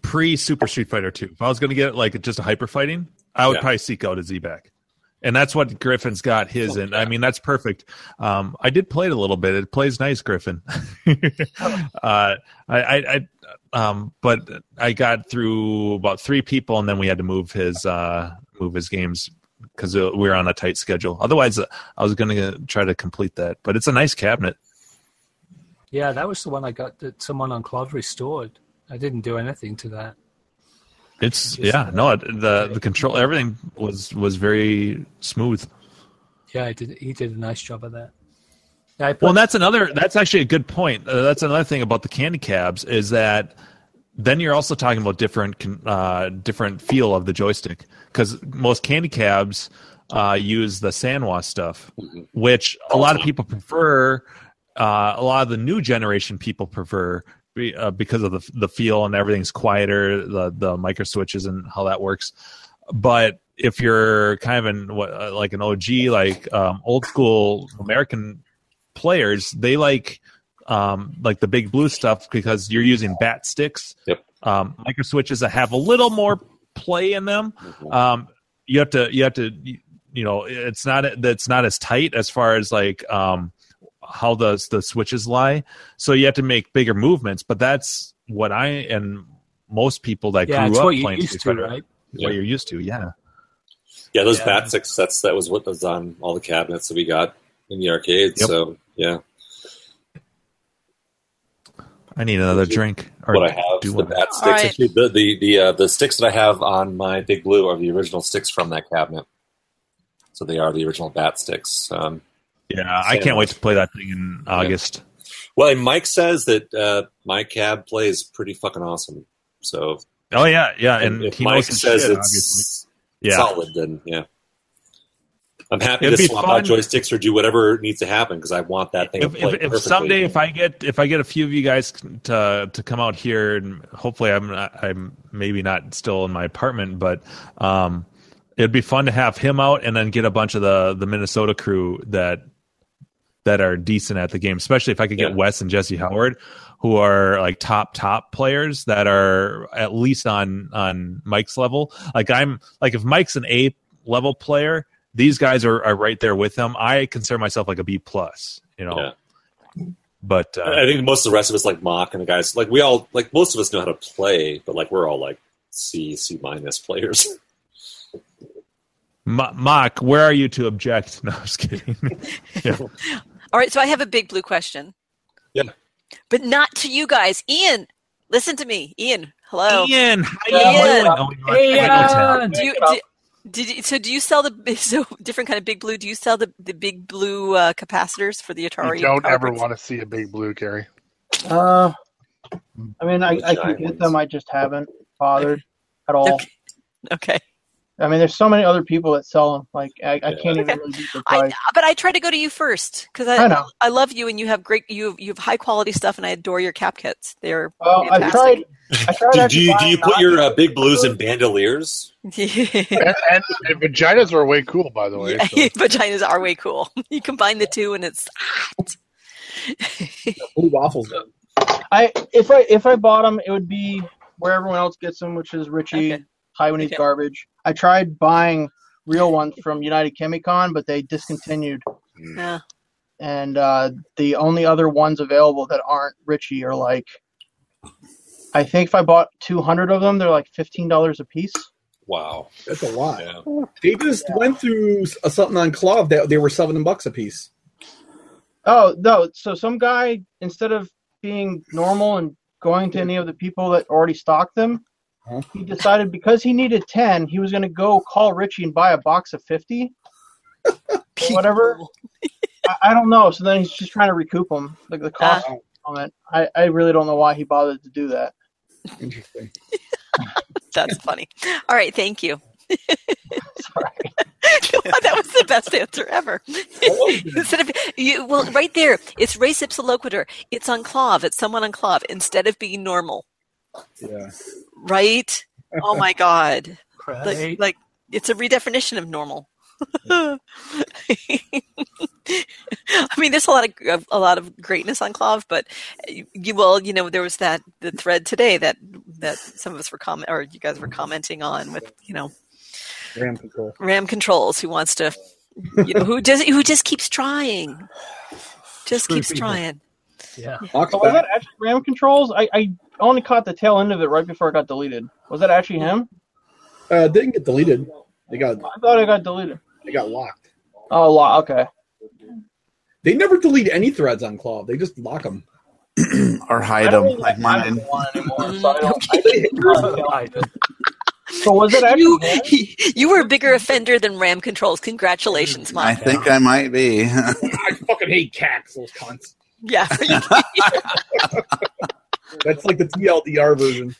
D: pre Super Street Fighter two, if I was going to get like just a hyper fighting, I would
A: Yeah.
D: probably seek out a Z back, and that's what Griffin's got his. And I mean, that's perfect. Um, I did play it a little bit. It plays nice, Griffin. uh, I, I, I, um, but I got through about three people, and then we had to move his uh, move his games because we were on a tight schedule. Otherwise, uh, I was going to try to complete that. But it's a nice cabinet.
E: Yeah, that was the one I got that someone on Clove restored. I didn't do anything to that.
D: It's yeah, no, it, the the control everything was was very smooth.
E: Yeah, I did. He did a nice job of that. I put,
D: Well, and that's another. That's actually a good point. Uh, that's another thing about the candy cabs is that then you're also talking about different con- uh, different feel of the joystick because most candy cabs uh, use the Sanwa stuff, which a lot of people prefer. Uh, a lot of the new generation people prefer be- uh, because of the the feel and everything's quieter, the the micro switches and how that works. But if you're kind of an what, uh, like an OG, like um, old school American players, they like um, like the big blue stuff because you're using bat sticks.
A: Yep. Mm-hmm.
D: Um, micro switches that have a little more play in them. Um, you have to you have to you know it's not that's not as tight as far as like um how the the switches lie. So you have to make bigger movements, but that's what I and most people that
E: Yeah,
D: grew
E: it's
D: up
E: what you're
D: playing
E: used
D: Street
E: to,
D: Fighter,
E: right?
D: it's What
A: Yeah.
D: you're used to, yeah.
A: Yeah, those
D: Yeah.
A: bat six sets. That was what was on all the cabinets that we got in the arcade.
D: Yep.
A: So yeah,
D: I need another drink. Or
A: what I have
D: do
A: the
D: one.
A: bat sticks.
H: All right.
A: Actually, the the the, uh, the sticks that I have on my big blue are the original sticks from that cabinet. So they are the original bat sticks. Um,
D: yeah, I can't wait to play that thing in August.
A: Well, and Mike says that uh, my cab plays pretty fucking awesome. So
D: Oh yeah, yeah, and,
A: if
D: he
A: Mike
D: knows his
A: says
D: shit,
A: it's
D: Yeah.
A: solid, then yeah. I'm happy
D: It'd
A: to
D: be
A: swap
D: fun.
A: out joysticks or do whatever needs to happen because I want that thing
D: if,
A: to
D: if,
A: play
D: if
A: perfectly.
D: someday if I get if I get a few of you guys to to come out here and hopefully I'm not, I'm maybe not still in my apartment but um it'd be fun to have him out and then get a bunch of the the Minnesota crew that that are decent at the game especially if I could get Wes and Jesse Howard who are like top top players that are at least on on Mike's level like I'm like if Mike's an A level player these guys are, are right there with him I consider myself like a B plus you know
A: Yeah.
D: but uh,
A: I think most of the rest of us like mock and the guys like we all like most of us know how to play, but like we're all like C C minus players.
D: Ma- Mock, where are you to object? No, I'm just kidding. yeah.
H: All right, so I have a big blue question.
A: Yeah.
H: But not to you guys. Ian, listen to me. Ian, hello.
D: Ian, how
H: you
B: Oh,
H: Ian. doing?
E: Hey, Ian.
H: Do you, do, did you, so do you sell the so different kind of big blue? Do you sell the, the big blue uh, capacitors for the Atari?
B: You don't
H: power
B: ever
H: bricks?
B: want to see a big blue, Gary.
J: Uh, I mean, I,
B: The
J: I can
B: giant
J: get them. I just haven't bothered at all. Okay.
H: okay.
J: I mean, there's so many other people that sell them. Like, I, I can't even
H: Okay.
J: really beat the
H: I,
J: price.
H: but I try to go to you first because I,
J: I know.
H: love you and you have great you have, you have high quality stuff and I adore your cap kits. They're
J: Well, I tried. I tried.
A: do,
J: actually
A: do you do
J: buying
A: you put
J: not-
A: your uh, big blues in bandoliers?
B: And, and, and vaginas are way cool, by the way.
H: Yeah,
B: so.
H: vaginas are way cool. You combine the two and it's hot. Oh,
L: Blue waffles.
J: I if I if I bought them, it would be where everyone else gets them, which is Richie Taiwanese
H: Okay.
J: garbage. I tried buying real ones from United Chemicon, but they discontinued.
A: Mm.
H: Yeah.
J: And uh, the only other ones available that aren't Richie are like, I think if I bought 200 of them, they're like $15 a piece.
A: Wow,
L: that's a lot.
A: Yeah.
L: They just went through s- uh, something on Clav that they were seven bucks a piece.
J: Oh no! So some guy, instead of being normal and going to any of the people that already stocked them, he decided because he needed ten, he was going to go call Richie and buy a box of fifty, or whatever. I, I don't know. So then he's just trying to recoup them, like the cost
H: Uh.
J: on it. I, I really don't know why he bothered to do that.
L: Interesting.
H: That's funny. All right, thank you. that was the best answer ever. Instead of you, well, right there, it's res ipsiloquitur. It's on clav. It's someone on clav instead of being normal,
L: Yeah.
H: right? Oh my god! Like,
E: Right.
H: like it's a redefinition of normal. I mean, there's a lot of a lot of greatness on Clav, but you, well, you know, there was that the thread today that that some of us were comment or you guys were commenting on with you know
L: Ram control.
H: Ram controls who wants to, you know, who does who just keeps trying, just
J: Screw
H: keeps
J: people.
H: trying.
E: Yeah.
J: So Oh, was that actually Ram controls? I, I only caught the tail end of it right before it got deleted. Was that actually him?
L: Uh, it didn't get deleted. They got
J: I thought it got deleted.
L: they got locked.
J: Oh, lo- okay.
L: They never delete any threads on Claw. They just lock them.
I: or hide
L: them
I: like mine.
J: So was it actually
H: You, you were a bigger offender than Ram controls. Congratulations, Mom.
I: I think I might be.
L: I fucking hate cats, those cunts.
H: Yeah.
L: That's like the TLDR version.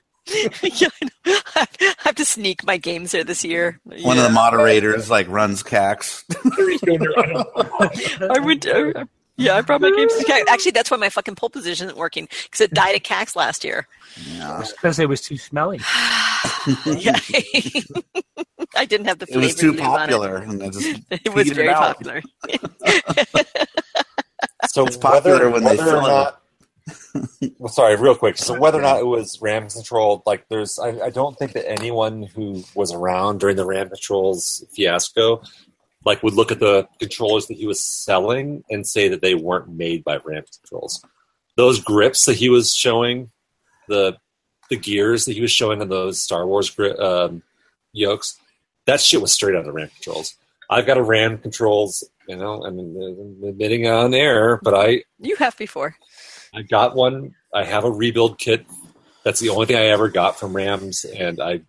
H: Yeah, I, know. I have to sneak my games there this year.
I: One of the moderators like runs cax.
H: I would. I- yeah, I brought my games to CAX. Actually, that's why my fucking pole position isn't working because it died at CAX last year.
E: Because it was too smelly.
H: Yeah. I didn't have the
I: It
H: flavor
I: was too
H: needed on it.
I: popular, and I just
H: It was
I: peed it
H: very
I: out.
H: popular.
A: So
I: It's popular
A: whether,
I: when they
A: whether or
I: fill it.
A: not Well, sorry, real quick. So whether or not it was RAM controlled, like there's, I, I don't think that anyone who was around during the RAM controls fiasco, like would look at the controllers that he was selling and say that they weren't made by RAM controls. Those grips that he was showing, the the gears that he was showing on those Star Wars gri- um, yokes, that shit was straight out of the RAM controls. I've got a RAM controls, you know, I'm uh, admitting on air, but I
H: You have before.
A: I got one. I have a rebuild kit. That's the only thing I ever got from Rams, and I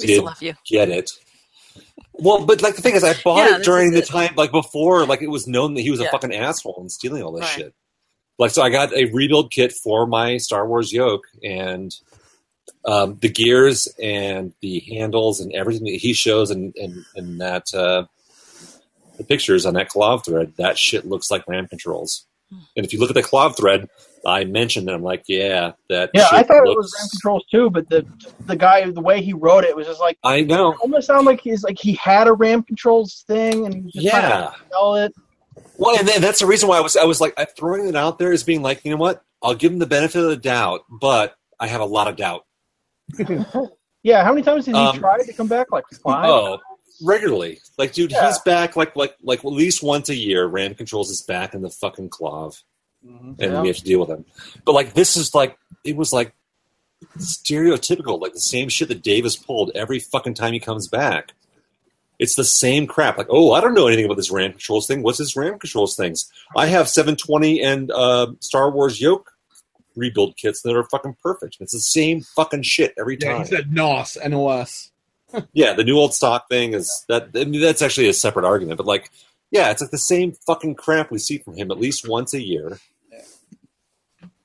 H: We
A: did
H: still love you.
A: get it. Well, but like the thing is, I bought
H: Yeah,
A: it
H: this
A: during
H: is
A: the
H: it.
A: time, like before, like it was known that he was a
H: Yeah.
A: fucking asshole and stealing all this
H: Right.
A: shit. Like, so I got a rebuild kit for my Star Wars yoke, and um, the gears and the handles and everything that he shows and and, and that uh, the pictures on that clove thread, that shit looks like RAM controls. And if you look at the clove thread, I mentioned that I'm like, yeah, that.
J: Yeah,
A: shit
J: I thought it
A: looks-
J: was RAM controls too, but the the guy, the way he wrote it was just like
A: I know.
J: almost sound like he's like he had a RAM controls thing and he was just trying to
A: Yeah.
J: sell it.
A: Well, and then that's the reason why I was I was like I'm throwing it out there as being like, you know what? I'll give him the benefit of the doubt, but I have a lot of doubt.
J: yeah, how many times did he
A: Um,
J: try to come back? Like five.
A: Oh, regularly, like dude, he's back like like like at least once a year. Rand controls is back in the fucking clove, and we have to deal with him. But like this is like it was like stereotypical, like the same shit that Davis pulled every fucking time he comes back. It's the same crap. Like, oh, I don't know anything about this RAM controls thing. What's this RAM controls things? I have 720 and uh, Star Wars yoke rebuild kits that are fucking perfect. It's the same fucking shit every
L: Yeah,
A: time.
L: he said NOS, NOS.
A: yeah, the new old stock thing is that. I mean, that's actually a separate argument, but like, yeah, it's like the same fucking crap we see from him at least once a year.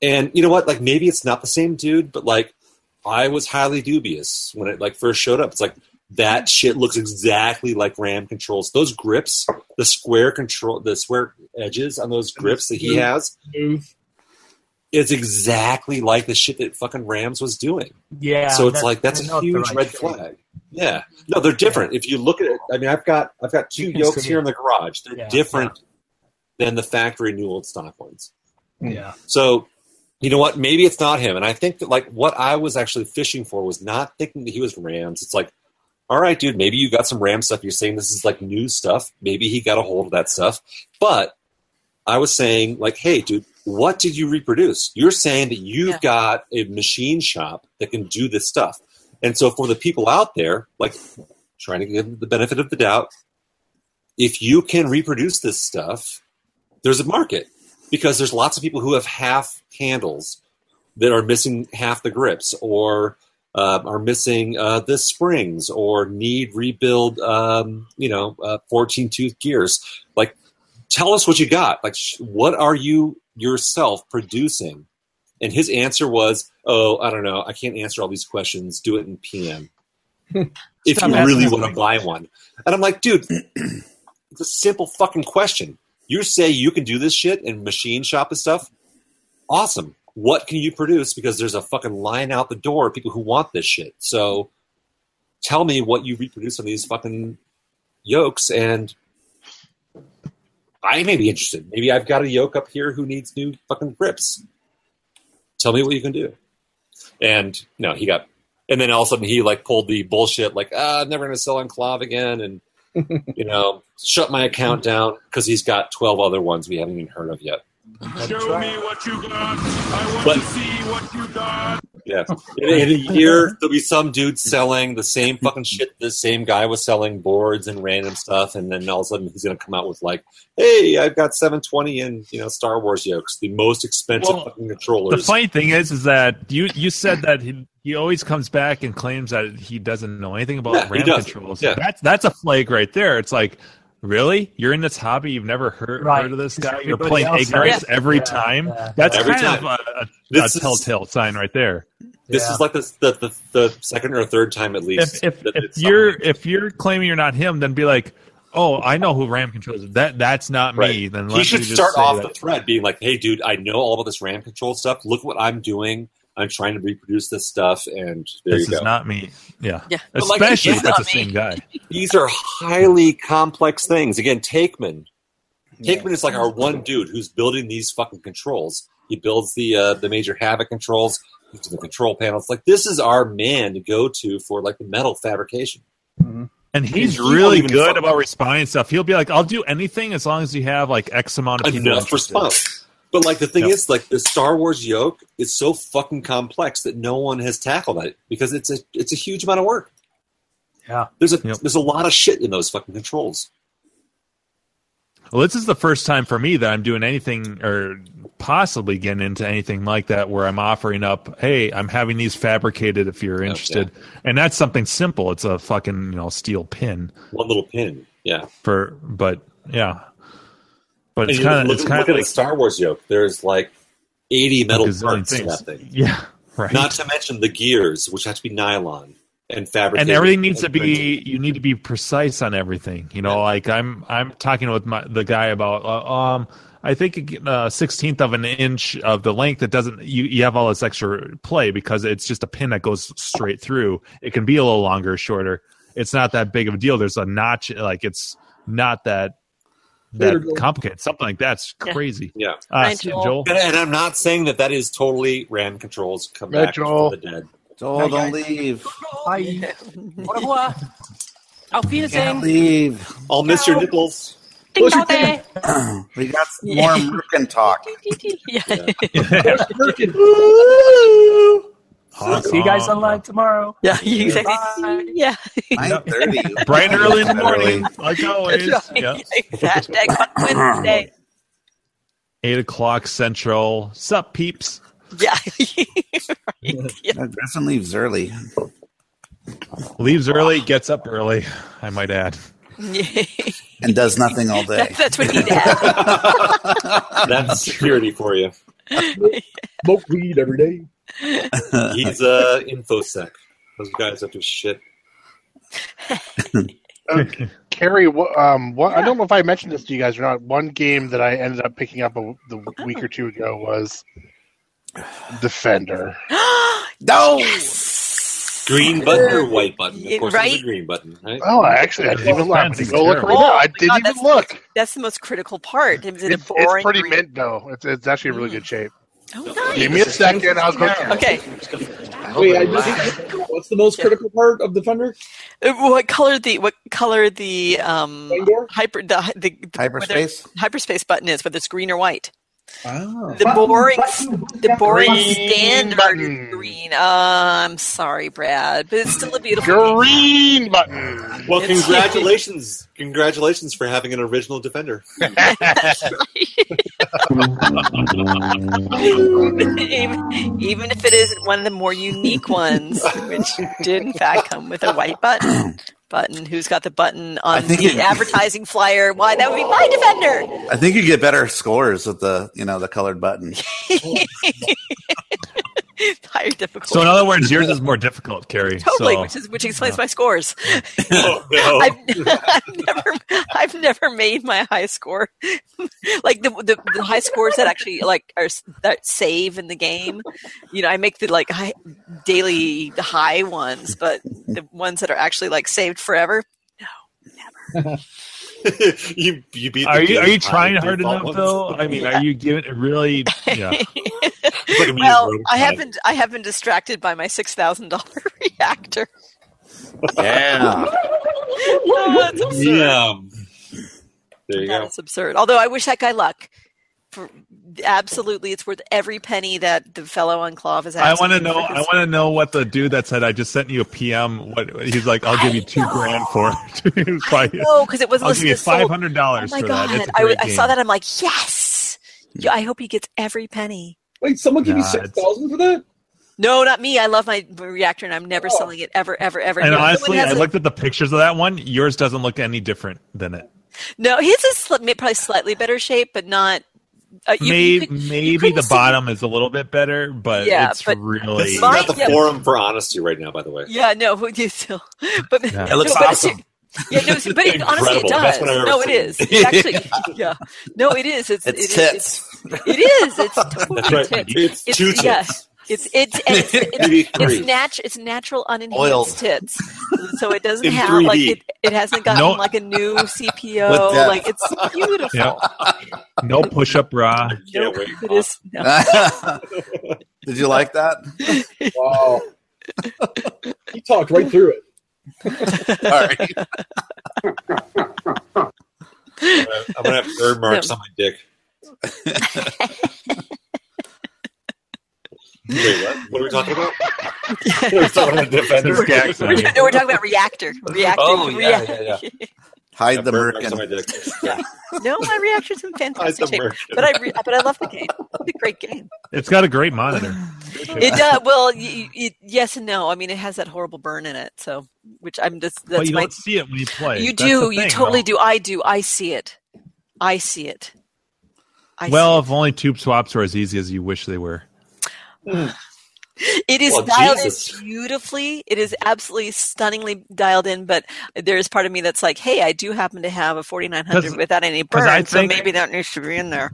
A: And you know what? Like, maybe it's not the same dude, but like, I was highly dubious when it like first showed up. It's like that shit looks exactly like RAM controls. Those grips, the square control, the square edges on those grips that he has, it's exactly like the shit that fucking Rams was doing.
E: Yeah.
A: So it's like that's
E: I
A: a
E: know it's the
A: huge
E: right
A: red
E: shape.
A: flag. Yeah. No, they're different. If you look at it, I mean, I've got I've got two
E: You can
A: yokes
E: see
A: here
E: it.
A: in the garage. They're
E: Yeah,
A: different than the factory new old stock ones.
E: Yeah.
A: So, you know what? Maybe it's not him. And I think that like what I was actually fishing for was not thinking that he was Rams. It's like, all right, dude, maybe you got some Ram stuff. You're saying this is like new stuff. Maybe he got a hold of that stuff. But I was saying like, hey, dude, what did you reproduce? You're saying that you've got a machine shop that can do this stuff. And so for the people out there, like trying to give them the benefit of the doubt, if you can reproduce this stuff, there's a market because there's lots of people who have half handles that are missing half the grips or uh, are missing uh, the springs or need rebuild, um, you know, uh, 14 tooth gears. Like, tell us what you got. Like, sh- what are you yourself producing? And his answer was, oh, I don't know. I can't answer all these questions. Do it in PM if
E: Stop
A: you
E: asking
A: really
E: us.
A: want to buy one. And I'm like, dude, it's a simple fucking question. You say you can do this shit and machine shop and stuff. Awesome. What can you produce? Because there's a fucking line out the door of people who want this shit. So tell me what you reproduce on these fucking yokes and I may be interested. Maybe I've got a yoke up here who needs new fucking grips. Tell me what you can do. And no, he got and then all of a sudden he like pulled the bullshit like ah, I'm never going to sell on Clav again, and you know shut my account down because he's got twelve other ones we haven't even heard of yet.
N: Show me what you got. I want
A: But-
N: to see what you got.
A: Yeah, in, in a year there'll be some dude selling the same fucking shit the same guy was selling boards and random stuff, and then all of a sudden he's going to come out with like, hey, I've got seven twenty and you know Star Wars yokes, the most expensive
D: Well,
A: fucking
D: The
A: controllers.
D: funny thing is, is that you you said that he, he always comes back and claims that he doesn't know anything about
A: Yeah, he
D: RAM
A: doesn't.
D: controls.
A: Yeah.
D: That's that's a flag right there. It's like, really, you're in this hobby, you've never heard,
E: Right.
D: heard of this
E: Just
D: guy. You're
E: everybody
D: playing
E: else
D: ignorance
E: has.
D: every
E: Yeah,
D: time.
E: yeah.
D: That's
A: Every
D: kind
A: time.
D: of a, a, a
A: This is-
D: telltale sign right there.
A: This is like the, the the the second or third time at least.
D: If if,
A: that
D: if
A: it's-
D: you're if you're claiming you're not him, then be like, oh, I know who RAM controls. is. That that's not me. Then let
A: he should
D: me just
A: start
D: say
A: off the
D: that.
A: thread being like, "Hey, dude, I know all about this RAM control stuff. Look what I'm doing. I'm trying to reproduce this stuff, and there
D: This
A: you go."
D: is not me. Yeah.
H: Yeah.
A: But like,
D: Especially
A: it's
D: if it's the
A: not
D: same guy.
A: These are highly complex things. Again, Takeman. Takeman is like our one dude who's building these fucking controls. He builds the uh, the major Havoc controls. He's doing the control panels. Like this is our man to go to for like the metal fabrication.
D: And he's
A: He won't
D: really
A: even
D: good
A: fuck-
D: about responding stuff. He'll be like, "I'll do anything as long as you have like X amount of people."
A: enough
D: interested."
A: response. But like the thing
D: Yep.
A: is, like the Star Wars yoke is so fucking complex that no one has tackled it because it's a it's a huge amount of work.
E: Yeah,
A: there's a there's a lot of shit in those fucking controls.
D: Well, this is the first time for me that I'm doing anything or possibly getting into anything like that where I'm offering up, hey, I'm having these fabricated if you're interested. And that's something simple. It's a fucking, you know, steel pin
A: One little pin, yeah.
D: for but yeah. But
A: And
D: it's
A: you
D: kind of
A: look,
D: it's
A: look
D: kind
A: at
D: of
A: the Star Wars yoke. There's like eighty metal
D: gazillion
A: parts in
D: things.
A: that thing.
D: Yeah, right.
A: Not to mention the gears, which have to be nylon and fabricated.
D: and everything needs to
A: and printed.
D: be you need to be precise on everything you know like i'm i'm talking with my the guy about uh, um i think uh, 16th of an inch of the length that doesn't you, you have all this extra play because it's just a pin that goes straight through it can be a little longer or shorter it's not that big of a deal there's a notch like it's not that that complicated something like that's crazy
A: Yeah.
D: Uh, Hi, Joel. Joel.
A: And, and I'm not saying that that is totally RAM controls come
D: Right,
A: back
D: Joel.
A: from the dead.
I: Joel, don't leave.
E: Bye.
H: Au revoir. Auf
I: Can't
H: Wiedersehen.
I: leave.
A: I'll miss your nipples.
H: Ding
L: er
H: dong day.
I: we got some more Merkin talk.
E: See you guys online tomorrow.
H: Yeah, you exactly. Yeah.
I: Nine thirty.
D: bright and early in the morning like always yeah.
H: Hashtag Fun Wednesday.
D: eight o'clock central sup peeps
H: Yeah.
I: Griffin leaves early.
D: Leaves early, gets up early. I might add.
I: and does nothing all day.
H: That's, that's what he did.
A: That's security for you.
L: Smoke weed every day.
A: He's uh, infosec. Those guys up to shit.
B: Carrie, wh- um, what, I don't know if I mentioned this to you guys or not. One game that I ended up picking up a, the week or two ago was Defender.
I: no.
A: Green button or white button?
H: Yeah,
A: Of course,
H: right.
A: it's a green button. Right?
B: Oh, I actually I didn't even look. I'm gonna go look right now. I didn't
H: Oh, God,
B: even
H: that's-
B: look.
H: That's the most critical part. Is it a
B: It's, it's
H: boring?
B: pretty mint though. It's, it's actually in really good shape.
H: Oh,
B: Give me a second. I was going. to
H: Okay.
L: Wait, I just, what's the most critical part of Defender?
H: Uh, What color the what color the um hyper the, the, the
I: Hyperspace?
H: whether- hyperspace button is whether it's green or white.
I: Oh.
H: The boring the boring
B: Green
H: standard
B: button.
H: is green. Uh, I'm sorry, Brad, but it's still a beautiful game.
B: Green button.
A: Well,
H: It's-
A: congratulations, congratulations for having an original defender.
H: even, even if it isn't one of the more unique ones, which did in fact come with a white button. Button. Who's got the button on the
I: think it-
H: advertising flyer? Why that would be my defender.
I: I think you get better scores with the you know the colored button.
H: Higher difficulty.
D: So in other words, yours is more difficult, Carrie.
H: Totally,
D: so Oh,
H: which is which explains my scores.
A: no.
H: I've, I've never I've never made my high score. like the, the the high scores that actually like are s- that save in the game. You know, I make the like high, daily high ones, but the ones that are actually like saved forever.
A: you you beat. the
D: are you
A: game
D: are
A: by
D: you trying hard
A: default
D: enough
A: ones.
D: though? I mean, are you giving it really? Yeah.
A: It's like a
H: Well,
A: music
H: I
A: road.
H: haven't I have been distracted by my six thousand dollar reactor.
I: Yeah.
H: Oh, that's absurd.
A: Yeah. There you
H: That
A: go.
H: is absurd. Although I wish that guy luck. For, absolutely, it's worth every penny that the fellow on Clove is.
D: I
H: asking
D: want to
H: for
D: know. I
H: his-
D: want to know what the dude that said I just sent you a PM. What he's like? I'll give you two grand for it. He was like,
H: No, because it was.
D: I'll give
H: listed
D: you
H: as sold.
D: five hundred dollars
H: Oh my
D: for
H: god!
D: that. It's a
H: I,
D: great
H: I
D: game.
H: saw that. I'm like, yes. Yeah, I hope he gets every penny.
L: Wait, someone gave you
D: Nah,
L: six thousand for that? Oh.
H: No, not me. I love my reactor, and I'm never selling it ever, ever, ever.
D: And
H: No, someone
D: honestly,
H: has
D: I
H: a-
D: looked at the pictures of that one. Yours doesn't look any different than it.
H: No, his is sli- probably slightly better shape, but not. Uh, you- you
D: maybe
H: could- you
D: maybe
H: couldn't
D: the
H: see-
D: bottom is a little bit better, but
H: Yeah,
D: it's
H: but-
D: really
A: This is
H: Mine-
A: not the
H: yeah.
A: forum for honesty right now, by the way.
H: Yeah, no, but you still. But
D: Yeah.
I: It looks
H: no, but it's-
I: awesome.
H: Yeah, no, but it, honestly, it
A: Incredible. That's
H: does.
A: what I've ever
H: No, it
A: seen.
H: is. It actually, yeah. No, it is. It's,
I: It's
H: it is. It's,
I: tits.
H: it is. It's totally
A: That's right.
H: tits.
A: It's two
H: yeah.
A: tits.
H: It's it's and it's
A: Maybe
H: it's,
A: three.
H: it's, natu- it's natural unenhanced
A: Oiled.
H: tits, so it doesn't
A: In
H: have
A: 3D.
H: like it, it hasn't gotten
D: No.
H: like a new
D: With
H: CPO.
D: that.
H: Like it's beautiful.
D: Yep. No push up bra.
H: Nope, it is- no.
I: Did you like that?
L: wow. he talked right through it.
A: I'm gonna have bird marks on my dick. Wait, what? What are we talking about? We're talking about Defender.
H: We're, we're- no, we're talking about reactor. Reactor.
A: Oh, yeah, yeah, yeah.
I: Hide
A: the merkin.
H: no, my reactor's in fantastic shape,
D: merkin.
H: but I re- but I love the game. It's a great game.
D: It's got a great monitor.
H: It does well. Y- y- it, yes and no. I mean, it has that horrible burn in it. So, which I'm just that's
D: but you
H: my
D: don't see it when you play.
H: You
D: That's the
H: do. You
D: thing,
H: totally
D: though.
H: do. I do. I see it. I see it. I
D: well, if only tube swaps were as easy as you wish they were.
H: it is
D: Well,
H: dialed
D: Jesus.
H: in beautifully. It is absolutely stunningly dialed in. But there is part of me that's like, hey, I do happen to have a 4900
D: 'Cause-
H: without any
D: 'cause
H: burn,
D: I
H: so
D: think-
H: maybe that needs to be in there.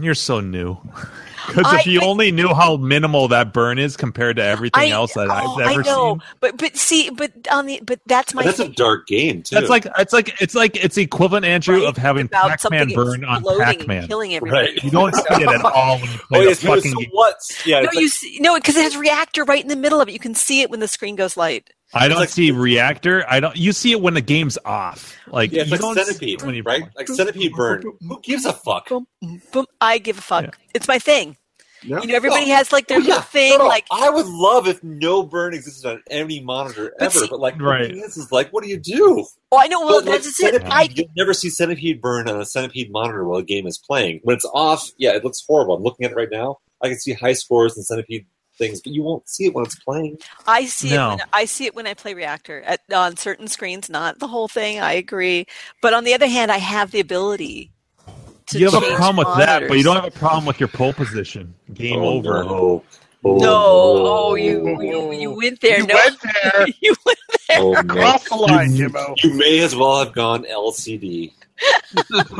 D: You're so new. Because
H: I-
D: if you only knew how minimal that burn is compared to everything
H: I-
D: else that
H: oh,
D: I've
H: I
D: ever
H: know,
D: seen,
H: but but see, but on the but that's my
A: That's a
H: thing.
A: dark game too.
D: that's like it's like it's like it's equivalent, Andrew, of having
H: about
D: Pac-Man
H: something
D: burn on
H: exploding and
D: Pac-Man.
H: killing everybody.
D: You don't see it at all when you play
A: Oh,
D: the
A: yes, people,
D: fucking
A: so
D: game.
A: what? Yeah,
H: no,
A: it's
H: you see, no, because it has reactor right in the middle of it. You can see it when the screen goes light.
D: I don't see reactor. I don't. You see it when the game's off. Like
A: yeah, it's
D: you
A: like
D: don't
A: centipede,
D: when you
A: right? Like centipede burn. Who gives a fuck?
H: Boom! I give a fuck. It's my thing.
A: Yeah.
H: You know, everybody
A: No.
H: has like their
A: Oh, yeah.
H: little thing.
A: No, no,
H: Like
A: I would love if no burn existed on any monitor
H: But
A: ever,
H: see-
A: but like
D: Right.
A: the thing is, is like, what do you do?
H: Oh, I know. Well,
A: But, like,
H: that's it.
A: centipede,
H: I
A: you'll never see centipede burn on a centipede monitor while a game is playing. When it's off, yeah, it looks horrible. I'm looking at it right now. I can see high scores and centipede things, but you won't see it when it's playing.
H: I see it.
A: No.
H: When, I see it when I play Reactor at, on certain screens, not the whole thing. I agree, but on the other hand, I have the ability. To
D: you have a
H: change
D: problem with that, but
H: monitors.
D: you don't have a problem with your pole position. Game
A: Oh,
D: over.
A: no.
H: No, oh, you, you you went there.
B: You
H: no,
B: went there.
H: you went there.
A: Oh, no.
B: Cross the line,
A: You-
B: Jimbo.
A: You may as well have gone LCD.
D: Because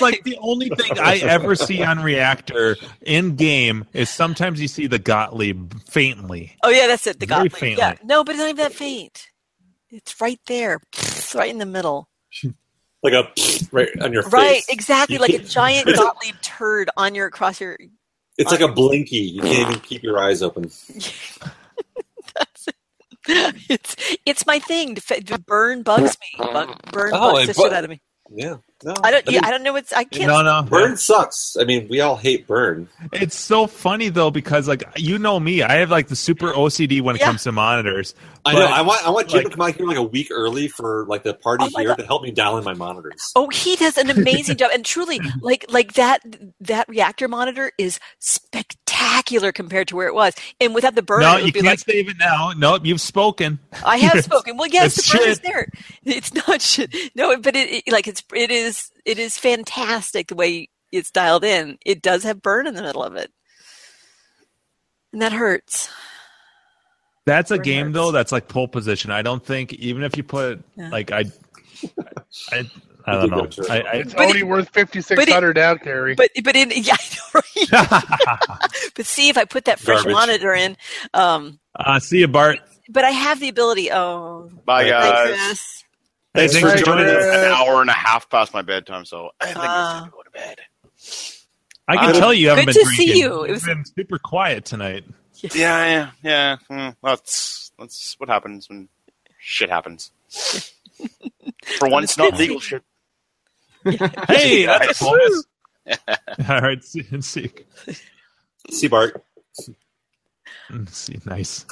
D: like the only thing I ever see on reactor in game is sometimes you see the Gottlieb faintly.
H: Oh yeah, that's it. The
D: Very
H: Gottlieb. Yeah,
D: faintly.
H: no, but it's not even that faint. It's right there. It's right in the middle.
A: Like a right on your
H: Right,
A: face.
H: exactly.
A: You
H: Like a
A: can't-
H: giant
A: It's, a-
H: Gottlieb turd on your across your.
A: it's like a blinky. You can't even keep your eyes open.
H: It's it's my thing. To, fa- to burn bugs me. Bug, burn
A: Oh,
H: bugs
A: and
H: the shit
A: bu-
H: out of me.
A: Yeah. No.
D: oh,
H: I don't.
A: I
H: Yeah,
A: mean-
H: I don't know. It's I can't.
A: Burn sucks. I mean, we all hate burn.
D: It's so funny though because like you know me, I have like the super OCD when it
H: Yeah.
D: comes to monitors.
A: I know.
D: but-
A: I want I want Jim
D: like-
A: to come out here like a week early for like the party
H: Oh my
A: here
H: God.
A: to help me dial in my monitors.
H: Oh, he does an amazing job, and truly, like like that that reactor monitor is spectacular compared to where it was. And without the burn,
D: no,
H: it
D: you
H: would be
D: can't
H: like
D: save it now. Nope, you've spoken.
H: I have spoken. Well, yes,
D: It's
H: the burn is
D: shit.
H: there. It's not shit. No, but it, it like it's it is it is fantastic the way it's dialed in. It does have burn in the middle of it, and that hurts.
D: That's a
H: Burn
D: game
H: hurts.
D: though. That's like pole position. I don't think even if you put
H: Yeah.
D: like I, I, I don't know. I, I,
B: it's already worth fifty six hundred out, Carrie.
H: But but in yeah, I know, right? but see if I put that fresh
D: Garbage.
H: monitor in. Um,
D: uh, see you, Bart.
H: but I have the ability. Oh,
F: Bye,
D: Right.
F: guys.
H: thanks, Russ.
D: Thanks for joining
F: It's
D: us.
F: An hour and a half past my bedtime, so I think
H: Ah.
D: I can
F: Uh,
D: tell you haven't
F: good
D: been
F: to see
D: drinking.
F: you. It
D: You've been super quiet tonight.
F: Yeah, yeah, yeah. Hmm, that's that's what happens when shit happens. For once,
D: good
F: not
D: to
F: legal
D: see
F: shit.
D: Hey, that's
F: Guys.
D: a bonus. All right, see, see,
A: See Bart.
D: Mm, see, nice.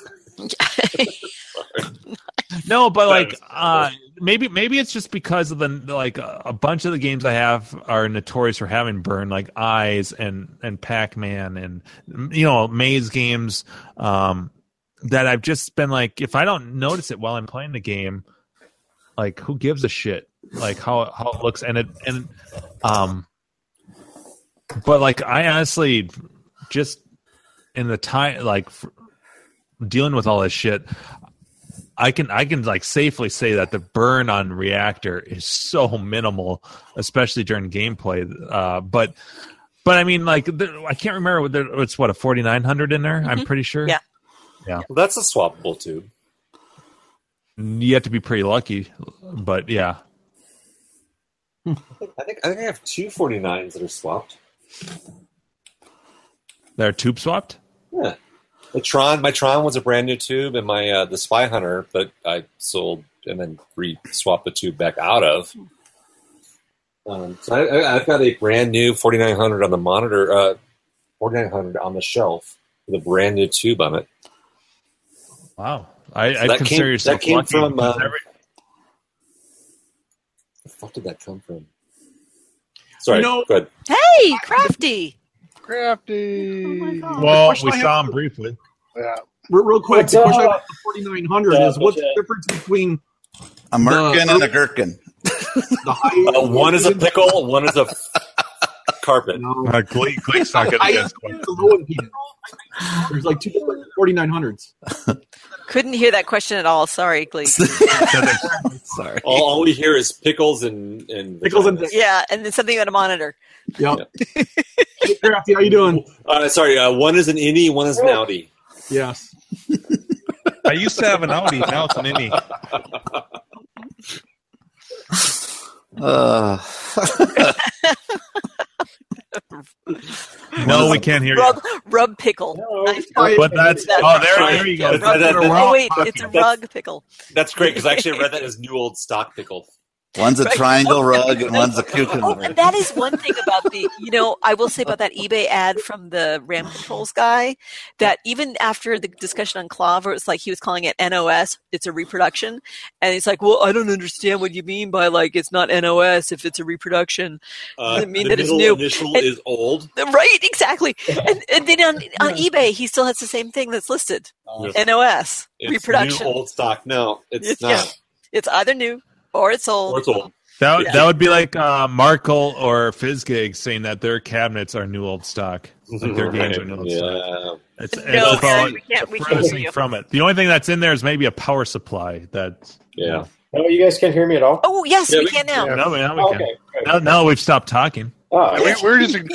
D: No, but like uh, maybe maybe it's just because of the like a a bunch of the games I have are notorious for having burn like Eyes and and Pac Man and you know maze games um, that I've just been like if I don't notice it while I'm playing the game, like who gives a shit like how how it looks and it and um, but like I honestly just in the time like f- dealing with all this shit I can I can like safely say that the burn on reactor is so minimal, especially during gameplay. Uh, but But I mean, like, the, I can't remember. What the, it's what a forty nine hundred in there. I'm
H: Mhm.
D: pretty sure.
H: Yeah.
D: yeah.
A: Well, that's a swappable tube.
D: You have to be pretty lucky, but yeah.
A: I think I think I have two 49s that are swapped.
D: They're tube swapped.
A: Yeah. The Tron, my Tron was a brand new tube, and my uh, the Spy Hunter that I sold and then re swapped the tube back out of. Um, so I, I, I've got a brand new 4900 on the monitor, uh, 4900 on the shelf with a brand new tube on it.
D: Wow. I,
A: So
D: I
A: that
D: consider
A: came-
D: yourself
A: that came
D: lucky.
A: from,
D: because
A: um,
D: every-
A: Where the fuck did that come from? Sorry,
D: You know-
A: go ahead.
H: Hey, Crafty. Oh
B: Crafty.
D: well,
C: question
D: we
C: I
D: saw
C: have-
D: him briefly.
B: Yeah.
C: Real, real quick, the
B: What's
C: question I
B: up?
C: have for 4900 is what's the difference between
I: A merkin and a gherkin.
A: Uh, one is a pickle, one is a carpet.
D: Uh, Glee, Glee's not going
C: I-
D: to guess.
C: the low and peak? There's like two different 4900s.
H: Couldn't hear that question at all. Sorry, Glee.
I: Sorry.
A: All, all we hear is pickles and, and
C: Pickles and
A: vaginas.
H: yeah, and then something on a monitor.
C: Yeah. hey, Crafty, how you doing?
A: Uh, sorry, uh, one is an innie, one is an outie.
C: Yes.
D: I used to have an Audi. Now it's an Innie.
I: Uh,
D: No, we can't hear you.
H: Rub, rub pickle. Nice
C: But
H: one.
D: that's- oh, there- there you go.
H: Rub
A: That- that-
H: pickle.
A: that-
H: oh wait,
A: that's-
H: it's a rug pickle.
A: That's great because I actually read that as new old stock pickle.
I: one's a
H: Right.
I: triangle rug and one's a
H: Oh,
I: cucumber.
H: that is one thing about the, you know, I will say about that eBay ad from the RAM controls guy that even after the discussion on Clover, it's like he was calling it NOS, it's a reproduction. And he's like, well, I don't understand what you mean by like it's not NOS if it's a reproduction.
A: Uh,
H: Does it mean
A: the
H: that it's
A: middle
H: new?
A: initial
H: And-
A: is old.
H: Right, exactly. And, and then on, on eBay, he still has the same thing that's listed
A: Yes.
H: NOS,
A: Oh. It's
H: reproduction.
A: New old stock. No, it's,
H: It's-
A: not.
H: yeah. It's either new or it's old.
A: Or it's old.
D: That,
H: Yeah.
D: that would be like uh, Markle or Fizgig saying that their cabinets are new old stock. Like their games are new old stock.
A: yeah.
D: It's, it's
H: No, uh,
D: about
H: we can't- we can't hear
D: premising
H: you.
D: from it. The only thing that's in there is maybe a power supply. That
A: Yeah.
P: No, Oh, you guys can't hear me at all.
H: Oh, yes,
A: Yeah,
H: we
A: we-
H: can now.
D: No, now we
P: Oh,
D: can.
P: okay, great.
D: Now, now we've stopped talking.
P: Oh,
B: we, we're just ignoring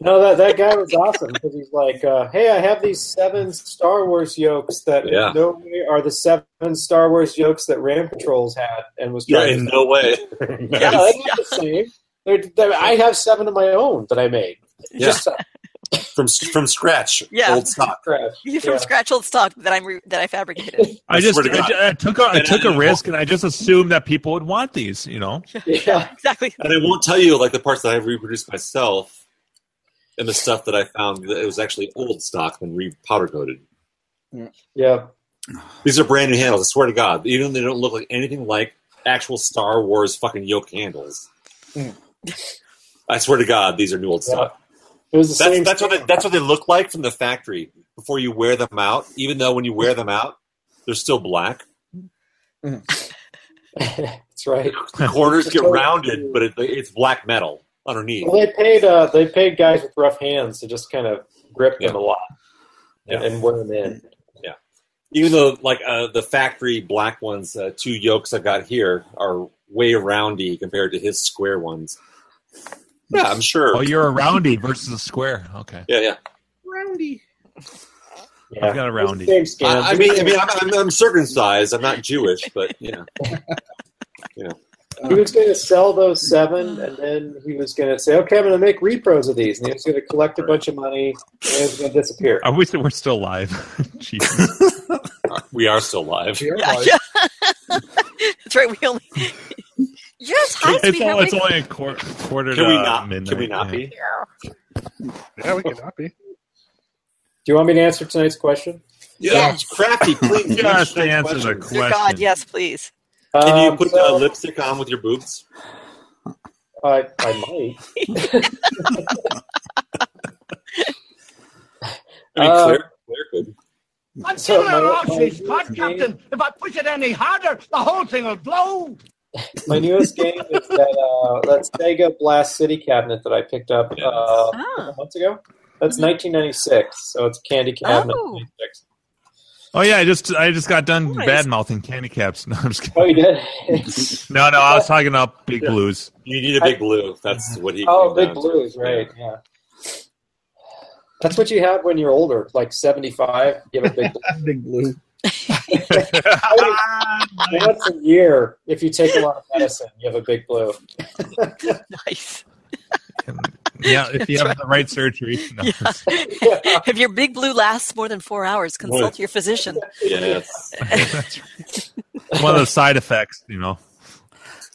P: no, that that guy was awesome because he's like, uh, "Hey, I have these seven Star Wars yokes that
A: Yeah.
P: in no way are the seven Star Wars yokes that Ram Patrols had and was
A: Yeah,
P: trying
A: in
P: to."
A: no way.
P: Yeah, they're not the same. They're, they're, I have seven of my own that I made.
A: Yeah.
P: Just out of
A: from from scratch.
H: Yeah.
A: Old stock.
P: scratch.
H: You from
P: Yeah.
H: scratch old stock that I'm re- that I fabricated.
D: I,
A: I
D: just
A: swear to
D: I,
A: God.
D: ju- I took a, I
A: And
D: took
A: I-
D: a risk, and I just assumed that people would want these. You know,
P: Yeah.
H: exactly.
A: And I won't tell you like the parts that I reproduced myself and the stuff that I found that it was actually old stock and re powder coated.
P: Yeah.
A: These are brand new handles. I swear to God, even though they don't look like anything like actual Star Wars fucking yoke handles.
P: Mm.
A: I swear to God, these are new old stock.
P: It was the
A: That's,
P: same.
A: that's what they, that's what they look like from the factory before you wear them out. Even though when you wear them out, they're still black.
P: that's right.
A: The corners get rounded, but it, it's black metal underneath.
P: Well, they paid uh, they paid guys with rough hands to just kind of grip them
A: Yeah.
P: a lot and,
A: Yeah.
P: and wear them in.
A: Even though like uh, the factory black ones, uh, two yolks I got here are way roundy compared to his square ones. Yeah, I'm sure.
D: oh, you're a roundy versus a square. Okay,
A: yeah, yeah.
L: Roundy.
P: Yeah.
D: I've got a
P: It's the
D: roundy.
P: Same scam.
A: I, I mean, I mean, I'm, I'm, I'm circumcised. I'm not Jewish, but you know,
P: He was going to sell those seven, and then he was going to say, "Okay, I'm going to make repros of these," and he was going to collect a bunch of money, and it was going to disappear.
D: I wish that we're still live. Jesus.
A: we are still live.
L: Here,
H: Yeah,
L: like,
H: yeah. That's right. We only yes. Hi,
D: It's,
H: sweetheart.
D: all, it's
H: we-
D: only a quar- quarter
A: Can
D: to uh,
A: we not?
D: midnight.
A: Can we not
D: yeah.
A: be?
B: Yeah, we can happy.
P: Do you want me to answer tonight's question?
A: Yeah,
H: Yes.
A: crafty. Please
D: Just
A: answer
D: answer the
A: questions.
H: Dear
D: question.
H: God, yes, please.
A: Can you
P: Um,
A: put
P: so-
A: uh, lipstick on with your boobs?
P: I, I might.
A: I mean,
P: Uh,
A: Claire, Claire could.
N: I'm
P: So
N: giving her
P: my-
N: off
P: my
N: these
P: new
N: pot,
P: game-
N: Captain. If I push it any harder, the whole thing will blow.
P: My newest game is that uh, that Sega Blast City cabinet that I picked up uh, a
H: Ah.
P: couple months ago. That's 1996, so it's a candy cabinet.
H: Mm-hmm. Oh.
P: 96.
D: Oh yeah, I just I just got done
H: Nice.
D: bad mouthing candy caps. No, I'm just kidding.
P: Oh, you did?
D: No, no, I was talking about Big Blues.
A: You need a big blue. That's what he.
P: oh,
A: came
P: Big
A: down to.
P: Blues, right? Yeah. That's what you have when you're older, like 75. You have a big,
L: big blue.
P: Once a year, if you take a lot of medicine, you have a big blue.
H: nice.
D: Yeah, if you have the right surgery. No.
H: if your big blue lasts more than four hours, consult your physician.
A: Yes.
D: One of the side effects, you know.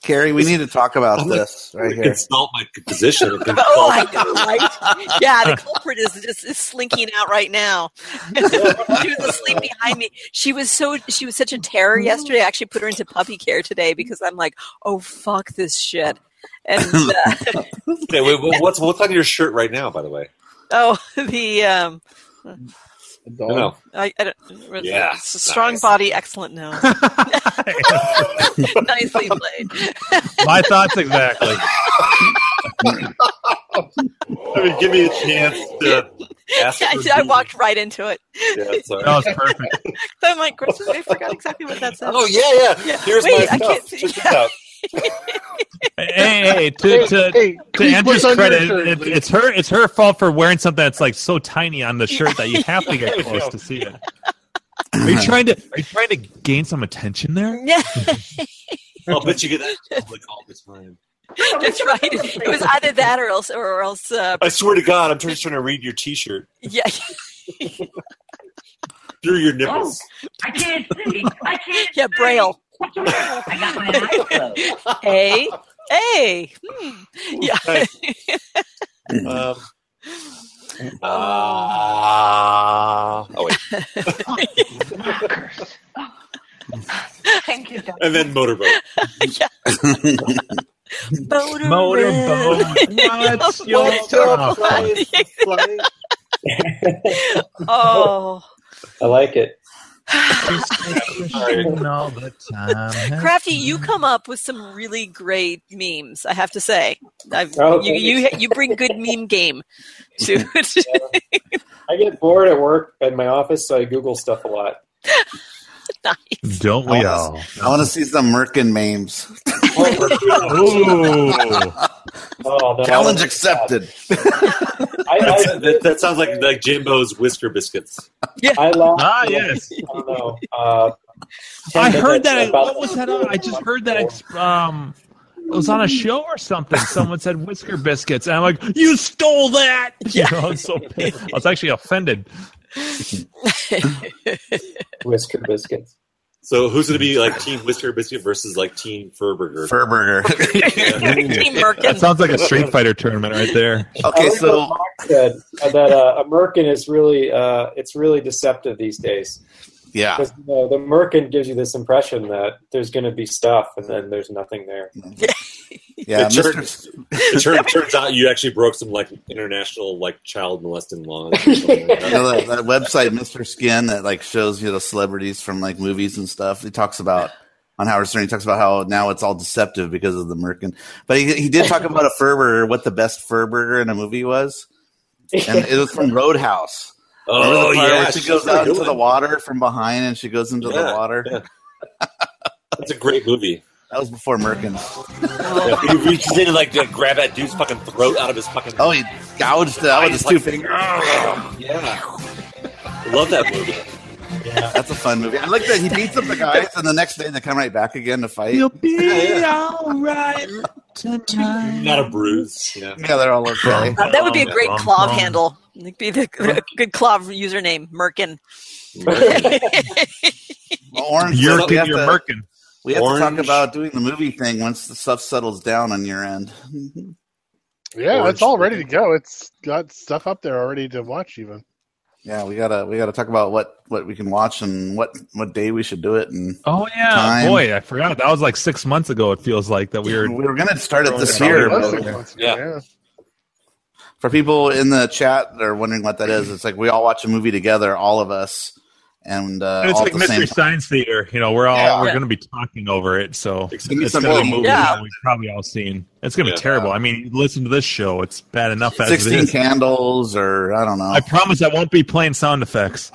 I: Carrie, we need to talk about this right here.
A: Consult my physician.
H: oh, I know, right? Yeah, the culprit is just is slinking out right now. she was asleep behind me. She was so she was such a terror yesterday. I actually put her into puppy care today because I'm like, oh fuck this shit. And uh,
A: Okay, wait, wha- what's what's on your shirt right now? By the way,
H: oh, the um,
A: No, no.
H: I, I don't,
A: Yeah,
H: s- strong body, excellent nose. Nicely played.
D: My thoughts exactly.
A: I mean, give me a chance to ask.
H: I,
A: for
H: I
A: a-
H: walked right into it.
A: Yeah, it's all right.
D: That was perfect.
H: I'm like, Kristen, I forgot exactly what that said.
A: Oh, yeah, yeah. Here's my
H: Wait, I
A: stuff.
H: can't see.
A: Check this out.
D: Hey, hey, to
B: Hey, hey,
D: to, to
B: Cleese,
D: Andrew's
B: what's on your
D: credit,
B: shirt,
D: it,
B: Cleese?
D: it's her it's her fault for wearing something that's like so tiny on the shirt that you have to get close to see it. Are you trying to are you trying to gain some attention there?
H: Yeah.
A: I'll bet you get that oh, in public all the time.
H: That's right. It was either that or else, or else. Uh,
A: I swear to God, I'm just trying to read your T-shirt
H: yeah.
A: through your nipples.
K: Oh, I can't see. I can't.
H: Yeah, Braille.
K: I got my eyes closed.
H: hey, hey. Hmm. Yeah.
A: Um, ah. oh wait, Uh,
K: Thank you,
P: Oh.
K: Doc.
A: and then motorboat.
H: Motor
D: Motorboat.
H: What's
D: your
H: problem? oh,
P: I like it.
D: all the time.
H: Crafty, you come up with some really great memes. I have to say, I've,
P: Oh,
H: you you
P: thanks.
H: you bring good meme game to.
P: I get bored at work in my office, so I Google stuff a lot.
D: Don't
I: I
D: we
I: wanna-
D: all?
I: I want to see some Merkin memes.
D: Oh, Ooh.
P: Oh, then I'll-
I: Challenge accepted.
P: I,
A: That's,
P: I,
A: that, that sounds like like Jimbo's whisker biscuits.
P: I laughed.
D: Ah,
P: at,
D: yes.
P: I don't know. Uh, 10
D: I heard that.
P: minutes about
D: What was that? On? I just heard that. ex- Um, it was on a show or something. Someone said whisker biscuits, and I'm like, "You stole that!" Yeah. I was so pissed. I was actually offended.
P: whisker biscuits.
A: So who's going to be like Team Whisker Biscuit versus like Team Furburger?
I: Furburger.
H: Team
D: That
H: Merkin.
D: sounds like a Street Fighter tournament right there.
I: okay,
P: I like what
I: so
P: Mark said uh, that uh, a merkin is really uh, it's really deceptive these days
I: yeah,
P: because you know, the merkin gives you this impression that there's going to be stuff and then there's nothing there.
I: yeah,
A: it, turn,
I: Mr.
A: it turn, turns out you actually broke some like international like child molesting laws. Or something like
I: You know
A: that.
I: that, that website, Mr. Skin, that like shows you the celebrities from like movies and stuff. He talks about on Howard Stern. He talks about how now it's all deceptive because of the Merkin. But he, he did talk about a Furburger, what the best Furburger in a movie was, and it was from Roadhouse. Remember
A: Oh
I: the part
A: yeah,
I: where she
A: she's
I: goes
A: really
I: out into
A: good.
I: the water from behind, and she goes into
A: Yeah,
I: the water.
A: yeah. That's a great movie.
I: That was before Merkin.
A: Yeah, he reaches in and like to grab that dude's fucking throat out of his fucking.
I: Oh, he gouged it out with his two fingers.
A: yeah. I love that movie.
I: That's a fun movie. I like that he beats up the guys, and the next day they come right back again to fight.
D: You'll be all right tonight.
A: Not a bruise. Yeah.
I: Yeah, they're all okay.
H: Uh, that would be a great
D: Bum,
H: clove
D: bum.
H: handle. It'd be the, the good clove username, Merkin.
I: Orange,
D: You're,
I: we have
D: you're
I: to-
D: Merkin.
I: We have to
A: Orange.
I: talk about doing the movie thing once the stuff settles down on your end.
B: Yeah,
A: Orange
B: it's all ready to go. It's got stuff up there already to watch. Even
I: Yeah, we gotta we gotta talk about what what we can watch and what what day we should do it. And
D: Oh yeah,
I: Time.
D: boy, I forgot. That was like six months ago. It feels like that we were.
I: we were gonna start it this
D: Throwing it
I: year.
D: out
I: but
D: there.
A: Yeah.
I: For people in the chat that are wondering what that is, it's like we all watch a movie together, all of us, and uh,
D: And it's
I: all
D: like
I: at the same
D: Mystery
I: time.
D: Science Theater. You know, we're all
I: Yeah.
D: we're
H: Yeah.
D: going to be talking over it, so it's
I: Give me some
D: going to be
I: movie.
D: movies
H: Yeah.
D: that we've probably all seen. It's going to
A: Yeah.
D: be terrible. I mean, you listen to this show; it's bad enough as it
I: Sixteen
D: is.
I: candles, or I don't know,
D: I promise I won't be playing sound effects.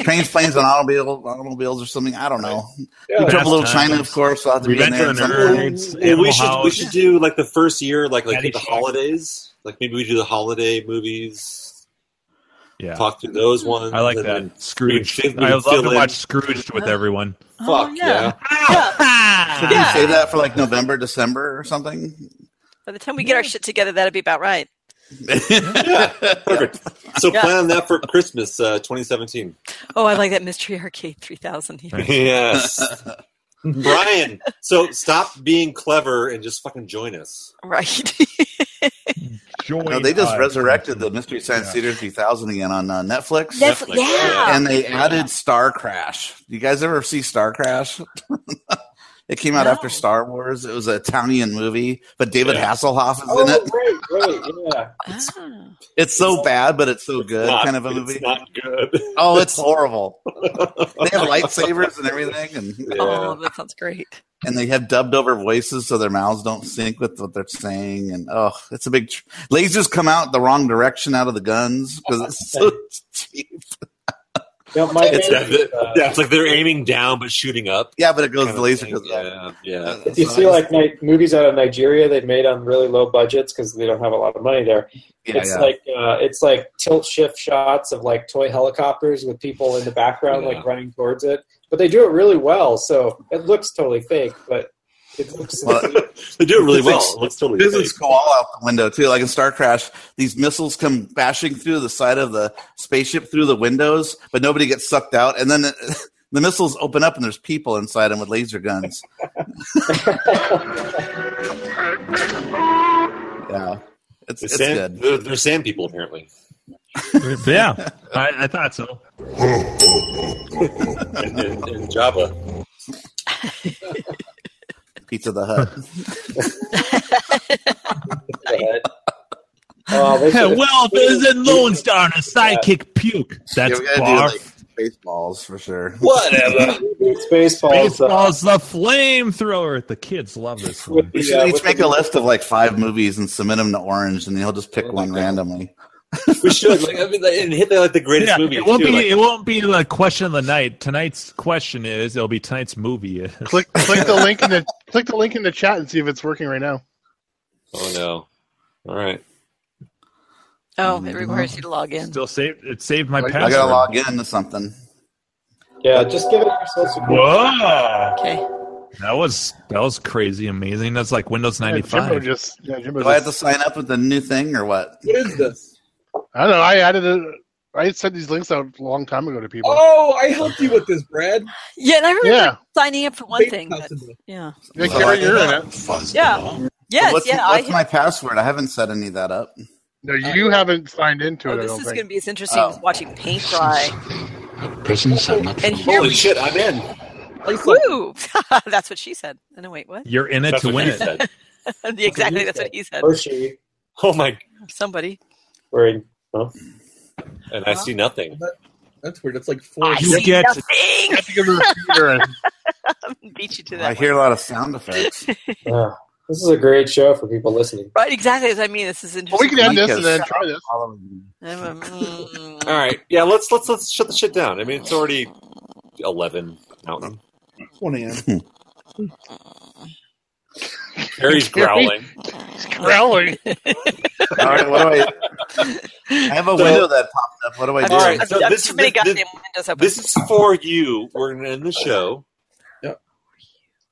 I: trains, planes, and automobile, automobiles, or something. I don't know.
A: Yeah.
I: Trouble Little
D: Fast
I: China,
D: Times.
I: of course, will have to
D: Revenge
I: be in
D: of the
I: there. at some
A: Well,
I: point.
D: Nerds,
A: well,
D: Animal
A: we should we
D: House.
A: should do like the first year, like like
D: Daddy
A: the
D: Shack.
A: holidays. Like maybe we do the holiday movies.
D: Yeah.
A: Talk through those ones.
D: I like
A: and then
D: that. Scrooge.
A: we can- we
D: I
A: can
D: would love
A: fill
D: to
A: in-
D: watch Scrooged with everyone. Oh,
A: Fuck yeah.
I: Should we save that for like November, December, or something?
H: By the time we get our shit together, that'll be about right.
A: Perfect. So
H: Yeah.
A: plan on that for Christmas uh, 2017.
H: Oh, I like that Mystery Arcade 3000. here.
A: yes. Brian, so stop being clever and just fucking join us.
H: Right.
I: No, they just
A: us.
I: resurrected the Mystery Science Theater 3000 again on uh, Netflix.
H: Netflix, Netflix, yeah.
I: And they added Star Crash. You guys ever see Star Crash? it came out after Star Wars. It was an Italian movie, but David Hasselhoff is
P: Oh.
I: in it.
P: right, right, yeah.
I: It's so bad, but it's so good,
A: not-
I: kind of a
A: it's
I: movie.
A: not good.
I: Oh, it's horrible. they have lightsabers and everything, and
H: Oh, that sounds great.
I: and they have dubbed over voices so their mouths don't sync with what they're saying. And oh, it's a big tr- lasers come out the wrong direction out of the guns because it's so cheap.
P: No, my
A: It's,
P: favorite
A: that-
P: is, uh,
A: yeah, it's like they're aiming down but shooting up.
I: Yeah, but it goes Uh,
A: the
I: laser
A: goes yeah, yeah.
P: If you see like ni- movies out of Nigeria they've made on really low budgets because they don't have a lot of money there.
I: Yeah,
P: it's
I: yeah.
P: like uh, it's like tilt shift shots of like toy helicopters with people in the background
A: Yeah.
P: like running towards it, but they do it really well. So it looks totally fake, but it looks.
A: they do it really well.
I: Physics-
A: It looks totally
I: Physics
A: fake.
I: go all out the window too. Like in Star Crash, these missiles come bashing through the side of the spaceship through the windows, but nobody gets sucked out. And then the, the missiles open up and there's people inside them with laser guns. yeah, it's,
A: They're
I: it's good.
A: sand, they're, they're sand people apparently.
D: yeah, I, I thought so.
A: in, in, in Java.
I: Pizza the Hut.
P: Oh, they should've-
D: well, there's in Lone Star and a sidekick puke. That's
I: Yeah, we gotta do,
D: barf.
I: like, Baseballs for sure.
A: Whatever.
P: it's baseball.
D: Baseball's the flamethrower. The kids love this one.
I: We should each make a list of like five movies and submit them to Orange, and he'll just pick one randomly.
A: We should. Like, I mean, like, and hit that like the greatest
D: Yeah,
A: movie.
D: it won't
A: too,
D: be.
A: like-
D: it won't be the question of the night. Tonight's question is. It'll be tonight's movie. Is.
B: Click, click the link in the click the link in the chat and see if it's working right now.
A: oh no! All right.
H: Oh,
B: Mm-hmm.
H: it requires you to log in.
D: Still saved. It saved my
I: I
D: password.
I: gotta log in to something.
P: Yeah, just give it your social security.
I: Uh,
D: Whoa!
H: Okay.
D: That was that was crazy, amazing. That's like Windows ninety
B: Jimbo
D: five.
B: just yeah, Jimbo
I: Do I have to
B: just-
I: sign up with the new thing or what?
L: What is this?
B: I don't know. I added a, I sent these links out a long time ago to people.
L: Oh, I helped you with this, Brad.
H: Yeah, and I remember
B: Yeah.
H: signing up for one thing. but- yeah.
B: Yeah,
I: So
B: Karen,
I: I-
B: you're in it.
H: Yeah. Yes,
I: what's
H: yeah. I
I: what's my password? I haven't set any of that up.
B: No, you haven't signed into
H: oh,
B: it. Oh. I
H: this
B: don't
H: is going to
B: think.
H: be as interesting
I: Oh.
H: as watching paint dry.
K: Prisons are not
H: And here
A: Holy
H: we
A: shit! I'm in.
H: Woo! that's what she said. No, wait, what?
D: You're in it
A: That's
D: to
A: what
D: win
A: you
D: it.
A: said.
H: exactly, that's what he said.
P: Or she.
A: Oh my!
H: Somebody.
P: Wearing. Huh?
A: And I see nothing.
L: That's weird. It's like four.
H: I
D: You
H: see
D: get-
H: nothing.
B: Give her a computer and-
H: Beat you to that.
I: I
H: one.
I: hear a lot of sound effects.
P: Yeah. This is a great show for people listening.
H: Right, exactly. As I mean, this is
B: Well, we
H: interesting.
B: can end this and then try this.
H: I'm a- mm,
A: All right. Yeah. Let's let's let's shut the shit down. I mean, it's already eleven. Mountain.
L: One a.m.
A: Harry's growling.
B: Growling.
I: All right, what do I? I have a
A: So-
I: window that popped up. What do I
H: I've,
I: do?
A: All right,
H: I've
A: so
H: done
A: this
H: too
A: is-
H: many
A: this-
H: goddamn
A: this-
H: windows open.
A: This is for you. We're gonna end the show.
L: Yep.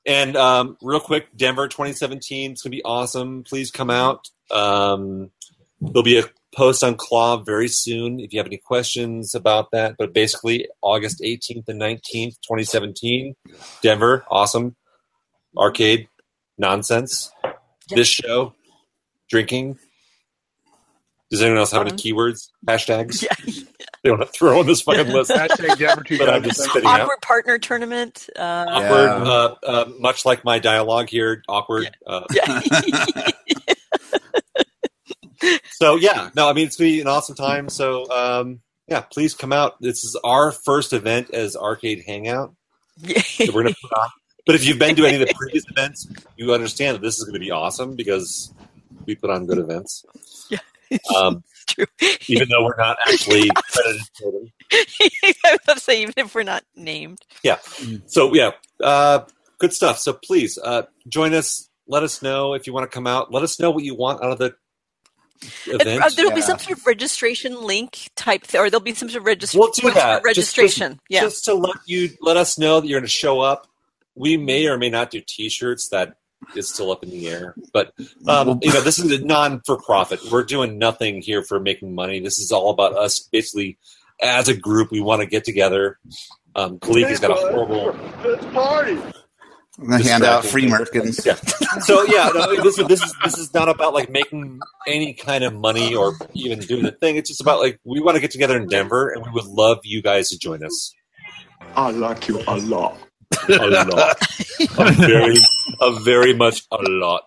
A: And um, real quick, Denver 2017. It's gonna be awesome. Please come out. Um, there'll be a post on Claw very soon if you have any questions about that. But basically, August 18th and 19th, 2017, Denver, awesome arcade nonsense. This show, drinking. Does anyone else have any
H: Fun.
A: keywords, hashtags?
H: Yeah.
A: They want to throw in this fucking list.
B: Hashtag Denver
A: But I'm just
B: 2000.
A: spitting out.
H: Awkward partner tournament. Uh,
A: Awkward,
I: Yeah.
A: uh, uh, much like my dialogue here, awkward. Uh,
H: yeah.
A: so yeah, no, I mean it's gonna be an awesome time. So um, yeah, please come out. This is our first event as Arcade Hangout.
H: yeah.
A: that we're gonna put on. But if you've been to any of the previous events, you understand that this is gonna be awesome because we put on good events.
H: Yeah.
A: Um,
H: True.
A: even though we're not actually credited for them.
H: I would say even if we're not named.
A: So yeah, uh, good stuff. So please uh, join us. Let us know if you want to come out. Let us know what you want out of the
H: And, uh,
A: Event?
H: there'll be
A: Yeah.
H: some sort of registration link type, th- or there'll be some sort of registration.
A: We'll do that. Just-
H: Registration.
A: Just,
H: yeah.
A: Just to let you let us know that you're going to show up. We may or may not do T-shirts. That is still up in the air. But um, you know, this is a non-for-profit. We're doing nothing here for making money. This is all about us. Basically, as a group, we want to get together. Um, Kalik has got a horrible
B: Let's party.
I: I'm gonna hand out free merkins.
A: Yeah. so yeah, no, this, this is this is not about like making any kind of money or even doing the thing. It's just about like we want to get together in Denver, and we would love you guys to join us.
Q: I like you a lot.
A: A lot, a very, a very much a lot.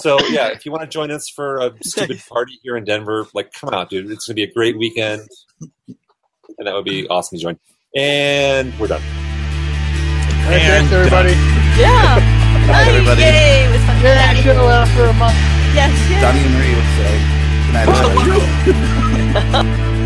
A: So yeah, if you want to join us for a stupid party here in Denver, like come out, dude. It's gonna be a great weekend, and that would be awesome to join. And we're done.
B: Thanks, everybody.
H: Yeah.
I: Night, everybody.
H: Yay, it was fun.
B: Yeah, should have left for a month.
H: Yes, yes.
I: Donnie and Marie would say, "Good night, everybody."